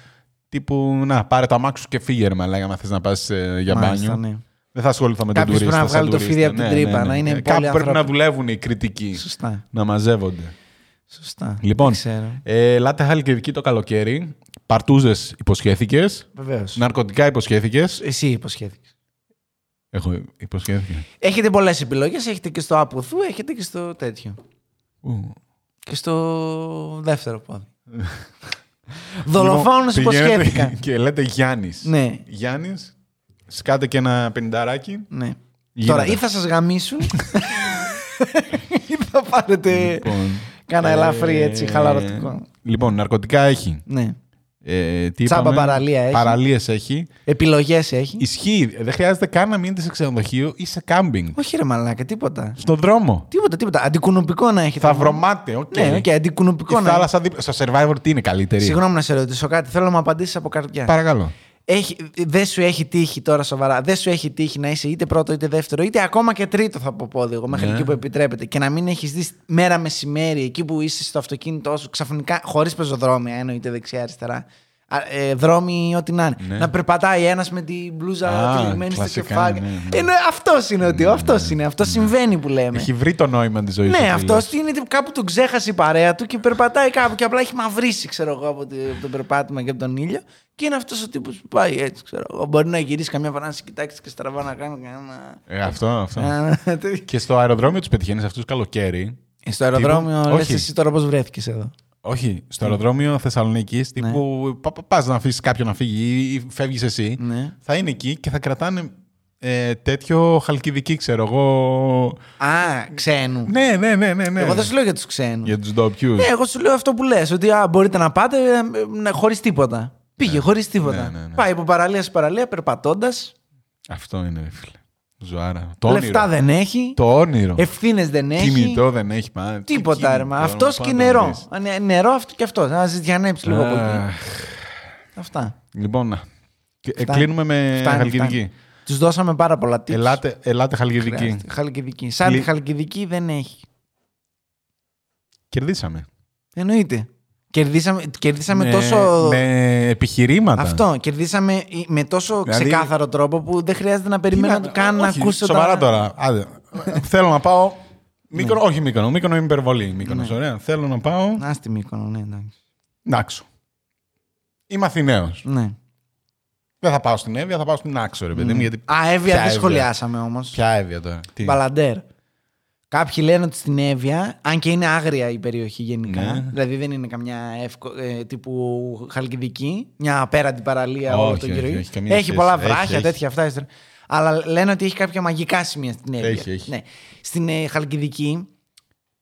Speaker 2: τύπου να πάρε το αμάξι σου και φύγε ρε μαλάκα άμα θες να πας ε, για
Speaker 1: Μάλιστα,
Speaker 2: μπάνιο.
Speaker 1: ναι.
Speaker 2: Δεν θα ασχοληθώ με τον
Speaker 1: Κάποιος
Speaker 2: τουρίστα.
Speaker 1: πρέπει να
Speaker 2: σαν
Speaker 1: βγάλει το
Speaker 2: τουρίστα.
Speaker 1: φίδι από την
Speaker 2: Ναι, ναι,
Speaker 1: τρύπα, να
Speaker 2: ναι.
Speaker 1: είναι
Speaker 2: Κάπου
Speaker 1: πολύ
Speaker 2: πρέπει να
Speaker 1: άνθρωποι.
Speaker 2: δουλεύουν οι κριτικοί.
Speaker 1: Σωστά.
Speaker 2: Να μαζεύονται.
Speaker 1: Σωστά.
Speaker 2: Λοιπόν,
Speaker 1: Δεν ξέρω.
Speaker 2: ε, Λάτε Χαλκιδική το καλοκαίρι. Παρτούζες υποσχέθηκες.
Speaker 1: Βεβαίως.
Speaker 2: Ναρκωτικά υποσχέθηκες.
Speaker 1: Εσύ υποσχέθηκες.
Speaker 2: Εγώ υποσχέθηκα.
Speaker 1: Έχετε πολλές επιλογές. Έχετε και στο Απουθού, έχετε και στο τέτοιο.
Speaker 2: Ου.
Speaker 1: Και στο δεύτερο πόδι. Δολοφόνος
Speaker 2: Λοιπόν, πηγαίνετε
Speaker 1: υποσχέθηκα.
Speaker 2: Και λέτε Γιάννης.
Speaker 1: Ναι.
Speaker 2: Γιάννης, σκάτε και ένα πενταράκι.
Speaker 1: Ναι.
Speaker 2: Γίνεται.
Speaker 1: Τώρα ή θα σας γαμίσουν ή θα πάρετε
Speaker 2: Λοιπόν,
Speaker 1: κάνα
Speaker 2: ε,
Speaker 1: ελαφρύ έτσι χαλαρωτικό.
Speaker 2: Λοιπόν, ναρκωτικά έχει.
Speaker 1: Ναι.
Speaker 2: Ε, τι
Speaker 1: Τσάμπα
Speaker 2: είπαμε?
Speaker 1: παραλία έχει.
Speaker 2: Παραλίες έχει.
Speaker 1: Επιλογές έχει.
Speaker 2: Ισχύει. Δεν χρειάζεται καν να μείνετε σε ξενοδοχείο ή σε κάμπινγκ.
Speaker 1: Όχι ρε μαλάκα, τίποτα.
Speaker 2: Στον δρόμο.
Speaker 1: Τίποτα, τίποτα. Αντικουνουπικό να έχετε.
Speaker 2: Θα βρωμάτε, οκ.
Speaker 1: Ναι, οκ,
Speaker 2: Η
Speaker 1: αντικουνουπικό να έχετε.
Speaker 2: θάλασσα δίπλα. Στο Survivor τι είναι καλύτερη.
Speaker 1: Συγγνώμη να σε ρωτήσω κάτι. Θέλω να μου απαντήσεις από καρδιά.
Speaker 2: Παρακαλώ.
Speaker 1: Έχει, δεν σου έχει τύχει τώρα σοβαρά. Δεν σου έχει τύχει να είσαι είτε πρώτο είτε δεύτερο, είτε ακόμα και τρίτο, θα πω πόδι εγώ, μέχρι
Speaker 2: Ναι.
Speaker 1: εκεί που επιτρέπεται. Και να μην έχεις δει μέρα μεσημέρι, εκεί που είσαι στο αυτοκίνητό σου, ξαφνικά, χωρίς πεζοδρόμια, εννοείται δεξιά-αριστερά. α, Ε, δρόμοι, ό,τι να είναι.
Speaker 2: Ναι.
Speaker 1: Να περπατάει ένας με την μπλούζα
Speaker 2: Α,
Speaker 1: τυλιγμένη στο
Speaker 2: κλασικά,
Speaker 1: κεφάλι.
Speaker 2: ναι, ναι.
Speaker 1: Ενώ αυτός είναι ότι. Αυτό είναι. Αυτός συμβαίνει που λέμε.
Speaker 2: Έχει βρει το νόημα της ζωής
Speaker 1: Ναι, αυτό είναι ότι κάπου τον ξέχασε η παρέα του και περπατάει κάπου και απλά έχει μαυρίσει, ξέρω εγώ, από τη- από το περπάτημα και από τον ήλιο. Και είναι αυτός ο τύπος που πάει έτσι, ξέρω εγώ. Μπορεί να γυρίσει καμιά φορά να σε κοιτάξει και στραβά να κάνει κανένα.
Speaker 2: Ε, αυτό, αυτό.
Speaker 1: κανένα τέτοιο.
Speaker 2: Και στο αεροδρόμιο τους πετυχαίνεις αυτούς καλοκαίρι.
Speaker 1: Στο αεροδρόμιο, λες
Speaker 2: Όχι.
Speaker 1: εσύ τώρα πώς βρέθηκες εδώ.
Speaker 2: Όχι, στο
Speaker 1: Ναι.
Speaker 2: αεροδρόμιο Θεσσαλονίκης, τύπου πα να αφήσεις κάποιον να φύγει ή φεύγεις εσύ.
Speaker 1: Ναι.
Speaker 2: Θα είναι εκεί και θα κρατάνε ε, τέτοιο χαλκιδική, ξέρω εγώ.
Speaker 1: Α, ξένου.
Speaker 2: Ναι, ναι, ναι, ναι. ναι.
Speaker 1: Εγώ δεν σου λέω για τους ξένους.
Speaker 2: Για τους ντόπιους.
Speaker 1: Ναι, εγώ σου λέω αυτό που λες, ότι α, μπορείτε να πάτε ε, χωρίς τίποτα. Πήγε χωρίς τίποτα.
Speaker 2: Ναι, ναι, ναι.
Speaker 1: Πάει από παραλία σε παραλία περπατώντας.
Speaker 2: Αυτό είναι, ρε φίλε. Ζωάρα. Το όνειρο.
Speaker 1: Λεφτά δεν έχει.
Speaker 2: Το όνειρο.
Speaker 1: Ευθύνες δεν έχει.
Speaker 2: Κινητό δεν έχει πάνω.
Speaker 1: Τίποτα, ρε. Αυτό και νερό. Ναι, νερό αυτό και αυτός. Να ζητιανέψει
Speaker 2: Ε.
Speaker 1: λίγο από εκεί. Αυτά.
Speaker 2: Λοιπόν, να. Και- ε,
Speaker 1: Φτάνει.
Speaker 2: Κλείνουμε με
Speaker 1: Φτάνει,
Speaker 2: χαλκιδική.
Speaker 1: φτάνει. Τους δώσαμε πάρα πολλά tips.
Speaker 2: Ελάτε, ελάτε χαλκιδική.
Speaker 1: Χρειάζεται. Χαλκιδική. Σαν
Speaker 2: Λι-
Speaker 1: τη χαλκιδική δεν έχει.
Speaker 2: Κερδίσαμε.
Speaker 1: Εννοείται. Κερδίσαμε, κερδίσαμε
Speaker 2: με,
Speaker 1: τόσο.
Speaker 2: με επιχειρήματα.
Speaker 1: Αυτό. Κερδίσαμε με τόσο
Speaker 2: Δηλαδή-
Speaker 1: ξεκάθαρο τρόπο που δεν χρειάζεται να
Speaker 2: Τι
Speaker 1: περιμένω καν να
Speaker 2: όχι,
Speaker 1: ακούσω.
Speaker 2: Σοβαρά
Speaker 1: τα- Ναι.
Speaker 2: τώρα. Άντε. Θέλω να πάω. Μύκονο, όχι Μύκονο. Μύκονο είναι υπερβολή. Μύκονος, ωραία. Θέλω να πάω.
Speaker 1: Να στη Μύκονο, ναι, εντάξει.
Speaker 2: Νάξο. Είμαι Αθηναίος.
Speaker 1: Ναι.
Speaker 2: Δεν θα πάω στην Εύβοια, θα πάω στην Άξο, ρε παιδί μου. Γιατί...
Speaker 1: Α,
Speaker 2: Ποια
Speaker 1: Εύβοια
Speaker 2: Εύβοια?
Speaker 1: δεν σχολιάσαμε όμως.
Speaker 2: Ποια Εύβοια τώρα. Τι.
Speaker 1: Παλαντέρ. Κάποιοι λένε ότι στην Εύβοια, αν και είναι άγρια η περιοχή γενικά,
Speaker 2: Ναι.
Speaker 1: δηλαδή δεν είναι καμιά εύκο, ε, τύπου χαλκιδική, μια απέραντη παραλία
Speaker 2: Όχι,
Speaker 1: όλο τον
Speaker 2: όχι,
Speaker 1: κύριο.
Speaker 2: όχι, καμία σχέση.
Speaker 1: πολλά
Speaker 2: Έχει,
Speaker 1: βράχια,
Speaker 2: έχει.
Speaker 1: τέτοια αυτά. ιστορία. Αλλά λένε ότι έχει κάποια μαγικά σημεία στην Εύβοια.
Speaker 2: Έχει, έχει.
Speaker 1: Ναι. Στην ε, χαλκιδική,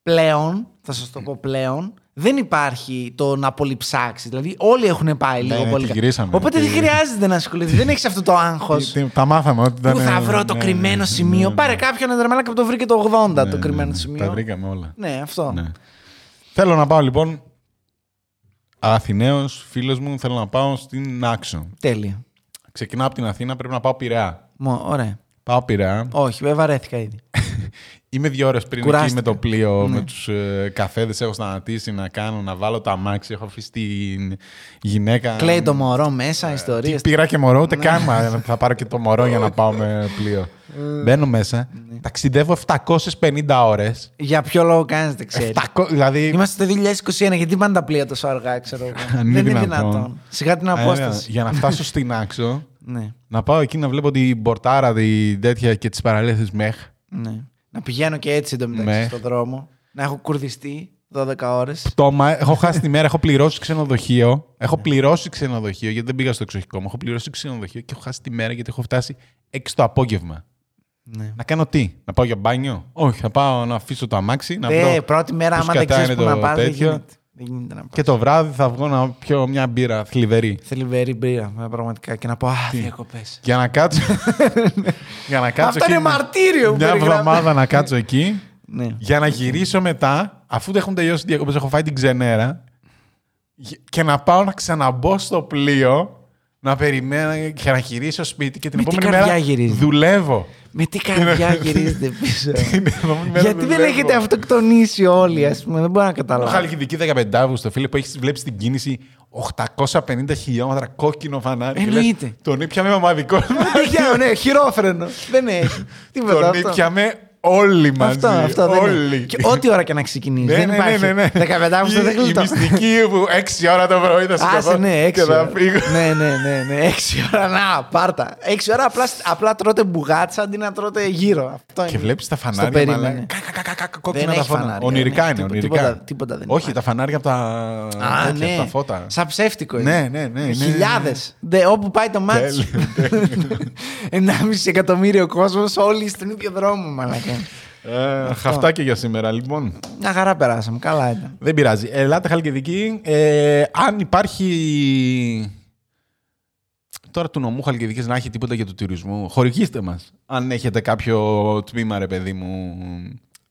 Speaker 1: πλέον, θα σας το πω πλέον, δεν υπάρχει το να πολυψάξεις. Δηλαδή όλοι έχουν πάει λίγο
Speaker 2: ναι,
Speaker 1: πολύ.
Speaker 2: τη
Speaker 1: κα-
Speaker 2: γυρίσαμε.
Speaker 1: Οπότε δεν
Speaker 2: Τη-
Speaker 1: χρειάζεται να ασχοληθείς. δεν έχεις αυτό το άγχος.
Speaker 2: Τι- τι- Τα μάθαμε ότι ήταν.
Speaker 1: Πού θα βρω το
Speaker 2: ναι,
Speaker 1: κρυμμένο
Speaker 2: ναι,
Speaker 1: σημείο.
Speaker 2: ναι,
Speaker 1: Πάρε κάποιον αντρεμάλα και το βρήκε το 80
Speaker 2: ναι,
Speaker 1: το
Speaker 2: ναι,
Speaker 1: κρυμμένο
Speaker 2: ναι.
Speaker 1: σημείο.
Speaker 2: Τα βρήκαμε όλα.
Speaker 1: Ναι, αυτό.
Speaker 2: Ναι. Θέλω να πάω λοιπόν. Αθηναίος, φίλος μου, θέλω να πάω στην Άξο.
Speaker 1: Τέλεια.
Speaker 2: Ξεκινάω από την Αθήνα, πρέπει να πάω πειραιά.
Speaker 1: Μω, ωραία.
Speaker 2: Πάω πειραιά.
Speaker 1: Όχι, βέβαια βαρέθηκα ήδη.
Speaker 2: Ε, Είμαι δύο ώρες πριν εκεί
Speaker 1: Κουράστηκα.
Speaker 2: με το πλοίο,
Speaker 1: Ναι.
Speaker 2: με τους ε, καφέδες. Έχω σταματήσει να κάνω, να βάλω τα αμάξι. Έχω αφήσει την γυναίκα.
Speaker 1: Κλαίει το μωρό Ναι. μέσα, ιστορίε.
Speaker 2: ε, Τι πήρα και μωρό, ούτε καν. μα, Θα πάρω και το μωρό για να πάω με πλοίο.
Speaker 1: Ε.
Speaker 2: Μπαίνω μέσα.
Speaker 1: Ναι.
Speaker 2: Ταξιδεύω 750 ώρες.
Speaker 1: Για ποιο λόγο κάνεις, δεν ξέρεις.
Speaker 2: Δηλαδή.
Speaker 1: Είμαστε το 2021, γιατί πάνε τα πλοία τόσο αργά, ξέρω εγώ. δεν
Speaker 2: είναι
Speaker 1: είναι
Speaker 2: δυνατόν.
Speaker 1: δυνατόν. Σιγά την
Speaker 2: ε,
Speaker 1: απόσταση.
Speaker 2: Για να φτάσω στην άξο,
Speaker 1: ναι,
Speaker 2: να πάω εκεί να βλέπω την πορτάρα, την τέτοια και τις παραλίες της ΜΕΧ.
Speaker 1: ναι. Να πηγαίνω και έτσι εντωμεταξύ
Speaker 2: Ναι.
Speaker 1: στον δρόμο. Να έχω κουρδιστεί 12 ώρε.
Speaker 2: Πτώμα, έχω χάσει τη μέρα, έχω πληρώσει ξενοδοχείο. Έχω πληρώσει ξενοδοχείο γιατί δεν πήγα στο εξοχικό μου. Έχω πληρώσει ξενοδοχείο και έχω χάσει τη μέρα γιατί έχω φτάσει 6 το απόγευμα.
Speaker 1: Ναι.
Speaker 2: Να κάνω τι, να πάω για μπάνιο. Όχι, θα πάω να αφήσω το αμάξι, να
Speaker 1: Ε,
Speaker 2: βρω.
Speaker 1: πρώτη μέρα,
Speaker 2: Πώς
Speaker 1: άμα δεν
Speaker 2: κατά
Speaker 1: ξέρει
Speaker 2: είναι
Speaker 1: που να
Speaker 2: το
Speaker 1: πας, δεν
Speaker 2: τέτοιο.
Speaker 1: γίνεται. Δεν γίνεται να πα.
Speaker 2: Και το βράδυ θα βγω να πιω μια μπύρα θλιβερή.
Speaker 1: Θλιβερή μπύρα, ε, πραγματικά. Και να πω, Α, διακοπές.
Speaker 2: Για να κάτσω. για να κάτσω
Speaker 1: Αυτό
Speaker 2: εκεί
Speaker 1: είναι
Speaker 2: μια-
Speaker 1: μαρτύριο που
Speaker 2: Μια
Speaker 1: περιγράφει.
Speaker 2: εβδομάδα να κάτσω εκεί.
Speaker 1: Ναι.
Speaker 2: Για να γυρίσω μετά, αφού δεν έχουν τελειώσει οι διακοπές, έχω φάει την ξενέρα. γε- Και να πάω να ξαναμπώ στο πλοίο, να περιμένω και να γυρίσω σπίτι. Και την
Speaker 1: Με τι
Speaker 2: επόμενη
Speaker 1: καρδιά
Speaker 2: μέρα
Speaker 1: γυρίζεις?
Speaker 2: δουλεύω.
Speaker 1: Με τι καρδιά γυρίζετε πίσω.
Speaker 2: Την επόμενη μέρα
Speaker 1: Γιατί δεν
Speaker 2: δουλεύω.
Speaker 1: έχετε αυτοκτονήσει όλοι, ας πούμε, δεν μπορώ να
Speaker 2: Το
Speaker 1: καταλάβω.
Speaker 2: Χαλκιδική 15 Αύγουστο, φίλε, που έχει βλέπει την κίνηση 850 χιλιόμετρα κόκκινο φανάρι. και λες,
Speaker 1: Εννοείται.
Speaker 2: Τον ήπιαμε μαμαδικό.
Speaker 1: Παιδιά, ναι, χειρόφρενο. Δεν έχει. Τίποτα.
Speaker 2: Τον
Speaker 1: αυτό.
Speaker 2: ήπιαμε όλοι μαζί.
Speaker 1: Αυτό, αυτό δεν
Speaker 2: όλοι.
Speaker 1: είναι. Και ό,τι ώρα και να ξεκινήσεις.
Speaker 2: Ναι,
Speaker 1: δεν
Speaker 2: ναι,
Speaker 1: υπάρχει.
Speaker 2: ναι, ναι, ναι.
Speaker 1: 15 Αύγουστο
Speaker 2: Η-
Speaker 1: δεν
Speaker 2: Η
Speaker 1: γλιτώ.
Speaker 2: μυστική που 6 ώρα το πρωί θα σηκωθώ
Speaker 1: Άσε, ναι, έξι
Speaker 2: και θα
Speaker 1: ώρα.
Speaker 2: φύγω.
Speaker 1: ναι, ναι, ναι, ναι, έξι ώρα, να, πάρτα. Έξι ώρα απλά, απλά τρώτε μπουγάτσα αντί να τρώτε γύρω. Αυτό
Speaker 2: Και
Speaker 1: είναι.
Speaker 2: βλέπεις τα φανάρια.
Speaker 1: περίμενε.
Speaker 2: μαλάκα. Κα, κα, κα, κα, κα, Κόκκινα
Speaker 1: Δεν
Speaker 2: τα
Speaker 1: έχει
Speaker 2: φώτα.
Speaker 1: φανάρια,
Speaker 2: Ονειρικά
Speaker 1: ναι.
Speaker 2: είναι.
Speaker 1: Τίποτα-
Speaker 2: ονειρικά.
Speaker 1: τίποτα δεν
Speaker 2: Όχι,
Speaker 1: υπάρχει.
Speaker 2: τα φανάρια από τα
Speaker 1: Α,
Speaker 2: τέτοια,
Speaker 1: ναι.
Speaker 2: από τα φώτα.
Speaker 1: Σαν ψεύτικο.
Speaker 2: Ναι,
Speaker 1: είναι.
Speaker 2: ναι, ναι, ναι.
Speaker 1: Χιλιάδες. Δε, Όπου πάει το μάτσο. Ενάμιση εκατομμύριο κόσμος, όλοι στον ίδιο δρόμο, μαλακά.
Speaker 2: Ε, Χαφτάκια για σήμερα, λοιπόν.
Speaker 1: Μια χαρά περάσαμε. Καλά ήταν.
Speaker 2: Δεν πειράζει. Ε, Ελάτε Χαλκιδική. Ε, αν υπάρχει. Τώρα του νομού Χαλκιδική να έχει τίποτα για το τουρισμό, χορηγήστε μας. Αν έχετε κάποιο τμήμα, ρε παιδί μου,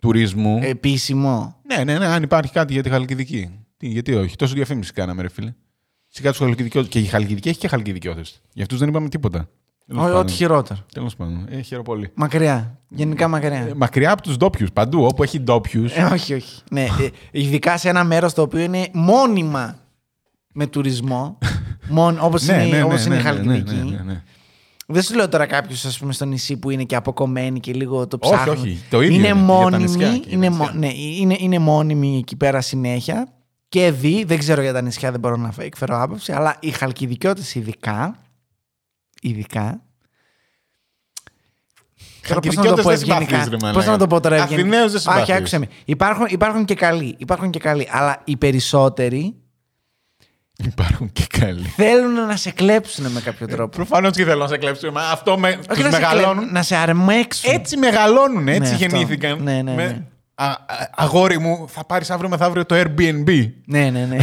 Speaker 2: τουρισμού.
Speaker 1: Επίσημο.
Speaker 2: Ναι, ναι, ναι, αν υπάρχει κάτι για τη Χαλκιδική. Τι, γιατί όχι, τόσο διαφήμιση κάναμε, ρε φίλε. Σιγά του χαλκιδικιώτε. Και η Χαλκιδική έχει και χαλκιδικιώτε. Για αυτούς δεν είπαμε τίποτα.
Speaker 1: Ό, Ό,τι χειρότερο.
Speaker 2: Τέλος πάντων. Ε, χαίρομαι πολύ.
Speaker 1: Μακριά. Γενικά μακριά.
Speaker 2: Ε, μακριά από τους ντόπιους. Παντού όπου έχει ντόπιους.
Speaker 1: Ε, όχι, όχι. Ναι, ε, ειδικά σε ένα μέρος το οποίο είναι μόνιμα με τουρισμό. Μόνο, όπως είναι, όπως είναι η Χαλκιδική.
Speaker 2: ναι.
Speaker 1: Δεν σου λέω τώρα κάποιος, ας πούμε, στο νησί που είναι και αποκομμένοι και λίγο το
Speaker 2: Όχι,
Speaker 1: ψάχνουν.
Speaker 2: όχι. Το ίδιο
Speaker 1: είναι.
Speaker 2: είναι και για τα
Speaker 1: μόνιμη,
Speaker 2: νησιά και για τα
Speaker 1: είναι,
Speaker 2: νησιά.
Speaker 1: μο- ναι, είναι, είναι μόνιμη εκεί πέρα συνέχεια. Και δι, δεν ξέρω για τα νησιά, δεν μπορώ να εκφέρω άποψη, αλλά οι χαλκιδικιώτες ειδικά. Ειδικά. Τώρα πώς να το
Speaker 2: Χαλκιδικιώτες
Speaker 1: πω
Speaker 2: δεν συμπαθείς,
Speaker 1: ευγενικά.
Speaker 2: ρε μαλάκα.
Speaker 1: Πώς να το πω τώρα ευγενικά.
Speaker 2: Αθηναίους δεν συμπαθείς.
Speaker 1: Όχι, άκουσε με. Υπάρχουν, υπάρχουν και καλοί. Υπάρχουν και καλοί. Αλλά οι περισσότεροι
Speaker 2: Υπάρχουν και καλοί.
Speaker 1: θέλουν να σε κλέψουν με κάποιο τρόπο.
Speaker 2: Προφανώς και θέλω να σε κλέψουν. μα Αυτό με,
Speaker 1: Όχι
Speaker 2: Ε, τους
Speaker 1: να, σε κλέ-
Speaker 2: μεγαλώνουν.
Speaker 1: να σε αρμέξουν.
Speaker 2: Έτσι μεγαλώνουν, έτσι
Speaker 1: αυτό.
Speaker 2: γεννήθηκαν.
Speaker 1: Ναι, ναι,
Speaker 2: Με-
Speaker 1: ναι.
Speaker 2: Α, α, αγόρι μου, θα πάρεις αύριο μεθαύριο το Airbnb.
Speaker 1: Ναι, ναι, ναι.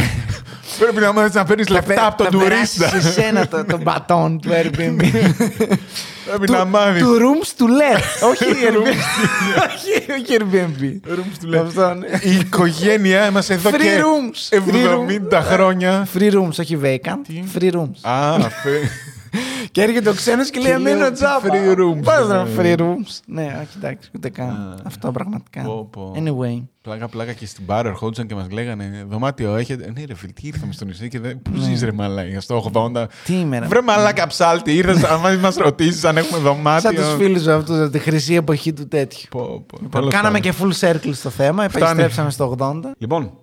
Speaker 2: Πρέπει να μάθεις να παίρνεις λεφτά Ε, από τον
Speaker 1: Θα περάσεις
Speaker 2: τουρίστα.
Speaker 1: σε σένα το, το μπατόν του Airbnb.
Speaker 2: Πρέπει
Speaker 1: του,
Speaker 2: να μάθεις.
Speaker 1: του rooms του left. όχι Airbnb. όχι, όχι Airbnb.
Speaker 2: Rooms του
Speaker 1: Αυτό, ναι.
Speaker 2: Η οικογένειά μας εδώ
Speaker 1: Free
Speaker 2: και
Speaker 1: rooms. Free
Speaker 2: 70 χρόνια.
Speaker 1: Free rooms, όχι vacant. Free rooms.
Speaker 2: Α, φε-
Speaker 1: και έρχεται ο ξένος και λέει
Speaker 2: Και λέω,
Speaker 1: Αμένω τζάμπα.
Speaker 2: free rooms.
Speaker 1: Πώς να
Speaker 2: Ναι.
Speaker 1: free rooms. Ναι, όχι εντάξει, ούτε καν. Αυτό πραγματικά.
Speaker 2: Πω, πω.
Speaker 1: Anyway.
Speaker 2: Πλάκα, πλάκα και στην μπάρα ερχόντουσαν και μας λέγανε Δωμάτιο έχετε. Ναι, ρε φίλε, τι ήρθαμε στο νησί και δεν.
Speaker 1: Ναι.
Speaker 2: Πού ζεις, ρε μαλάκα, στο 80.
Speaker 1: Τι ημέρα.
Speaker 2: Βρε μαλάκα ψάλτη, ήρθες να μας ρωτήσεις αν έχουμε δωμάτιο.
Speaker 1: Σαν τους φίλους αυτούς από τη χρυσή εποχή του τέτοιου.
Speaker 2: Πω, πω.
Speaker 1: Λοιπόν,
Speaker 2: Τέλος
Speaker 1: κάναμε
Speaker 2: πάντων.
Speaker 1: και full circle στο θέμα.
Speaker 2: Φτάνει.
Speaker 1: Επιστρέψαμε στο 80.
Speaker 2: Λοιπόν,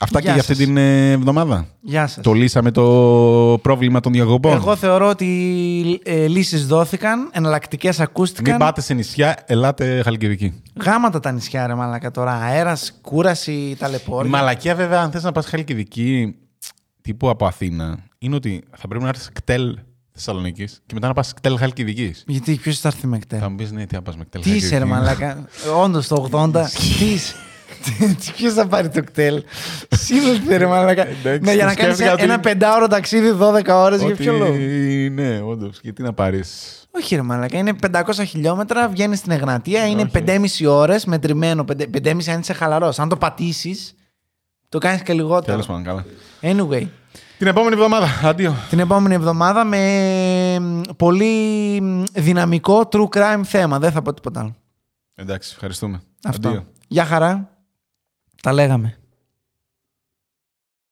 Speaker 2: αυτά και
Speaker 1: Γεια
Speaker 2: για αυτή
Speaker 1: σας.
Speaker 2: την ε, εβδομάδα.
Speaker 1: Γεια σας.
Speaker 2: Το λοιπόν. λύσαμε το πρόβλημα των διακοπών.
Speaker 1: Εγώ θεωρώ ότι ε, λύσεις δόθηκαν, εναλλακτικές ακούστηκαν.
Speaker 2: Μην πάτε σε νησιά, ελάτε Χαλκιδική.
Speaker 1: Γάματα τα νησιά, ρε Μαλάκα τώρα. Αέρας, κούραση,
Speaker 2: Η
Speaker 1: ταλαιπώρια.
Speaker 2: μαλακία, βέβαια, αν θες να πας Χαλκιδική τύπου από Αθήνα, είναι ότι θα πρέπει να έρθεις κτέλ Θεσσαλονίκης και μετά να πας κτέλ Χαλκιδικής.
Speaker 1: Γιατί ποιος θα έρθει με
Speaker 2: Θα
Speaker 1: εκτέλεση.
Speaker 2: μου πεις ναι, τι να πας με κτέλ
Speaker 1: Ε. Τι είσαι, ρε Μαλάκα. Όντως το 80. Τι είσαι. Ποιος θα πάρει το κτέλ. Σύνολτε, ρε Μαλάκα.
Speaker 2: Εντάξει,
Speaker 1: Ναι, για να κάνεις
Speaker 2: σκέφτηκα ότι-
Speaker 1: ένα πεντάωρο ταξίδι 12 ώρες για
Speaker 2: Ότι...
Speaker 1: ποιο λόγο.
Speaker 2: Ναι, όντως. Και τι να πάρεις.
Speaker 1: Όχι, ρε Μαλάκα. Είναι 500 χιλιόμετρα, βγαίνεις στην Εγνατία, είναι
Speaker 2: Όχι.
Speaker 1: 5,5 ώρες μετρημένο. 5,5 αν είσαι χαλαρός. Αν το πατήσεις, Το κάνεις και λιγότερο.
Speaker 2: Τέλος πάντων, καλά.
Speaker 1: Anyway,
Speaker 2: Την επόμενη εβδομάδα. Αντίο.
Speaker 1: την επόμενη εβδομάδα με μ, πολύ μ, δυναμικό true crime θέμα. Δεν θα πω τίποτα άλλο.
Speaker 2: Εντάξει, ευχαριστούμε.
Speaker 1: Αυτό.
Speaker 2: Αντίο.
Speaker 1: Γεια χαρά. Τα λέγαμε.